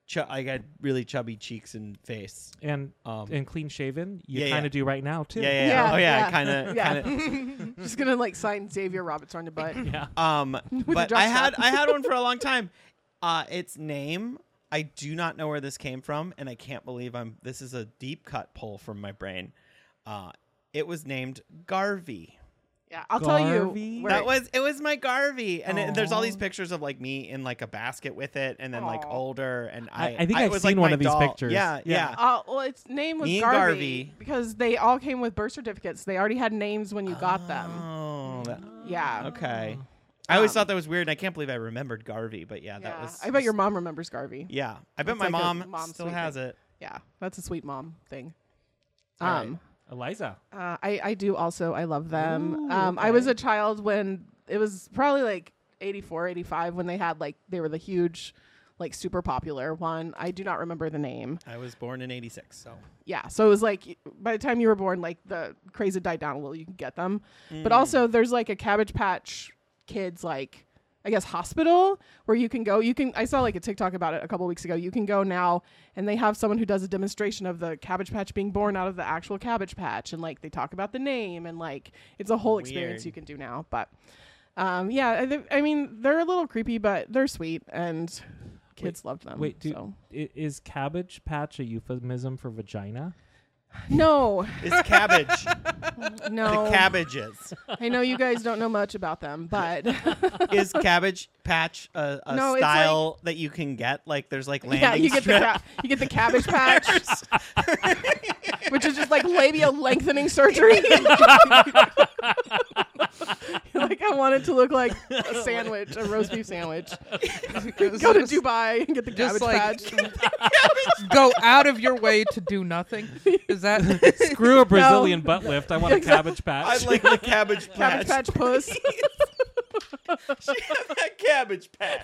[SPEAKER 3] Ch- I got really chubby cheeks and face.
[SPEAKER 1] And
[SPEAKER 3] Um,
[SPEAKER 1] and clean shaven, you
[SPEAKER 3] yeah, yeah.
[SPEAKER 1] kind of do right now too.
[SPEAKER 3] Yeah, yeah, yeah.
[SPEAKER 4] Yeah,
[SPEAKER 3] oh yeah,
[SPEAKER 4] yeah.
[SPEAKER 3] kind of,
[SPEAKER 4] Yeah.
[SPEAKER 3] kind of.
[SPEAKER 4] Just gonna like sign Xavier Roberts on your butt.
[SPEAKER 3] Um,
[SPEAKER 4] a
[SPEAKER 3] but
[SPEAKER 4] dress
[SPEAKER 3] I had
[SPEAKER 4] up.
[SPEAKER 3] I had one for a long time. Uh, its name I do not know where this came from, and I can't believe I'm. This is a deep cut pull from my brain. Uh, it was named Garvey.
[SPEAKER 4] Yeah, I'll tell
[SPEAKER 1] Garvey?
[SPEAKER 4] you. where
[SPEAKER 3] That
[SPEAKER 4] it-
[SPEAKER 3] was it was my Garvey, and it, there's all these
[SPEAKER 1] Aw.
[SPEAKER 3] pictures of like me in like a basket with it, and then like
[SPEAKER 4] Aw.
[SPEAKER 3] older, and
[SPEAKER 1] I-
[SPEAKER 3] I
[SPEAKER 1] I think
[SPEAKER 3] it
[SPEAKER 1] I've
[SPEAKER 3] was,
[SPEAKER 1] seen
[SPEAKER 3] like,
[SPEAKER 1] one
[SPEAKER 3] my
[SPEAKER 1] of these
[SPEAKER 3] doll.
[SPEAKER 1] pictures.
[SPEAKER 3] Yeah,
[SPEAKER 1] Yeah.
[SPEAKER 3] yeah,
[SPEAKER 4] Uh, well, its name was
[SPEAKER 3] Me and
[SPEAKER 4] Garvey,
[SPEAKER 3] Garvey.
[SPEAKER 4] because they all came with birth certificates. They already had names when you got them.
[SPEAKER 3] Oh, that-
[SPEAKER 4] Yeah.
[SPEAKER 3] okay. I always
[SPEAKER 4] Um,
[SPEAKER 3] thought that was weird, and I can't believe I remembered Garvey. But yeah, that
[SPEAKER 4] Yeah.
[SPEAKER 3] was.
[SPEAKER 4] I bet your mom remembers Garvey.
[SPEAKER 3] Yeah, I bet
[SPEAKER 4] It's
[SPEAKER 3] my
[SPEAKER 4] like a
[SPEAKER 3] mom,
[SPEAKER 4] mom
[SPEAKER 3] still
[SPEAKER 4] sweet
[SPEAKER 3] has it.
[SPEAKER 4] Yeah, that's a sweet mom thing.
[SPEAKER 3] All right.
[SPEAKER 4] Um,
[SPEAKER 1] Eliza.
[SPEAKER 4] uh, I I do also I love them.
[SPEAKER 1] Ooh,
[SPEAKER 4] um, I was a child when it was probably like 84, 85 when they had like they were the huge, like super popular one. I do not remember the name.
[SPEAKER 3] I was born in '86, so
[SPEAKER 4] Yeah, so it was like y- by the time you were born, like the craze had died down a little. You could get them,
[SPEAKER 1] Mm.
[SPEAKER 4] but also there's like a Cabbage Patch Kids like. I guess hospital where you can go. You can. I saw like a TikTok about it a couple weeks ago. You can go now, and they have someone who does a demonstration of the Cabbage Patch being born out of the actual Cabbage Patch, and like they talk about the name, and like it's a whole
[SPEAKER 3] Weird.
[SPEAKER 4] experience you can do now. But um, yeah, I, th- I mean they're a little creepy, but they're sweet, and kids loved them.
[SPEAKER 1] Wait, do,
[SPEAKER 4] so.
[SPEAKER 1] i- is cabbage patch a euphemism for vagina?
[SPEAKER 4] no,
[SPEAKER 3] it's cabbage.
[SPEAKER 4] no,
[SPEAKER 3] the cabbages
[SPEAKER 4] I know you guys don't know much about them, but
[SPEAKER 3] is cabbage patch a, a
[SPEAKER 4] No, it's
[SPEAKER 3] style that you can get. Like there's like landing
[SPEAKER 4] yeah, you get the
[SPEAKER 3] strip.
[SPEAKER 4] ca- you get the cabbage patch, which is just like labia lengthening surgery. like I want it to look like a sandwich, a roast beef sandwich. Go to Dubai and get the
[SPEAKER 2] Just
[SPEAKER 4] cabbage
[SPEAKER 2] like
[SPEAKER 4] patch.
[SPEAKER 2] go out of your way to do nothing. Is that
[SPEAKER 1] Screw a Brazilian butt lift. I want a cabbage
[SPEAKER 3] I
[SPEAKER 1] patch.
[SPEAKER 3] like the cabbage patch.
[SPEAKER 4] Cabbage patch puss.
[SPEAKER 3] That cabbage patch.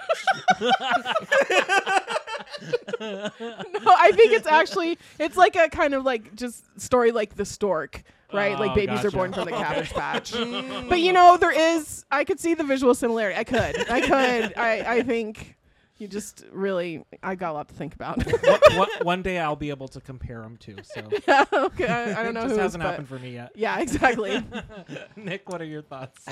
[SPEAKER 4] No, I think it's actually it's like a kind of like just story like the stork, right?
[SPEAKER 1] Oh,
[SPEAKER 4] like babies
[SPEAKER 1] gotcha.
[SPEAKER 4] are born from the cabbage patch.
[SPEAKER 2] Mm.
[SPEAKER 4] but you know, there is I could see the visual similarity. I could. I could. I, I think you just really I got a lot to think about.
[SPEAKER 1] Wha- wha- one day I'll be able to compare them to. So
[SPEAKER 4] okay. I, I don't know
[SPEAKER 1] just
[SPEAKER 4] who
[SPEAKER 1] hasn't
[SPEAKER 4] but
[SPEAKER 1] happened for me yet.
[SPEAKER 4] yeah, exactly.
[SPEAKER 1] Nick, what are your thoughts?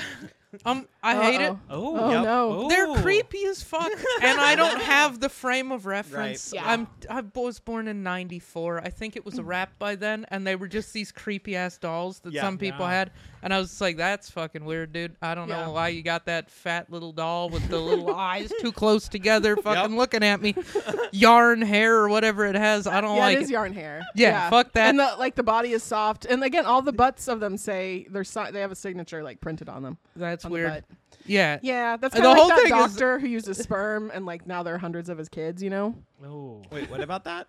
[SPEAKER 2] Um, I hate it.
[SPEAKER 4] Uh-oh.
[SPEAKER 3] Oh,
[SPEAKER 4] Oh,
[SPEAKER 3] yep.
[SPEAKER 4] no.
[SPEAKER 2] They're
[SPEAKER 1] Ooh.
[SPEAKER 2] creepy as fuck, and I don't have the frame of reference.
[SPEAKER 4] Right. Yeah. Mm.
[SPEAKER 2] I'm I was born in '94. I think it was a rap by then, and they were just these creepy ass dolls that
[SPEAKER 3] Yeah.
[SPEAKER 2] some people
[SPEAKER 1] Yeah.
[SPEAKER 2] had. And I was just like, "That's fucking weird, dude. I don't
[SPEAKER 4] Yeah.
[SPEAKER 2] know why you got that fat little doll with the little eyes too close together, fucking looking at me, yarn hair or whatever it has. I don't
[SPEAKER 4] Uh, yeah,
[SPEAKER 2] like
[SPEAKER 4] it is yarn hair.
[SPEAKER 2] Yeah, fuck that.
[SPEAKER 4] And the, like the body is soft, and again, all the butts of them say they're si- they have a signature like printed on them.
[SPEAKER 2] That's
[SPEAKER 4] on the
[SPEAKER 2] weird.
[SPEAKER 4] butt.
[SPEAKER 2] Yeah.
[SPEAKER 4] Yeah, that's
[SPEAKER 2] The
[SPEAKER 4] kind of
[SPEAKER 2] whole
[SPEAKER 4] like that
[SPEAKER 2] thing is-
[SPEAKER 4] doctor who used a sperm, and like now there are hundreds of his kids. You know,
[SPEAKER 1] Oh.
[SPEAKER 3] Wait, what about that?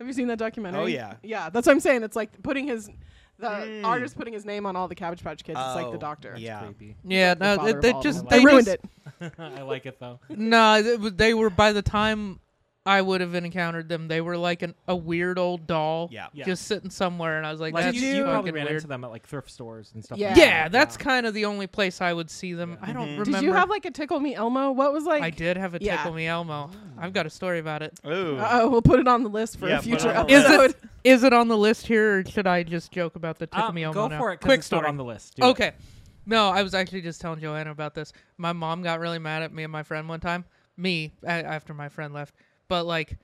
[SPEAKER 4] have you seen that documentary?
[SPEAKER 3] Oh, yeah. Mm.
[SPEAKER 4] yeah. That's what I'm saying. It's like putting his the artist putting his name on all the Cabbage Patch Kids. it's like
[SPEAKER 3] Oh,
[SPEAKER 4] the doctor.
[SPEAKER 3] Yeah.
[SPEAKER 1] Creepy.
[SPEAKER 2] Yeah,
[SPEAKER 4] The
[SPEAKER 2] no,
[SPEAKER 4] father
[SPEAKER 2] they,
[SPEAKER 4] of
[SPEAKER 2] they
[SPEAKER 4] all
[SPEAKER 2] just
[SPEAKER 4] of
[SPEAKER 2] they
[SPEAKER 4] them. I ruined
[SPEAKER 2] just-
[SPEAKER 4] it.
[SPEAKER 1] I like it though.
[SPEAKER 2] No, it was- they were by the time I would have encountered them, they were like an, a weird old doll,
[SPEAKER 3] Yeah.
[SPEAKER 1] Yeah.
[SPEAKER 2] just sitting somewhere, and I was like,
[SPEAKER 1] Like
[SPEAKER 2] "That's
[SPEAKER 1] you, you probably
[SPEAKER 2] fucking
[SPEAKER 1] ran
[SPEAKER 2] weird."
[SPEAKER 1] into them at like thrift stores and stuff.
[SPEAKER 4] Yeah. Mm-hmm.
[SPEAKER 1] Like that.
[SPEAKER 2] yeah, that's kind of the only place I would see them. I don't
[SPEAKER 3] Mhm.
[SPEAKER 2] remember.
[SPEAKER 4] Did you have like a tickle me Elmo? What was like?
[SPEAKER 2] I did have a
[SPEAKER 4] Yeah.
[SPEAKER 2] tickle me
[SPEAKER 1] Mm.
[SPEAKER 2] Elmo. I've got a story about it.
[SPEAKER 3] Ooh.
[SPEAKER 4] Oh, we'll put it on the list for
[SPEAKER 3] Yeah,
[SPEAKER 4] a
[SPEAKER 3] put it
[SPEAKER 4] future
[SPEAKER 3] on the list.
[SPEAKER 4] episode.
[SPEAKER 2] Is it is it on the list here, or should I just joke about the tickle
[SPEAKER 1] Um,
[SPEAKER 2] me Elmo
[SPEAKER 1] go
[SPEAKER 2] now?
[SPEAKER 1] for it. 'cause
[SPEAKER 2] Quick
[SPEAKER 1] it's
[SPEAKER 2] story
[SPEAKER 1] not on the list. Do it.
[SPEAKER 2] Okay. No, I was actually just telling Joanna about this. My mom got really mad at me and my friend one time. Me a- after my friend left, but like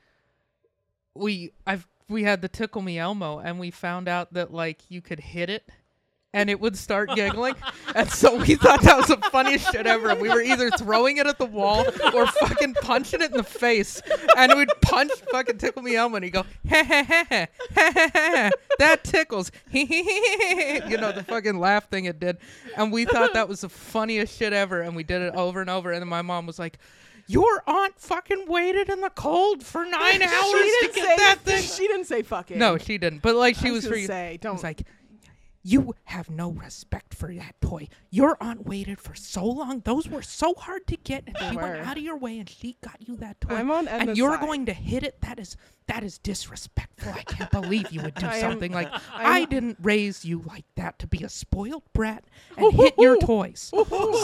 [SPEAKER 2] we I've we had the tickle me Elmo and we found out that like you could hit it and it would start giggling. and so we thought that was the funniest shit ever. We were either throwing it at the wall or fucking punching it in the face. And we'd punch fucking Tickle Me Elmo and he'd go, "Heh, heh, heh, heh, heh, heh, heh, that tickles. you know, the fucking laugh thing it did. And we thought that was the funniest shit ever. And we did it over and over. And then my mom was like, your aunt fucking waited in the cold for nine hours to
[SPEAKER 4] didn't
[SPEAKER 2] get that
[SPEAKER 4] say,
[SPEAKER 2] thing.
[SPEAKER 4] She didn't say fucking.
[SPEAKER 2] No, she didn't. But like she
[SPEAKER 4] I
[SPEAKER 2] was,
[SPEAKER 4] was gonna
[SPEAKER 2] freaking.
[SPEAKER 4] say,
[SPEAKER 2] I was
[SPEAKER 4] don't-
[SPEAKER 2] like, you have no respect for that toy. Your aunt waited for so long; those were so hard to get, and she
[SPEAKER 4] were.
[SPEAKER 2] went out of your way and she got you that toy.
[SPEAKER 4] I'm on
[SPEAKER 2] and
[SPEAKER 4] Edna's
[SPEAKER 2] you're
[SPEAKER 4] side.
[SPEAKER 2] going to hit it. That is that is disrespectful. I can't believe you would do
[SPEAKER 4] I am-
[SPEAKER 2] something like I
[SPEAKER 4] I'm-
[SPEAKER 2] didn't raise you like that to be a spoiled brat and hit your toys.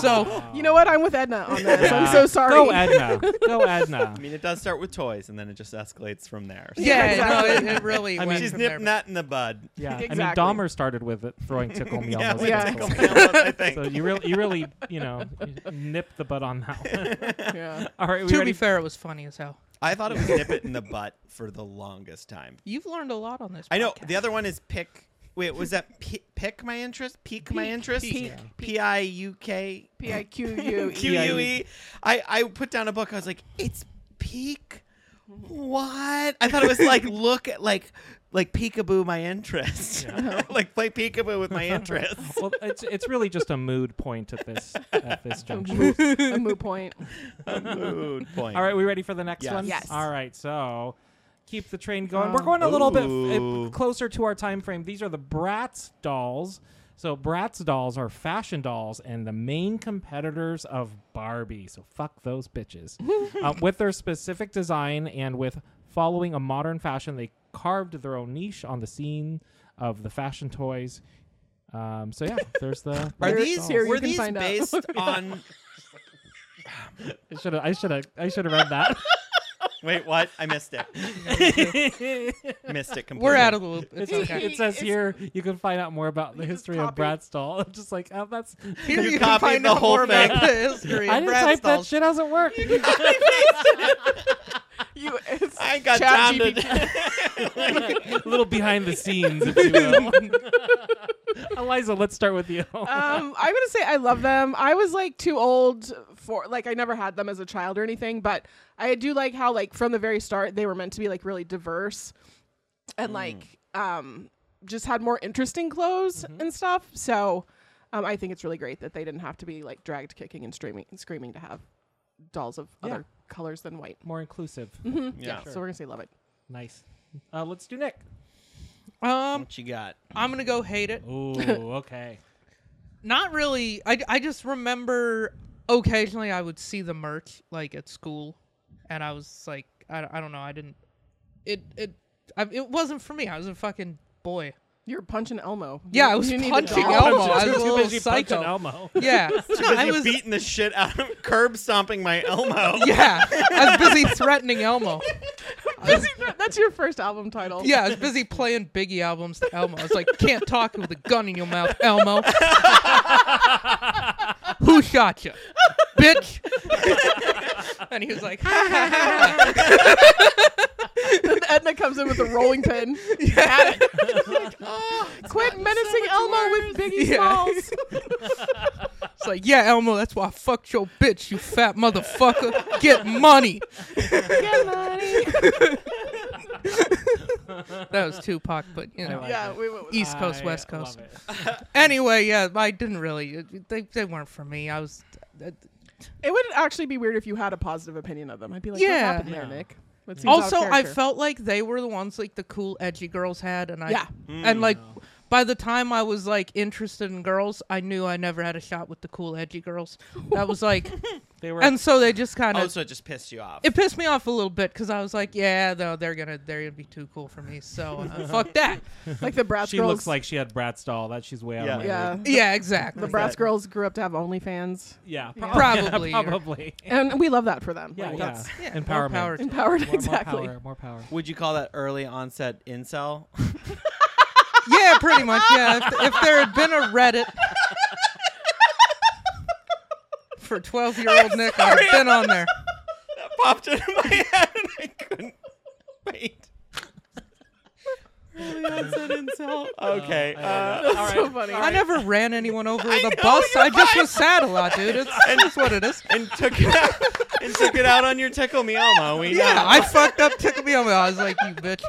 [SPEAKER 2] so
[SPEAKER 4] You know what? I'm with Edna on this. I'm
[SPEAKER 1] Yeah.
[SPEAKER 4] so sorry.
[SPEAKER 1] Go Edna. Go Edna.
[SPEAKER 3] I mean, it does start with toys, and then it just escalates from there.
[SPEAKER 4] Yeah,
[SPEAKER 2] yeah,
[SPEAKER 4] exactly.
[SPEAKER 2] no, it, it really.
[SPEAKER 3] I mean,
[SPEAKER 2] went
[SPEAKER 3] she's
[SPEAKER 2] from there.
[SPEAKER 3] nipping that in the bud.
[SPEAKER 1] Yeah. I mean,
[SPEAKER 4] Exactly.
[SPEAKER 1] Dahmer started with it, throwing tickle me
[SPEAKER 3] Yeah,
[SPEAKER 1] Elmo's
[SPEAKER 3] we
[SPEAKER 4] Yeah.
[SPEAKER 1] at the
[SPEAKER 3] tickle
[SPEAKER 1] school.
[SPEAKER 3] Elmos, I think.
[SPEAKER 1] So you really, you really, you know, nip the butt on that one.
[SPEAKER 4] Yeah.
[SPEAKER 1] All right, we
[SPEAKER 2] To
[SPEAKER 1] ready?
[SPEAKER 2] be fair, it was funny as hell.
[SPEAKER 3] I thought it was nip it in the butt for the longest time.
[SPEAKER 2] You've learned a lot on this.
[SPEAKER 3] I know
[SPEAKER 2] podcast.
[SPEAKER 3] the other one is pick. Wait, was that pi- pick my interest? Pique my
[SPEAKER 2] Pique,
[SPEAKER 3] interest?
[SPEAKER 2] pique,
[SPEAKER 4] yeah.
[SPEAKER 3] P i u k
[SPEAKER 4] P I Q U
[SPEAKER 3] q
[SPEAKER 4] E.
[SPEAKER 3] u e. I I put down a book. I was like, it's peak. What? I thought it was like look at like like peekaboo my interest, like play peekaboo with my interest.
[SPEAKER 1] Well, it's it's really just a mood point at this at this junction.
[SPEAKER 4] A moot point.
[SPEAKER 3] Mood point.
[SPEAKER 1] All right, we ready for the next
[SPEAKER 3] Yes.
[SPEAKER 1] one?
[SPEAKER 4] Yes.
[SPEAKER 1] All right, so keep the train going.
[SPEAKER 4] Oh.
[SPEAKER 1] We're going a little bit
[SPEAKER 3] Ooh.
[SPEAKER 1] uh, closer to our time frame. These are the Bratz dolls. So Bratz dolls are fashion dolls and the main competitors of Barbie. So fuck those bitches. uh, with their specific design and with following a modern fashion, they carved their own niche on the scene of the fashion toys. Um, so yeah, there's the.
[SPEAKER 3] Are
[SPEAKER 4] Here-
[SPEAKER 3] these
[SPEAKER 4] here you
[SPEAKER 3] were
[SPEAKER 4] can
[SPEAKER 3] these
[SPEAKER 4] find out.
[SPEAKER 3] based on?
[SPEAKER 1] I should have. I should have. I should have read that.
[SPEAKER 3] Wait, what? I missed it. missed it completely.
[SPEAKER 2] We're out of the loop. It's
[SPEAKER 1] It's
[SPEAKER 2] okay.
[SPEAKER 1] It says
[SPEAKER 4] It's-
[SPEAKER 1] here you can find out more about the
[SPEAKER 4] You just
[SPEAKER 1] history of
[SPEAKER 4] copy-
[SPEAKER 1] Bratz doll. I'm just like, oh, that's.
[SPEAKER 2] Here
[SPEAKER 3] You
[SPEAKER 2] you can
[SPEAKER 3] copied
[SPEAKER 2] find
[SPEAKER 3] the
[SPEAKER 2] out
[SPEAKER 3] whole
[SPEAKER 2] more about
[SPEAKER 3] thing.
[SPEAKER 2] the history
[SPEAKER 1] I
[SPEAKER 2] of
[SPEAKER 1] didn't
[SPEAKER 2] Bratz
[SPEAKER 1] type that
[SPEAKER 2] dolls.
[SPEAKER 1] shit. How's it work?
[SPEAKER 4] You. It's
[SPEAKER 3] I ain't got
[SPEAKER 4] Chat
[SPEAKER 3] time
[SPEAKER 4] GPT.
[SPEAKER 1] A
[SPEAKER 3] to.
[SPEAKER 1] little behind the scenes, if you will. Eliza, let's start with you.
[SPEAKER 4] Um, I'm gonna say I love them. I was like too old for like I never had them as a child or anything, but I do like how like from the very start they were meant to be like really diverse and
[SPEAKER 2] Mm.
[SPEAKER 4] like um just had more interesting clothes
[SPEAKER 2] Mm-hmm.
[SPEAKER 4] and stuff. So um, I think it's really great that they didn't have to be like dragged kicking and screaming and screaming to have dolls of
[SPEAKER 1] Yeah.
[SPEAKER 4] other colors than white.
[SPEAKER 1] More inclusive.
[SPEAKER 3] yeah.
[SPEAKER 4] So we're gonna say love it.
[SPEAKER 1] Nice. Uh, let's do Nick.
[SPEAKER 2] Um,
[SPEAKER 3] What you got?
[SPEAKER 2] I'm gonna go hate it.
[SPEAKER 1] Ooh, okay.
[SPEAKER 2] Not really. I, I just remember occasionally I would see the merch like at school, and I was like, I, I don't know. I didn't. It it I, it wasn't for me. I was a fucking boy.
[SPEAKER 4] You're punching Elmo.
[SPEAKER 2] Yeah,
[SPEAKER 4] You-
[SPEAKER 2] I was
[SPEAKER 4] you need a
[SPEAKER 2] punching
[SPEAKER 4] doll.
[SPEAKER 2] Elmo. I was a
[SPEAKER 1] Too
[SPEAKER 2] little
[SPEAKER 1] busy punching
[SPEAKER 2] psycho.
[SPEAKER 1] Elmo.
[SPEAKER 2] Yeah, no,
[SPEAKER 3] Busy
[SPEAKER 2] I was.
[SPEAKER 3] beating the shit out of curb stomping my Elmo.
[SPEAKER 2] Yeah, I was busy threatening Elmo.
[SPEAKER 4] That's your first album title.
[SPEAKER 2] Yeah, I was busy playing Biggie albums to Elmo. I was like, can't talk with a gun in your mouth, Elmo. Who shot you? Bitch. and he was like,
[SPEAKER 4] Then Edna comes in with a rolling pin. At it. It's like,
[SPEAKER 2] "Ah,
[SPEAKER 4] "Oh, quit menacing Elmo with Biggie
[SPEAKER 2] Yeah.
[SPEAKER 4] Smalls.
[SPEAKER 2] It's like, yeah, Elmo, that's why I fucked your bitch, you fat motherfucker. Get money.
[SPEAKER 4] Get money.
[SPEAKER 2] That was Tupac, but you know.
[SPEAKER 1] like
[SPEAKER 4] yeah,
[SPEAKER 1] it.
[SPEAKER 4] we went with
[SPEAKER 2] East Coast,
[SPEAKER 1] I
[SPEAKER 2] West
[SPEAKER 1] love
[SPEAKER 2] Coast.
[SPEAKER 1] it.
[SPEAKER 2] Anyway, yeah, I didn't really. uh, They, they weren't for me. I was.
[SPEAKER 4] It would actually be weird if you had a positive opinion of them. I'd be like,
[SPEAKER 2] Yeah.
[SPEAKER 4] what happened there,
[SPEAKER 1] Yeah.
[SPEAKER 4] Nick? What seems out of
[SPEAKER 2] also, I
[SPEAKER 4] character?"
[SPEAKER 2] felt like they were the ones like the cool, edgy girls had, and I
[SPEAKER 4] Yeah.
[SPEAKER 2] and
[SPEAKER 3] Mm.
[SPEAKER 2] like by the time I was like interested in girls, I knew I never had a shot with the cool, edgy girls. That was like,
[SPEAKER 1] They were
[SPEAKER 2] and so they just kind of
[SPEAKER 3] Oh, so it just pissed you off.
[SPEAKER 2] it pissed me off a little bit because I was like, yeah, though they're gonna they're gonna be too cool for me, so uh, fuck that.
[SPEAKER 4] like the Bratz
[SPEAKER 1] she
[SPEAKER 4] girls.
[SPEAKER 1] looks like she had Bratz doll. That she's way out
[SPEAKER 3] Yeah.
[SPEAKER 1] of my
[SPEAKER 4] yeah,
[SPEAKER 1] league.
[SPEAKER 2] Yeah, exactly.
[SPEAKER 4] the Bratz girls grew up to have OnlyFans,
[SPEAKER 1] Yeah,
[SPEAKER 4] Yeah.
[SPEAKER 1] probably.
[SPEAKER 2] Probably,
[SPEAKER 1] Yeah,
[SPEAKER 2] or-
[SPEAKER 1] probably.
[SPEAKER 4] and we love that for them.
[SPEAKER 1] Yeah,
[SPEAKER 4] Like,
[SPEAKER 1] yeah.
[SPEAKER 4] that's
[SPEAKER 2] Yeah, more
[SPEAKER 1] Empowerment.
[SPEAKER 2] power to-
[SPEAKER 4] empowered
[SPEAKER 1] More-
[SPEAKER 4] exactly.
[SPEAKER 1] More power. More power.
[SPEAKER 3] Would you call that early onset incel?
[SPEAKER 2] yeah, pretty much. Yeah, if, if there had been a Reddit for twelve-year-old Nick, I'd have been on there.
[SPEAKER 3] that popped into my head and I couldn't wait. early onset incel. Okay. uh,
[SPEAKER 1] All
[SPEAKER 4] So
[SPEAKER 1] right.
[SPEAKER 4] funny.
[SPEAKER 2] I never ran anyone over with
[SPEAKER 3] I
[SPEAKER 2] a
[SPEAKER 3] know,
[SPEAKER 2] bus.
[SPEAKER 3] you're
[SPEAKER 2] I just
[SPEAKER 3] right.
[SPEAKER 2] was sad a lot, dude. It's, it's what it is.
[SPEAKER 3] and took it out and took it out on your tickle me Elmo. We
[SPEAKER 2] Yeah,
[SPEAKER 3] know.
[SPEAKER 2] I fucked up. Took me on. I was like, you bitch.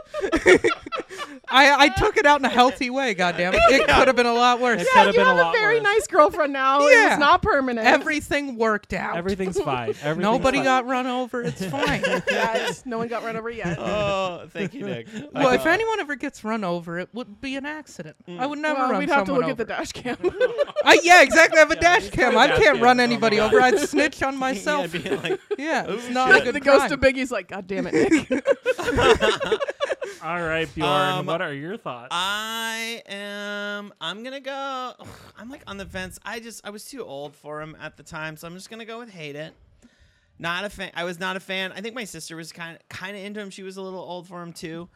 [SPEAKER 2] I I took it out in a healthy way. Goddamn it! It could have been a lot worse.
[SPEAKER 1] It
[SPEAKER 4] yeah,
[SPEAKER 1] could have
[SPEAKER 4] you
[SPEAKER 1] been
[SPEAKER 4] have
[SPEAKER 1] a
[SPEAKER 4] a,
[SPEAKER 1] lot
[SPEAKER 4] very
[SPEAKER 1] worse.
[SPEAKER 4] nice girlfriend now.
[SPEAKER 2] Yeah.
[SPEAKER 4] It's not permanent.
[SPEAKER 2] Everything worked out.
[SPEAKER 1] Everything's fine. Everything's
[SPEAKER 2] Nobody
[SPEAKER 1] fine.
[SPEAKER 2] got run over. It's fine.
[SPEAKER 4] Yes, no one got run over yet.
[SPEAKER 3] Oh, thank you, Nick.
[SPEAKER 2] well,
[SPEAKER 3] Uh,
[SPEAKER 2] if anyone ever gets run over, it would be an accident. I would never
[SPEAKER 4] Well,
[SPEAKER 2] run
[SPEAKER 4] we'd have to
[SPEAKER 2] someone
[SPEAKER 4] look at the
[SPEAKER 2] over.
[SPEAKER 4] dash cam.
[SPEAKER 2] I, yeah, exactly. I have a
[SPEAKER 1] Yeah,
[SPEAKER 2] dash
[SPEAKER 1] you
[SPEAKER 2] cam.
[SPEAKER 1] put a
[SPEAKER 2] I
[SPEAKER 1] dash
[SPEAKER 2] can't
[SPEAKER 1] cam on
[SPEAKER 2] run anybody
[SPEAKER 1] my
[SPEAKER 2] over. I'd snitch on
[SPEAKER 3] yeah,
[SPEAKER 2] myself.
[SPEAKER 3] be like,
[SPEAKER 2] Yeah, it's
[SPEAKER 3] Oh,
[SPEAKER 2] not a
[SPEAKER 3] shit.
[SPEAKER 2] good
[SPEAKER 4] the ghost
[SPEAKER 2] crime.
[SPEAKER 4] of Biggie's like, God damn it, Nick.
[SPEAKER 1] All right, Bjorn.
[SPEAKER 3] Um,
[SPEAKER 1] what are your thoughts?
[SPEAKER 3] I am. I'm gonna go. I'm like on the fence. I just I was too old for him at the time, so I'm just gonna go with hate it. Not a fan. I was not a fan. I think my sister was kind of kind of into him. She was a little old for him too.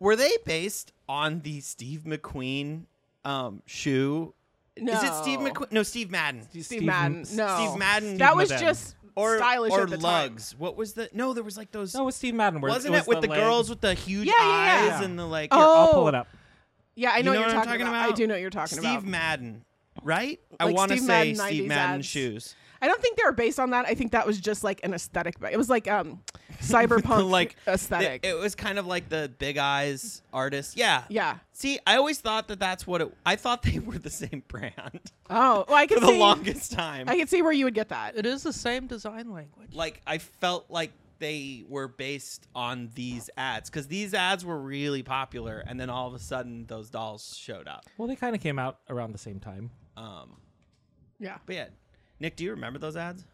[SPEAKER 3] Were they based on the Steve McQueen um, shoe?
[SPEAKER 4] no.
[SPEAKER 3] Is it Steve McQueen? No, Steve Madden.
[SPEAKER 1] Steve,
[SPEAKER 4] Madden. No.
[SPEAKER 3] Steve Madden.
[SPEAKER 4] That was
[SPEAKER 1] Madden.
[SPEAKER 4] just
[SPEAKER 3] or
[SPEAKER 4] stylish
[SPEAKER 3] or
[SPEAKER 4] at the time.
[SPEAKER 3] lugs. What was the? No, there was like those.
[SPEAKER 1] No, it was Steve Madden. Where
[SPEAKER 3] wasn't
[SPEAKER 1] it,
[SPEAKER 3] it,
[SPEAKER 1] was
[SPEAKER 3] with the,
[SPEAKER 1] leg.
[SPEAKER 3] girls with the huge
[SPEAKER 4] Yeah, yeah,
[SPEAKER 3] eyes
[SPEAKER 1] yeah.
[SPEAKER 3] and the like?
[SPEAKER 1] Here, I'll
[SPEAKER 4] Oh.
[SPEAKER 1] pull it up.
[SPEAKER 4] Yeah, I know,
[SPEAKER 3] You know what
[SPEAKER 4] what you're
[SPEAKER 3] I'm
[SPEAKER 4] talking
[SPEAKER 3] talking
[SPEAKER 4] about. I
[SPEAKER 3] about?
[SPEAKER 4] do know what you're talking
[SPEAKER 3] Steve
[SPEAKER 4] about.
[SPEAKER 3] Madden, right? I
[SPEAKER 4] Like
[SPEAKER 3] want to say
[SPEAKER 4] Steve Madden
[SPEAKER 3] Steve
[SPEAKER 4] 90s
[SPEAKER 3] Madden
[SPEAKER 4] ads.
[SPEAKER 3] shoes.
[SPEAKER 4] I don't think they were based on that. I think that was just like an aesthetic. It was like um, cyberpunk
[SPEAKER 3] like
[SPEAKER 4] aesthetic.
[SPEAKER 3] It, it was kind of like the big eyes artist. Yeah.
[SPEAKER 4] yeah.
[SPEAKER 3] See, I always thought that that's what it. I thought they were the same brand
[SPEAKER 4] Oh, well, I
[SPEAKER 3] for
[SPEAKER 4] could
[SPEAKER 3] the
[SPEAKER 4] see.
[SPEAKER 3] longest time.
[SPEAKER 4] I could see where you would get that.
[SPEAKER 2] It is the same design language.
[SPEAKER 3] like I felt like they were based on these ads because these ads were really popular, and then all of a sudden those dolls showed up.
[SPEAKER 1] Well, they kind of came out around the same time.
[SPEAKER 3] Um,
[SPEAKER 4] Yeah,
[SPEAKER 3] but yeah, Nick, do you remember those ads?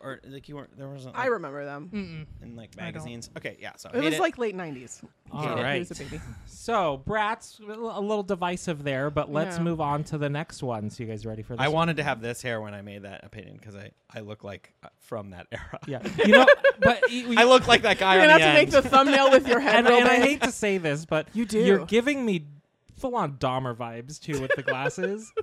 [SPEAKER 3] Or like you weren't there wasn't
[SPEAKER 4] I
[SPEAKER 3] like,
[SPEAKER 4] remember them.
[SPEAKER 3] in like
[SPEAKER 2] I don't.
[SPEAKER 3] magazines. Okay, yeah. So
[SPEAKER 4] It
[SPEAKER 3] hate
[SPEAKER 4] was like late '90s.
[SPEAKER 1] All
[SPEAKER 4] Hated it.
[SPEAKER 1] right.
[SPEAKER 4] It was a baby.
[SPEAKER 1] So, Bratz, a little divisive there, but let's
[SPEAKER 4] Yeah.
[SPEAKER 1] move on to the next one. So, you guys ready for this?
[SPEAKER 3] I
[SPEAKER 1] one?
[SPEAKER 3] wanted to have this hair when I made that opinion because I I look like uh, from that era.
[SPEAKER 1] Yeah. You know, but y- we-
[SPEAKER 3] I look like that guy.
[SPEAKER 4] You're
[SPEAKER 3] on
[SPEAKER 4] gonna have
[SPEAKER 3] the
[SPEAKER 4] to make
[SPEAKER 3] end.
[SPEAKER 4] the thumbnail with your head
[SPEAKER 1] and,
[SPEAKER 4] real
[SPEAKER 1] and I
[SPEAKER 4] big.
[SPEAKER 1] hate to say this, but
[SPEAKER 4] You do.
[SPEAKER 1] You're giving me full on Dahmer vibes too with the glasses.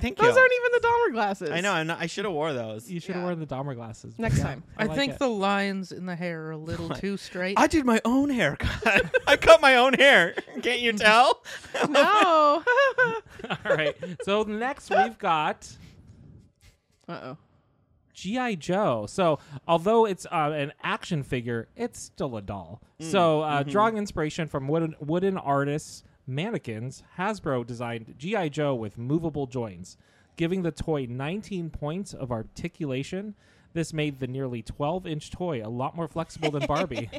[SPEAKER 3] Thank
[SPEAKER 4] Those
[SPEAKER 3] you.
[SPEAKER 4] aren't even the Dahmer glasses.
[SPEAKER 3] I know. I'm not, I should have wore those.
[SPEAKER 1] you should have
[SPEAKER 4] Yeah.
[SPEAKER 1] worn the Dahmer glasses.
[SPEAKER 4] Next time.
[SPEAKER 2] I,
[SPEAKER 1] like
[SPEAKER 2] think
[SPEAKER 1] it.
[SPEAKER 2] the lines in the hair are a little too straight.
[SPEAKER 3] I did my own haircut. I cut my own hair. Can't you tell?
[SPEAKER 4] No.
[SPEAKER 1] All right. So next we've got
[SPEAKER 4] uh oh.
[SPEAKER 1] GI Joe. So although it's uh, an action figure, it's still a doll. so uh, drawing inspiration from wooden, wooden artists mannequins, Hasbro designed GI Joe with movable joints, giving the toy 19 points of articulation. This made the nearly 12 inch toy a lot more flexible than Barbie.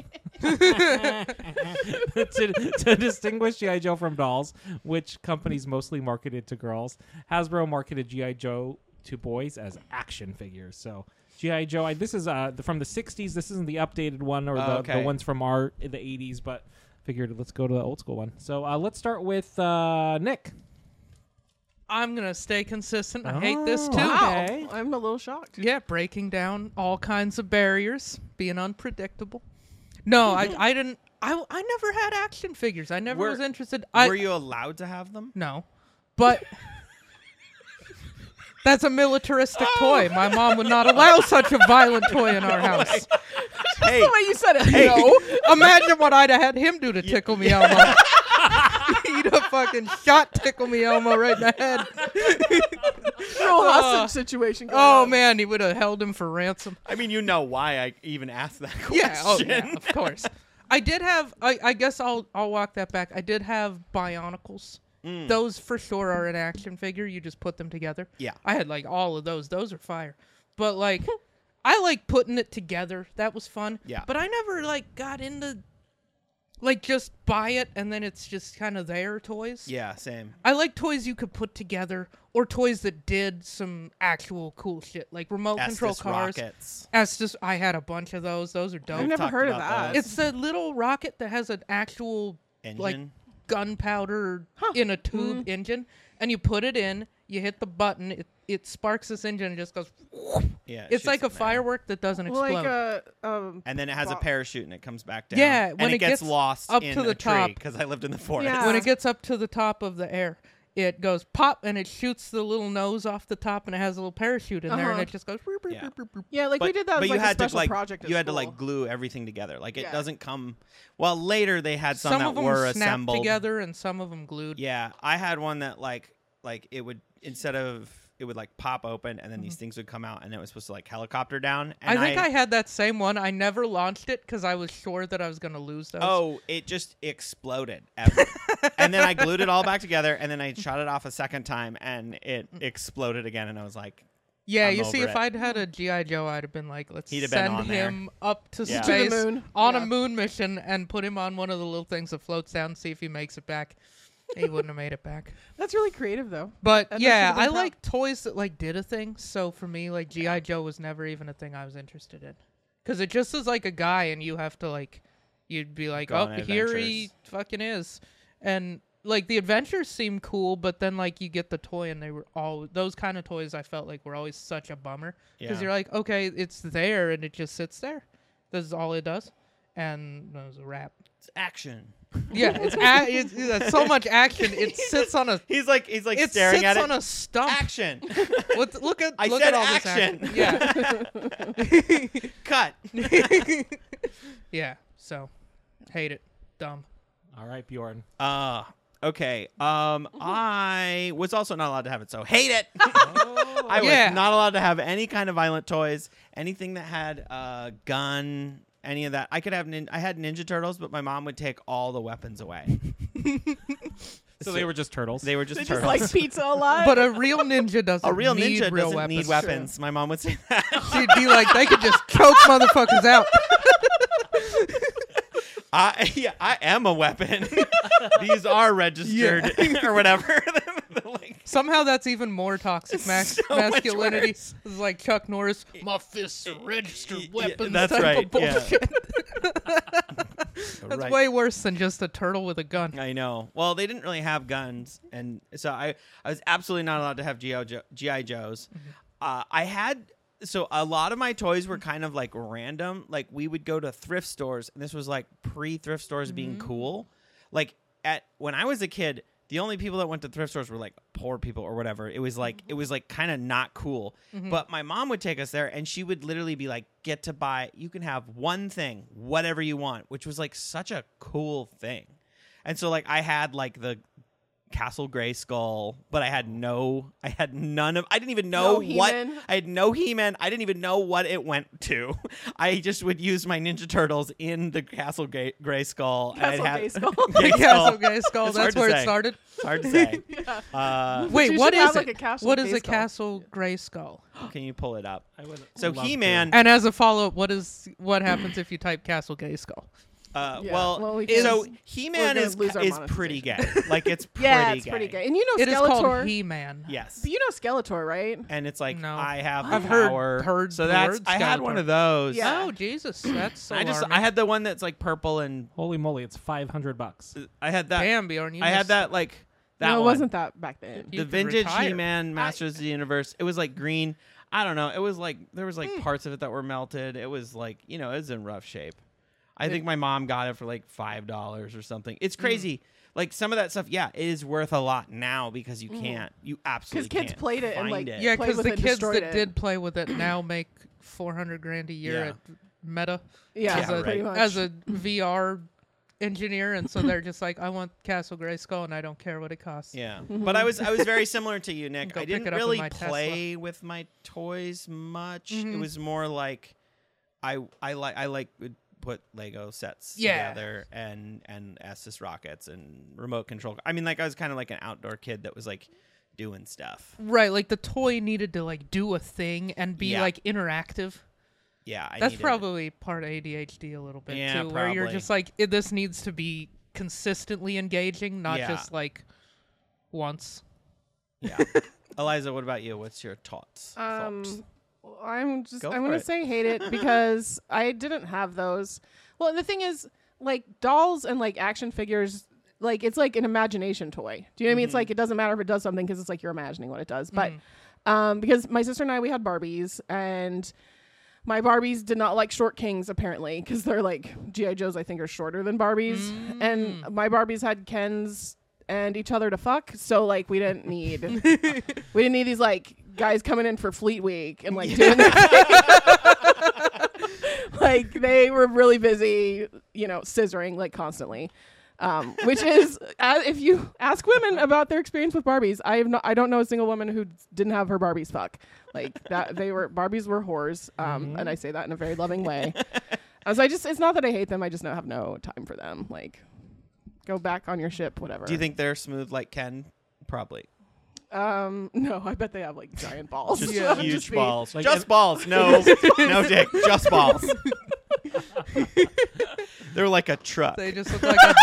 [SPEAKER 1] to, to distinguish GI Joe from dolls, which companies mostly marketed to girls, Hasbro marketed GI Joe to boys as action figures. So GI Joe, I, this is uh, the, from the '60s. This isn't the updated one or the,
[SPEAKER 3] Oh, okay.
[SPEAKER 1] the ones from our the '80s, but figured let's go to the old school one. So uh, let's start with uh, Nick.
[SPEAKER 2] I'm gonna stay consistent. I hate this
[SPEAKER 1] Oh.
[SPEAKER 2] too.
[SPEAKER 1] Wow.
[SPEAKER 4] Wow.
[SPEAKER 1] Okay.
[SPEAKER 4] I'm a little shocked.
[SPEAKER 2] Yeah, breaking down all kinds of barriers, being unpredictable. No, I, I didn't. I, I never had action figures. I never
[SPEAKER 3] Mm-hmm. Were-
[SPEAKER 2] was interested. I
[SPEAKER 3] Were you allowed to have them?
[SPEAKER 2] no, but That's a militaristic
[SPEAKER 3] Oh.
[SPEAKER 2] toy. My mom would not allow such a violent toy in our house.
[SPEAKER 3] hey,
[SPEAKER 4] the way you said it.
[SPEAKER 2] No. Imagine what I'd have had him do to Tickle Me Elmo. He'd have fucking shot Tickle Me Elmo right in the head.
[SPEAKER 4] Real hostage situation. Going
[SPEAKER 2] Oh
[SPEAKER 4] on.
[SPEAKER 2] man, he would have held him for ransom.
[SPEAKER 3] I mean, you know why I even asked that question.
[SPEAKER 2] Yeah, oh, yeah, of course. I did have. I, I guess I'll I'll walk that back. I did have Bionicles.
[SPEAKER 3] Mm.
[SPEAKER 2] Those for sure are an action figure. You just put them together.
[SPEAKER 3] Yeah.
[SPEAKER 2] I had like all of those. Those are fire. But like, I like putting it together. That was fun.
[SPEAKER 3] Yeah.
[SPEAKER 2] But I never like got into like just buy it and then it's just kind of their toys.
[SPEAKER 3] Yeah, same.
[SPEAKER 2] I like toys you could put together or toys that did some actual cool shit like remote control
[SPEAKER 3] Estes
[SPEAKER 2] cars.
[SPEAKER 3] rockets.
[SPEAKER 2] Estes, I had a bunch of those. Those are dope.
[SPEAKER 4] I've never
[SPEAKER 3] talked
[SPEAKER 4] heard of
[SPEAKER 3] about
[SPEAKER 4] that.
[SPEAKER 3] those.
[SPEAKER 2] It's the little rocket that has an actual like
[SPEAKER 3] Engine?
[SPEAKER 2] gunpowder in a
[SPEAKER 4] Mm.
[SPEAKER 2] tube engine, and you put it in. You hit the button. It, it sparks this engine and just goes.
[SPEAKER 3] Yeah, it
[SPEAKER 2] it's like a
[SPEAKER 3] shoots in there.
[SPEAKER 2] firework that doesn't explode.
[SPEAKER 4] like a um,
[SPEAKER 3] And then it has a
[SPEAKER 4] Bo-
[SPEAKER 3] parachute and it comes back down.
[SPEAKER 2] Yeah,
[SPEAKER 3] and
[SPEAKER 2] when
[SPEAKER 3] it,
[SPEAKER 2] it
[SPEAKER 3] gets,
[SPEAKER 2] gets
[SPEAKER 3] lost
[SPEAKER 2] up
[SPEAKER 3] in
[SPEAKER 2] to the
[SPEAKER 3] a
[SPEAKER 2] top.
[SPEAKER 3] because I lived in the forest.
[SPEAKER 4] Yeah.
[SPEAKER 2] when it gets up to the top of the air, it goes pop and it shoots the little nose off the top and it has a little parachute in there and
[SPEAKER 4] Uh-huh.
[SPEAKER 2] it just goes. "Roop, roop,
[SPEAKER 3] Yeah.
[SPEAKER 2] roop, roop, roop."
[SPEAKER 4] yeah, like
[SPEAKER 3] but,
[SPEAKER 4] we did that.
[SPEAKER 3] but
[SPEAKER 4] as,
[SPEAKER 3] you
[SPEAKER 4] like,
[SPEAKER 3] had
[SPEAKER 4] a special
[SPEAKER 3] to like
[SPEAKER 4] project. at
[SPEAKER 3] you had to
[SPEAKER 4] school.
[SPEAKER 3] like glue everything together. Like it
[SPEAKER 4] Yeah.
[SPEAKER 3] doesn't come. Well, later they had some,
[SPEAKER 2] Some
[SPEAKER 3] that
[SPEAKER 2] of them
[SPEAKER 3] were
[SPEAKER 2] snapped
[SPEAKER 3] assembled.
[SPEAKER 2] together and some of them glued.
[SPEAKER 3] Yeah, I had one that like like it would instead of it would like pop open and then
[SPEAKER 4] Mm-hmm.
[SPEAKER 3] these things would come out and it was supposed to like helicopter down.
[SPEAKER 2] I
[SPEAKER 3] And
[SPEAKER 2] think I, had that same one. I never launched it because I was sure that I was going to lose those.
[SPEAKER 3] Oh, it just exploded. ev- and then I glued it all back together and then I shot it off a second time and it
[SPEAKER 4] Mm.
[SPEAKER 3] exploded again and I was like,
[SPEAKER 2] Yeah,
[SPEAKER 3] I'm
[SPEAKER 2] you see,
[SPEAKER 3] over
[SPEAKER 2] if
[SPEAKER 3] it.
[SPEAKER 2] I'd had a GI Joe, I'd have been like, let's
[SPEAKER 3] He'd have been
[SPEAKER 2] send
[SPEAKER 3] on there.
[SPEAKER 2] him up to
[SPEAKER 3] Yeah. To
[SPEAKER 4] the
[SPEAKER 2] space
[SPEAKER 4] moon.
[SPEAKER 2] on a
[SPEAKER 4] Yeah.
[SPEAKER 2] moon mission and put him on one of the little things that floats down, and see if he makes it back. he wouldn't have made it back.
[SPEAKER 4] That's really creative though.
[SPEAKER 2] But
[SPEAKER 4] That
[SPEAKER 2] yeah,
[SPEAKER 4] must have
[SPEAKER 2] I
[SPEAKER 4] been prob-
[SPEAKER 2] like toys that like did a thing. So for me, like GI Joe was never even a thing I was interested in, because it just is like a guy, and you have to like, you'd be like,
[SPEAKER 3] Go
[SPEAKER 2] oh,
[SPEAKER 3] on
[SPEAKER 2] here he
[SPEAKER 3] adventures."
[SPEAKER 2] fucking is, and like the adventures seem cool, but then like you get the toy, and they were all those kind of toys. I felt like were always such a bummer because
[SPEAKER 3] Yeah.
[SPEAKER 2] you're like, okay, it's there, and it just sits there. This is all it does, and that was a wrap.
[SPEAKER 3] it's action.
[SPEAKER 2] Yeah, it's, a- it's, it's so much action. It sits on a.
[SPEAKER 3] He's like he's like
[SPEAKER 2] It
[SPEAKER 3] staring
[SPEAKER 2] sits
[SPEAKER 3] at
[SPEAKER 2] on
[SPEAKER 3] it.
[SPEAKER 2] a stump.
[SPEAKER 3] action.
[SPEAKER 2] What, look at
[SPEAKER 3] I
[SPEAKER 2] look
[SPEAKER 3] said
[SPEAKER 2] at all this action.
[SPEAKER 3] Cut.
[SPEAKER 2] Yeah. yeah. So, hate it. Dumb.
[SPEAKER 1] All right, Bjorn.
[SPEAKER 3] Uh okay. Um
[SPEAKER 2] Mm-hmm.
[SPEAKER 3] I was also not allowed to have it, so hate it. I
[SPEAKER 2] Yeah.
[SPEAKER 3] was not allowed to have any kind of violent toys, anything that had a gun, any of that. I could have nin- I had Ninja Turtles, but my mom would take all the weapons away.
[SPEAKER 1] so they were just turtles.
[SPEAKER 3] They were just
[SPEAKER 4] They just
[SPEAKER 3] turtles.
[SPEAKER 4] like pizza a lot.
[SPEAKER 2] But a real ninja doesn't.
[SPEAKER 3] a real
[SPEAKER 2] need
[SPEAKER 3] ninja
[SPEAKER 2] real
[SPEAKER 3] doesn't
[SPEAKER 2] weapons.
[SPEAKER 3] need weapons. My mom would say that.
[SPEAKER 2] She'd be like, they could just choke motherfuckers out.
[SPEAKER 3] I yeah, I am a weapon. These are registered or whatever. like,
[SPEAKER 2] Somehow that's even more toxic mas-
[SPEAKER 3] So much
[SPEAKER 2] masculinity.
[SPEAKER 3] worse.
[SPEAKER 2] It's like Chuck Norris. My fists are
[SPEAKER 3] Yeah,
[SPEAKER 2] registered weapons.
[SPEAKER 3] that's
[SPEAKER 2] type of
[SPEAKER 3] right, yeah.
[SPEAKER 2] bullshit. that's
[SPEAKER 3] right.
[SPEAKER 2] way worse than just a turtle with a gun.
[SPEAKER 3] I know. Well, they didn't really have guns, and so I, I was absolutely not allowed to have GI jo- GI Joes. Uh, I had so a lot of my toys were kind of like random. Like we would go to thrift stores, and this was like pre thrift stores being cool. Like at when I was a kid, the only people that went to thrift stores were like poor people or whatever. It was like it was like kind of not cool. But my mom would take us there, and she would literally be like, "Get to buy. You can have one thing, whatever you want," which was like such a cool thing. And so like I had like the Castle Gray Skull, but I had no I had none of I didn't even know
[SPEAKER 4] No
[SPEAKER 3] what
[SPEAKER 4] He-Man?
[SPEAKER 3] I had no He-Man. I didn't even know what it went to. I just would use my Ninja Turtles in the Castle Gray, Gray Skull. and I'd
[SPEAKER 4] Castle
[SPEAKER 3] have-
[SPEAKER 4] Gray Skull.
[SPEAKER 3] Gray
[SPEAKER 2] Yeah,
[SPEAKER 3] Skull.
[SPEAKER 2] so guys, skull.
[SPEAKER 3] It's
[SPEAKER 2] That's
[SPEAKER 3] hard to
[SPEAKER 2] where it
[SPEAKER 3] say.
[SPEAKER 2] started.
[SPEAKER 3] It's hard to say. uh,
[SPEAKER 2] Wait,
[SPEAKER 4] you
[SPEAKER 2] what
[SPEAKER 4] should have,
[SPEAKER 2] is
[SPEAKER 4] like, a
[SPEAKER 2] it?
[SPEAKER 4] castle
[SPEAKER 2] what is a
[SPEAKER 4] gray skull.
[SPEAKER 2] castle gray skull?
[SPEAKER 3] can you pull it up?
[SPEAKER 1] I would
[SPEAKER 3] So
[SPEAKER 1] love to.
[SPEAKER 3] He-Man
[SPEAKER 2] And as a follow up, what is what happens if you type castle gay skull?
[SPEAKER 3] uh,
[SPEAKER 4] Yeah,
[SPEAKER 3] well,
[SPEAKER 4] well, we
[SPEAKER 3] so
[SPEAKER 4] can't-
[SPEAKER 3] He-Man
[SPEAKER 4] gonna
[SPEAKER 3] is
[SPEAKER 4] lose our
[SPEAKER 3] is pretty gay. Like it's pretty
[SPEAKER 4] yeah,
[SPEAKER 3] gay.
[SPEAKER 4] it's pretty gay. And you know
[SPEAKER 2] It is
[SPEAKER 4] Skeletor.
[SPEAKER 2] called He Man.
[SPEAKER 3] Yes.
[SPEAKER 4] But you know Skeletor, right?
[SPEAKER 3] And it's like
[SPEAKER 2] No.
[SPEAKER 3] I have
[SPEAKER 2] I've heard-
[SPEAKER 3] power.
[SPEAKER 2] heard
[SPEAKER 3] so
[SPEAKER 2] the
[SPEAKER 3] that's
[SPEAKER 2] word
[SPEAKER 3] I had
[SPEAKER 2] Skeletor.
[SPEAKER 3] one of those.
[SPEAKER 4] Yeah.
[SPEAKER 2] Oh Jesus, that's so
[SPEAKER 3] I just I
[SPEAKER 2] alarming.
[SPEAKER 3] had the one that's like purple and
[SPEAKER 1] Holy moly, it's 500 bucks.
[SPEAKER 3] I had that
[SPEAKER 2] Damn, Bjorn, you
[SPEAKER 3] I had
[SPEAKER 2] missed-
[SPEAKER 3] that like that
[SPEAKER 4] no,
[SPEAKER 3] one.
[SPEAKER 4] it wasn't that back then.
[SPEAKER 2] You
[SPEAKER 3] the
[SPEAKER 2] could
[SPEAKER 3] vintage
[SPEAKER 2] retire.
[SPEAKER 3] He-Man Masters of the Universe. It was like green.
[SPEAKER 4] Hmm.
[SPEAKER 3] I don't know. It was like there was like parts of it that were melted. It was like you know it was in rough shape. I think my mom got it for like five dollars or something.
[SPEAKER 4] Hmm.
[SPEAKER 3] It's crazy. Like some of that stuff, yeah, it is worth a lot now because you can't. You absolutely
[SPEAKER 4] Mm. kids
[SPEAKER 3] can't
[SPEAKER 4] played it and,
[SPEAKER 3] find
[SPEAKER 4] like,
[SPEAKER 3] it.
[SPEAKER 2] Yeah,
[SPEAKER 4] played
[SPEAKER 2] because
[SPEAKER 4] with
[SPEAKER 2] the
[SPEAKER 4] it,
[SPEAKER 2] kids
[SPEAKER 4] destroyed
[SPEAKER 2] that
[SPEAKER 4] it.
[SPEAKER 2] did play with it now make four hundred grand a year
[SPEAKER 3] Yeah.
[SPEAKER 2] at Meta
[SPEAKER 4] Yeah,
[SPEAKER 2] as, a,
[SPEAKER 4] pretty much.
[SPEAKER 2] as a VR engineer, and so they're just like, I want Castle Grayskull, and I don't care what it costs.
[SPEAKER 3] Yeah, but I was I was very similar to you, Nick.
[SPEAKER 2] Go
[SPEAKER 3] I
[SPEAKER 2] pick
[SPEAKER 3] didn't
[SPEAKER 2] it up in
[SPEAKER 3] really
[SPEAKER 2] my Tesla. Mm-hmm.
[SPEAKER 3] play with my toys much. It was more like I I like I like would put Lego sets
[SPEAKER 2] Yeah.
[SPEAKER 3] together and and Estes rockets and remote control. I mean, like I was kind of like an outdoor kid that was like doing stuff.
[SPEAKER 2] Right, like the toy needed to like do a thing and be
[SPEAKER 3] Yeah.
[SPEAKER 2] like interactive.
[SPEAKER 3] Yeah, I
[SPEAKER 2] That's
[SPEAKER 3] needed-
[SPEAKER 2] probably part of ADHD a little bit
[SPEAKER 3] Yeah,
[SPEAKER 2] too, where you're
[SPEAKER 3] probably.
[SPEAKER 2] just like, "I- this needs to be consistently engaging, not
[SPEAKER 3] Yeah.
[SPEAKER 2] just like once.
[SPEAKER 3] Yeah, Eliza, what about you? What's your thoughts? Thoughts?
[SPEAKER 4] Um, well, I'm just
[SPEAKER 3] Go
[SPEAKER 4] I'm
[SPEAKER 3] for
[SPEAKER 4] gonna
[SPEAKER 3] it.
[SPEAKER 4] say hate it because I didn't have those. Well, the thing is, like dolls and like action figures, like it's like an imagination toy. Do you know what I mean?
[SPEAKER 3] Mm-hmm.
[SPEAKER 4] It's like it doesn't matter if it does something because it's like you're imagining what it does. But um, because my sister and I we had Barbies and. My Barbies did not like short kings apparently because they're like GI Joes I think are shorter than Barbies,
[SPEAKER 3] Mm.
[SPEAKER 4] and my Barbies had Kens and each other to fuck, so like we didn't need we didn't need these like guys coming in for Fleet Week and like doing their thing. like they were really busy, you know, scissoring like constantly. Um, which is uh, if you ask women about their experience with Barbies, I have not, I don't know a single woman who didn't have her Barbies fuck like that. They were Barbies were whores, um,
[SPEAKER 3] Mm-hmm.
[SPEAKER 4] and I say that in a very loving way. As I just, it's not that I hate them. I just now have no time for them. Like, go back on your ship, whatever.
[SPEAKER 3] Do you think they're smooth like Ken? Probably.
[SPEAKER 4] Um, no, I bet they have like giant balls.
[SPEAKER 3] Just
[SPEAKER 2] Yeah.
[SPEAKER 3] huge
[SPEAKER 4] Just be-
[SPEAKER 3] balls.
[SPEAKER 1] Like,
[SPEAKER 3] just
[SPEAKER 1] if-
[SPEAKER 3] balls. No, no dick. Just balls. They're like a truck.
[SPEAKER 2] They just look like a,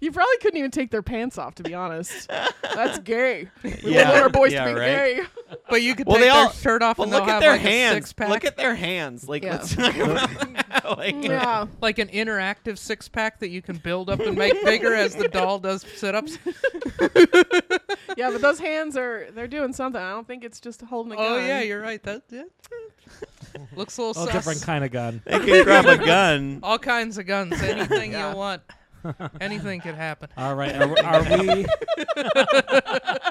[SPEAKER 4] You probably couldn't even take their pants off, to be honest. That's gay. We
[SPEAKER 3] Yeah.
[SPEAKER 4] yeah. want our boys
[SPEAKER 3] Yeah,
[SPEAKER 4] to be
[SPEAKER 3] right.
[SPEAKER 4] gay.
[SPEAKER 2] but you could
[SPEAKER 3] Well,
[SPEAKER 2] take
[SPEAKER 3] they all-
[SPEAKER 2] their shirt off
[SPEAKER 3] Well,
[SPEAKER 2] and they'll
[SPEAKER 3] look at
[SPEAKER 2] have
[SPEAKER 3] their
[SPEAKER 2] like a six
[SPEAKER 3] hands.
[SPEAKER 2] pack.
[SPEAKER 3] Look at their hands. Like,
[SPEAKER 4] Yeah.
[SPEAKER 3] let's talk about that. like,
[SPEAKER 4] Yeah.
[SPEAKER 2] like an interactive six pack that you can build up and make bigger as the doll does sit ups.
[SPEAKER 3] Oh,
[SPEAKER 4] Yeah, but those hands are they're doing something. I don't think it's just holding a gun.
[SPEAKER 2] Oh yeah, you're right. That yeah. looks a little
[SPEAKER 1] A
[SPEAKER 2] sus.
[SPEAKER 1] different kind of gun.
[SPEAKER 3] they can grab a gun.
[SPEAKER 2] All kinds of guns, anything
[SPEAKER 4] Yeah.
[SPEAKER 2] you want, anything could happen.
[SPEAKER 1] All right, are, are we?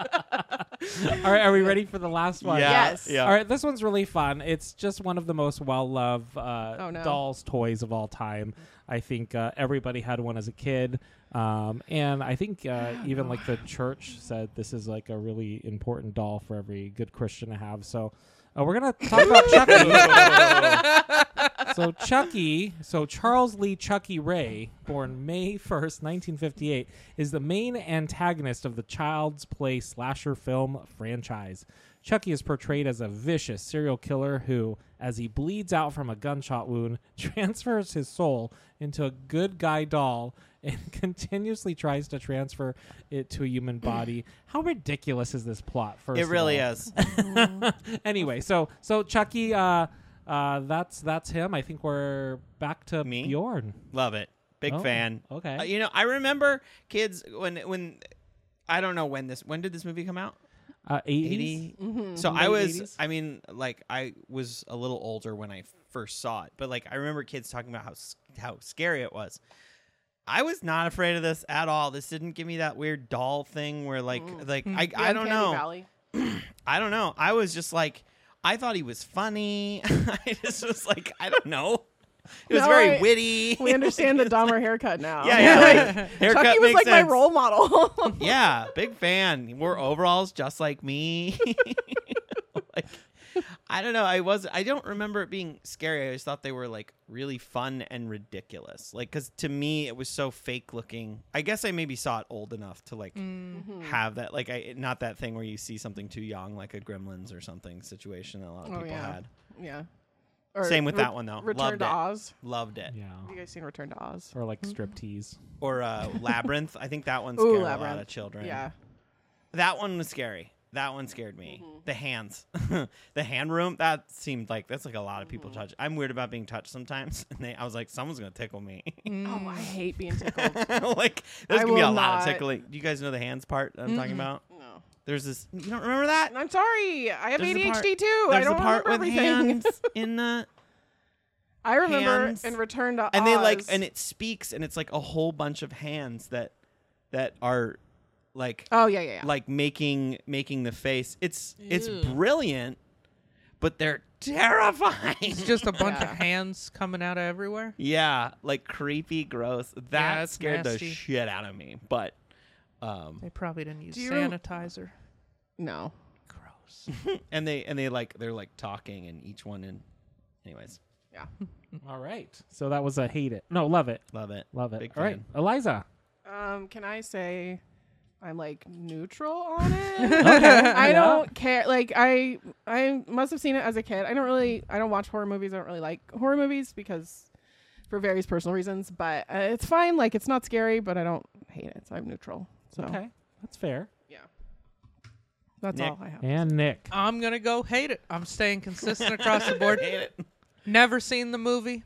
[SPEAKER 1] All right, are we ready for the last one?
[SPEAKER 3] Yeah,
[SPEAKER 4] Yes.
[SPEAKER 3] Yeah.
[SPEAKER 1] All right, this one's really fun. It's just one of the most well-loved uh,
[SPEAKER 4] Oh, no.
[SPEAKER 1] dolls toys of all time. I think uh, everybody had one as a kid, um, and I think uh, even like the church said this is like a really important doll for every good Christian to have. So uh, we're gonna talk about Chucky. so Chucky, so Charles Lee Chucky Ray, born May first, nineteen fifty-eight, is the main antagonist of the Child's Play slasher film franchise. Chucky is portrayed as a vicious serial killer who, as he bleeds out from a gunshot wound, transfers his soul into a good guy doll and continuously tries to transfer it to a human body. How ridiculous is this plot? First,
[SPEAKER 3] It
[SPEAKER 1] of
[SPEAKER 3] really
[SPEAKER 1] all?
[SPEAKER 3] is.
[SPEAKER 1] anyway, so so Chucky, uh, uh, that's that's him. I think we're back to
[SPEAKER 3] Me?
[SPEAKER 1] Bjorn.
[SPEAKER 3] Love it. Big
[SPEAKER 1] Oh,
[SPEAKER 3] fan.
[SPEAKER 1] okay.
[SPEAKER 3] Uh, you know, I remember kids when when I don't know when this when did this movie come out?
[SPEAKER 1] Uh, 80s?
[SPEAKER 3] 80
[SPEAKER 4] mm-hmm.
[SPEAKER 3] so
[SPEAKER 1] Late
[SPEAKER 3] i was
[SPEAKER 1] 80s?
[SPEAKER 3] i mean like i was a little older when i first saw it but like i remember kids talking about how s- how scary it was i was not afraid of this at all this didn't give me that weird doll thing where like
[SPEAKER 4] Mm.
[SPEAKER 3] like
[SPEAKER 4] Hmm.
[SPEAKER 3] i, I don't know
[SPEAKER 4] Valley.
[SPEAKER 3] i don't know i was just like i thought he was funny i just was like i don't know it was
[SPEAKER 4] No,
[SPEAKER 3] very
[SPEAKER 4] I-
[SPEAKER 3] witty
[SPEAKER 4] We understand the Dahmer haircut now.
[SPEAKER 3] yeah yeah like, haircut
[SPEAKER 4] Chucky was
[SPEAKER 3] makes
[SPEAKER 4] like my
[SPEAKER 3] sense.
[SPEAKER 4] role model.
[SPEAKER 3] yeah, big fan. He wore overalls just like me. like, I don't know. I was. I don't remember it being scary. I just thought they were like really fun and ridiculous. Like, because to me it was so fake looking. I guess I maybe saw it old enough to like
[SPEAKER 4] Mm-hmm.
[SPEAKER 3] have that. Like, I not that thing where you see something too young, like a Gremlins or something situation. That a lot of
[SPEAKER 4] Oh,
[SPEAKER 3] people
[SPEAKER 4] yeah.
[SPEAKER 3] had.
[SPEAKER 4] yeah. Or
[SPEAKER 3] Same with
[SPEAKER 4] Re-
[SPEAKER 3] that one though.
[SPEAKER 4] Return
[SPEAKER 3] Loved
[SPEAKER 4] to
[SPEAKER 3] it.
[SPEAKER 4] Oz.
[SPEAKER 3] Loved it.
[SPEAKER 1] Yeah.
[SPEAKER 4] Have you guys seen Return to Oz?
[SPEAKER 1] Or like striptease.
[SPEAKER 3] Or uh, Labyrinth. I think that one
[SPEAKER 4] Ooh,
[SPEAKER 3] scared a lot
[SPEAKER 4] Labyrinth.
[SPEAKER 3] of children.
[SPEAKER 4] Yeah.
[SPEAKER 3] That one was scary. That one scared me.
[SPEAKER 4] Mm-hmm.
[SPEAKER 3] The hands, the hand room. That seemed like that's like a lot of people
[SPEAKER 4] Mm-hmm.
[SPEAKER 3] touch. I'm weird about being touched sometimes, and they, I was like, someone's gonna tickle me.
[SPEAKER 4] Oh, I hate being tickled.
[SPEAKER 3] like there's
[SPEAKER 4] I
[SPEAKER 3] gonna be a lot
[SPEAKER 4] will
[SPEAKER 3] of
[SPEAKER 4] not. Mm-hmm.
[SPEAKER 3] tickling. Do you guys know the hands part that I'm talking about?
[SPEAKER 4] no.
[SPEAKER 3] There's this. You don't remember that?
[SPEAKER 4] And I'm sorry. I have
[SPEAKER 3] There's the
[SPEAKER 4] ADHD
[SPEAKER 3] part-
[SPEAKER 4] too. I
[SPEAKER 3] There's
[SPEAKER 4] don't
[SPEAKER 3] the part
[SPEAKER 4] remember
[SPEAKER 3] with
[SPEAKER 4] everything.
[SPEAKER 3] hands in the.
[SPEAKER 4] I remember
[SPEAKER 3] hands.
[SPEAKER 4] in Return to
[SPEAKER 3] and they like
[SPEAKER 4] Oz-
[SPEAKER 3] and it speaks and it's like a whole bunch of hands that that are like
[SPEAKER 4] oh yeah yeah yeah.
[SPEAKER 3] like making making the face it's it's
[SPEAKER 2] Ew.
[SPEAKER 3] brilliant but they're terrifying
[SPEAKER 2] It's just a bunch
[SPEAKER 4] Yeah.
[SPEAKER 2] of hands coming out of everywhere.
[SPEAKER 3] yeah like creepy gross that
[SPEAKER 2] Yeah, it's
[SPEAKER 3] scared
[SPEAKER 2] nasty.
[SPEAKER 3] the shit out of me but um
[SPEAKER 2] They probably didn't use
[SPEAKER 4] Do you-
[SPEAKER 2] sanitizer.
[SPEAKER 4] no.
[SPEAKER 2] Gross.
[SPEAKER 3] and they and they like they're like talking and each one in anyways
[SPEAKER 4] Yeah.
[SPEAKER 1] All right. So that was a hate it. No, love it.
[SPEAKER 3] love it
[SPEAKER 1] Love it.
[SPEAKER 3] Big
[SPEAKER 1] All right.
[SPEAKER 3] fan.
[SPEAKER 1] Eliza.
[SPEAKER 4] Um, can I say I'm like neutral on it? I don't care. Like I I must have seen it as a kid. I don't really I don't watch horror movies. I don't really like horror movies because for various personal reasons, but uh, it's fine. Like it's not scary, but I don't hate it. So I'm neutral. So
[SPEAKER 1] Okay. That's fair.
[SPEAKER 4] yeah. That's
[SPEAKER 3] Nick.
[SPEAKER 4] all I have.
[SPEAKER 1] And Nick.
[SPEAKER 2] I'm gonna go hate it. I'm staying consistent across the board.
[SPEAKER 3] Hate it.
[SPEAKER 2] Never seen the movie.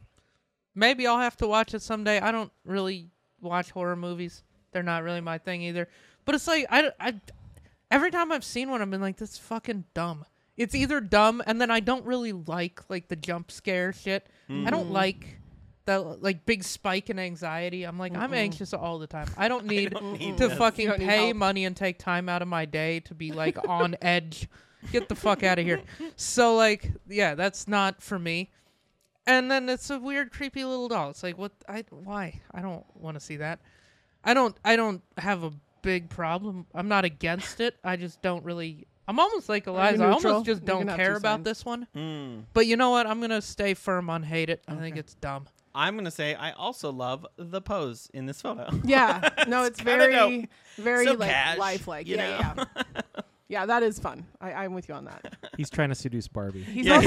[SPEAKER 2] Maybe I'll have to watch it someday. I don't really watch horror movies. They're not really my thing either. But it's like I, I every time I've seen one, I've been like, "That's fucking dumb." It's either dumb, and then I don't really like like the jump scare shit. I don't like the like big spike in anxiety. I'm like, I'm anxious all the time. I don't need to fucking
[SPEAKER 4] You don't need
[SPEAKER 2] pay
[SPEAKER 4] help.
[SPEAKER 2] money and take time out of my day to be like on edge. Get the fuck out of here. So like, yeah, that's not for me. And then it's a weird, creepy little doll. It's like, what? I why? I don't want to see that. I don't I don't have a big problem. I'm not against it. I just don't really I'm almost like Eliza. I
[SPEAKER 4] neutral?
[SPEAKER 2] almost just
[SPEAKER 4] You
[SPEAKER 2] don't
[SPEAKER 4] can have
[SPEAKER 2] care
[SPEAKER 4] two
[SPEAKER 2] about
[SPEAKER 4] sides.
[SPEAKER 2] this one.
[SPEAKER 1] Hmm?
[SPEAKER 3] Mm.
[SPEAKER 2] But you know what? I'm gonna stay firm on hate it. I think it's dumb.
[SPEAKER 3] i'm gonna say i also love the pose in this photo
[SPEAKER 4] Yeah. No, it's,
[SPEAKER 3] kinda
[SPEAKER 4] very
[SPEAKER 3] dope.
[SPEAKER 4] very
[SPEAKER 3] So
[SPEAKER 4] like
[SPEAKER 3] cash,
[SPEAKER 4] lifelike.
[SPEAKER 3] you
[SPEAKER 4] Yeah, yeah,
[SPEAKER 3] know.
[SPEAKER 4] yeah. Yeah, that is fun. I, I'm with you on that.
[SPEAKER 1] He's trying to seduce Barbie.
[SPEAKER 4] He's
[SPEAKER 3] Yeah,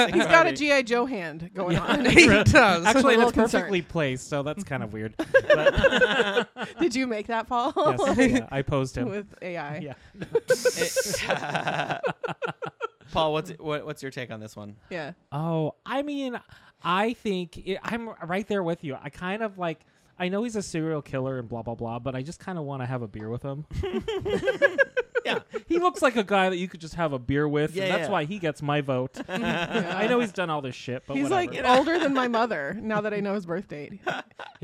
[SPEAKER 4] also he's got a
[SPEAKER 3] Barbie.
[SPEAKER 4] GI Joe hand going on.
[SPEAKER 2] He does.
[SPEAKER 1] Actually,
[SPEAKER 4] a little
[SPEAKER 1] that's perfectly placed, so that's kind of weird. But
[SPEAKER 4] Did you make that fall?
[SPEAKER 1] yes, yeah, I posed him.
[SPEAKER 4] With AI.
[SPEAKER 1] Yeah.
[SPEAKER 3] It- Paul, what's what, what's your take on this one?
[SPEAKER 4] Yeah.
[SPEAKER 1] Oh, I mean, I think it, I'm right there with you. I kind of like. I know he's a serial killer and blah blah blah, but I just kind of want to have a beer with him.
[SPEAKER 3] Yeah,
[SPEAKER 1] He looks like a guy that you could just have a beer with,
[SPEAKER 3] Yeah,
[SPEAKER 1] and that's
[SPEAKER 3] yeah.
[SPEAKER 1] why he gets my vote. I know he's done all this shit, but
[SPEAKER 4] He's
[SPEAKER 1] whatever.
[SPEAKER 4] like older than my mother now that I know his birth date. He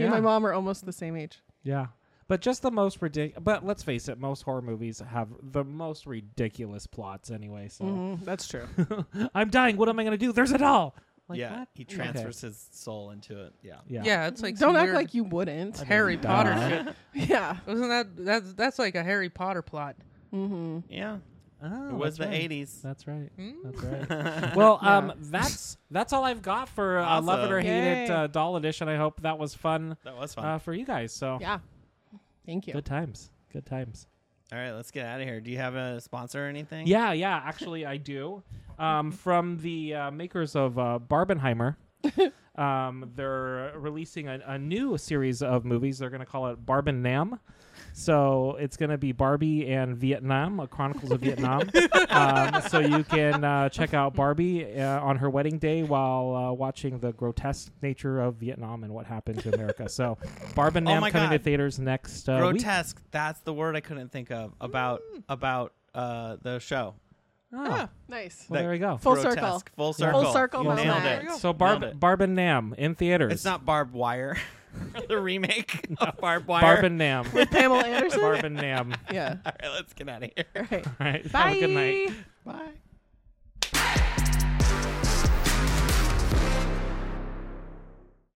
[SPEAKER 4] and my
[SPEAKER 1] Yeah.
[SPEAKER 4] mom are almost the same age.
[SPEAKER 1] Yeah. But just the most ridiculous. But let's face it, most horror movies have the most ridiculous plots anyway. So
[SPEAKER 4] that's true.
[SPEAKER 1] I'm dying. What am I going to do? There's a doll. Like,
[SPEAKER 3] yeah.
[SPEAKER 1] what?
[SPEAKER 3] He
[SPEAKER 1] Okay.
[SPEAKER 3] transfers his soul into it. Yeah,
[SPEAKER 1] Yeah.
[SPEAKER 2] yeah, it's like
[SPEAKER 4] Don't
[SPEAKER 2] some
[SPEAKER 4] act
[SPEAKER 2] weird
[SPEAKER 4] like you wouldn't.
[SPEAKER 2] Harry
[SPEAKER 1] Duh.
[SPEAKER 2] Potter shit.
[SPEAKER 4] Yeah.
[SPEAKER 2] Wasn't that that's that's like a Harry Potter plot?
[SPEAKER 3] yeah.
[SPEAKER 1] Oh,
[SPEAKER 3] it was
[SPEAKER 1] that's
[SPEAKER 3] the
[SPEAKER 1] right.
[SPEAKER 3] '80s.
[SPEAKER 1] That's right. That's right. well, um, that's that's all I've got for uh, Love It
[SPEAKER 3] Mm. Awesome.
[SPEAKER 1] or Hate It
[SPEAKER 4] Yay.
[SPEAKER 1] uh, Doll Edition. I hope that was fun
[SPEAKER 3] That was fun.
[SPEAKER 1] uh, for you guys. So
[SPEAKER 4] Yeah. Thank you.
[SPEAKER 1] good times. Good times.
[SPEAKER 3] All right, let's get out of here. Do you have a sponsor or anything?
[SPEAKER 1] Yeah, yeah. Actually, I do. Um, from the uh, makers of uh, Barbenheimer, um, they're releasing a, a new series of movies. They're going to call it Barben Nam. So it's going to be Barbie and Vietnam, a Chronicles of Vietnam. um, so you can uh, check out Barbie uh, on her wedding day while uh, watching the grotesque nature of Vietnam and what happened to America. So Barben
[SPEAKER 3] Oh
[SPEAKER 1] Nam
[SPEAKER 3] my
[SPEAKER 1] coming to
[SPEAKER 3] God.
[SPEAKER 1] theaters next uh, Mm. week.
[SPEAKER 3] Grotesque. That's the word I couldn't think of about about uh the show.
[SPEAKER 1] Oh,
[SPEAKER 3] Ah.
[SPEAKER 4] Nice.
[SPEAKER 1] well, there we go.
[SPEAKER 4] Full
[SPEAKER 3] Grotesque.
[SPEAKER 4] circle.
[SPEAKER 3] Full
[SPEAKER 1] Yeah.
[SPEAKER 3] circle.
[SPEAKER 4] Full circle
[SPEAKER 3] You nailed
[SPEAKER 4] moment.
[SPEAKER 3] it.
[SPEAKER 2] There you go.
[SPEAKER 1] So
[SPEAKER 3] Nailed
[SPEAKER 1] Barb
[SPEAKER 3] it.
[SPEAKER 1] Barben Nam in theaters.
[SPEAKER 3] It's not barbed wire. the remake of barbed wire.
[SPEAKER 1] Barben Nam.
[SPEAKER 4] Pamela Anderson?
[SPEAKER 1] Barben Nam.
[SPEAKER 4] Yeah.
[SPEAKER 3] All right, let's get out of here.
[SPEAKER 4] All right.
[SPEAKER 1] All right.
[SPEAKER 4] Bye.
[SPEAKER 1] Have a good night.
[SPEAKER 3] Bye.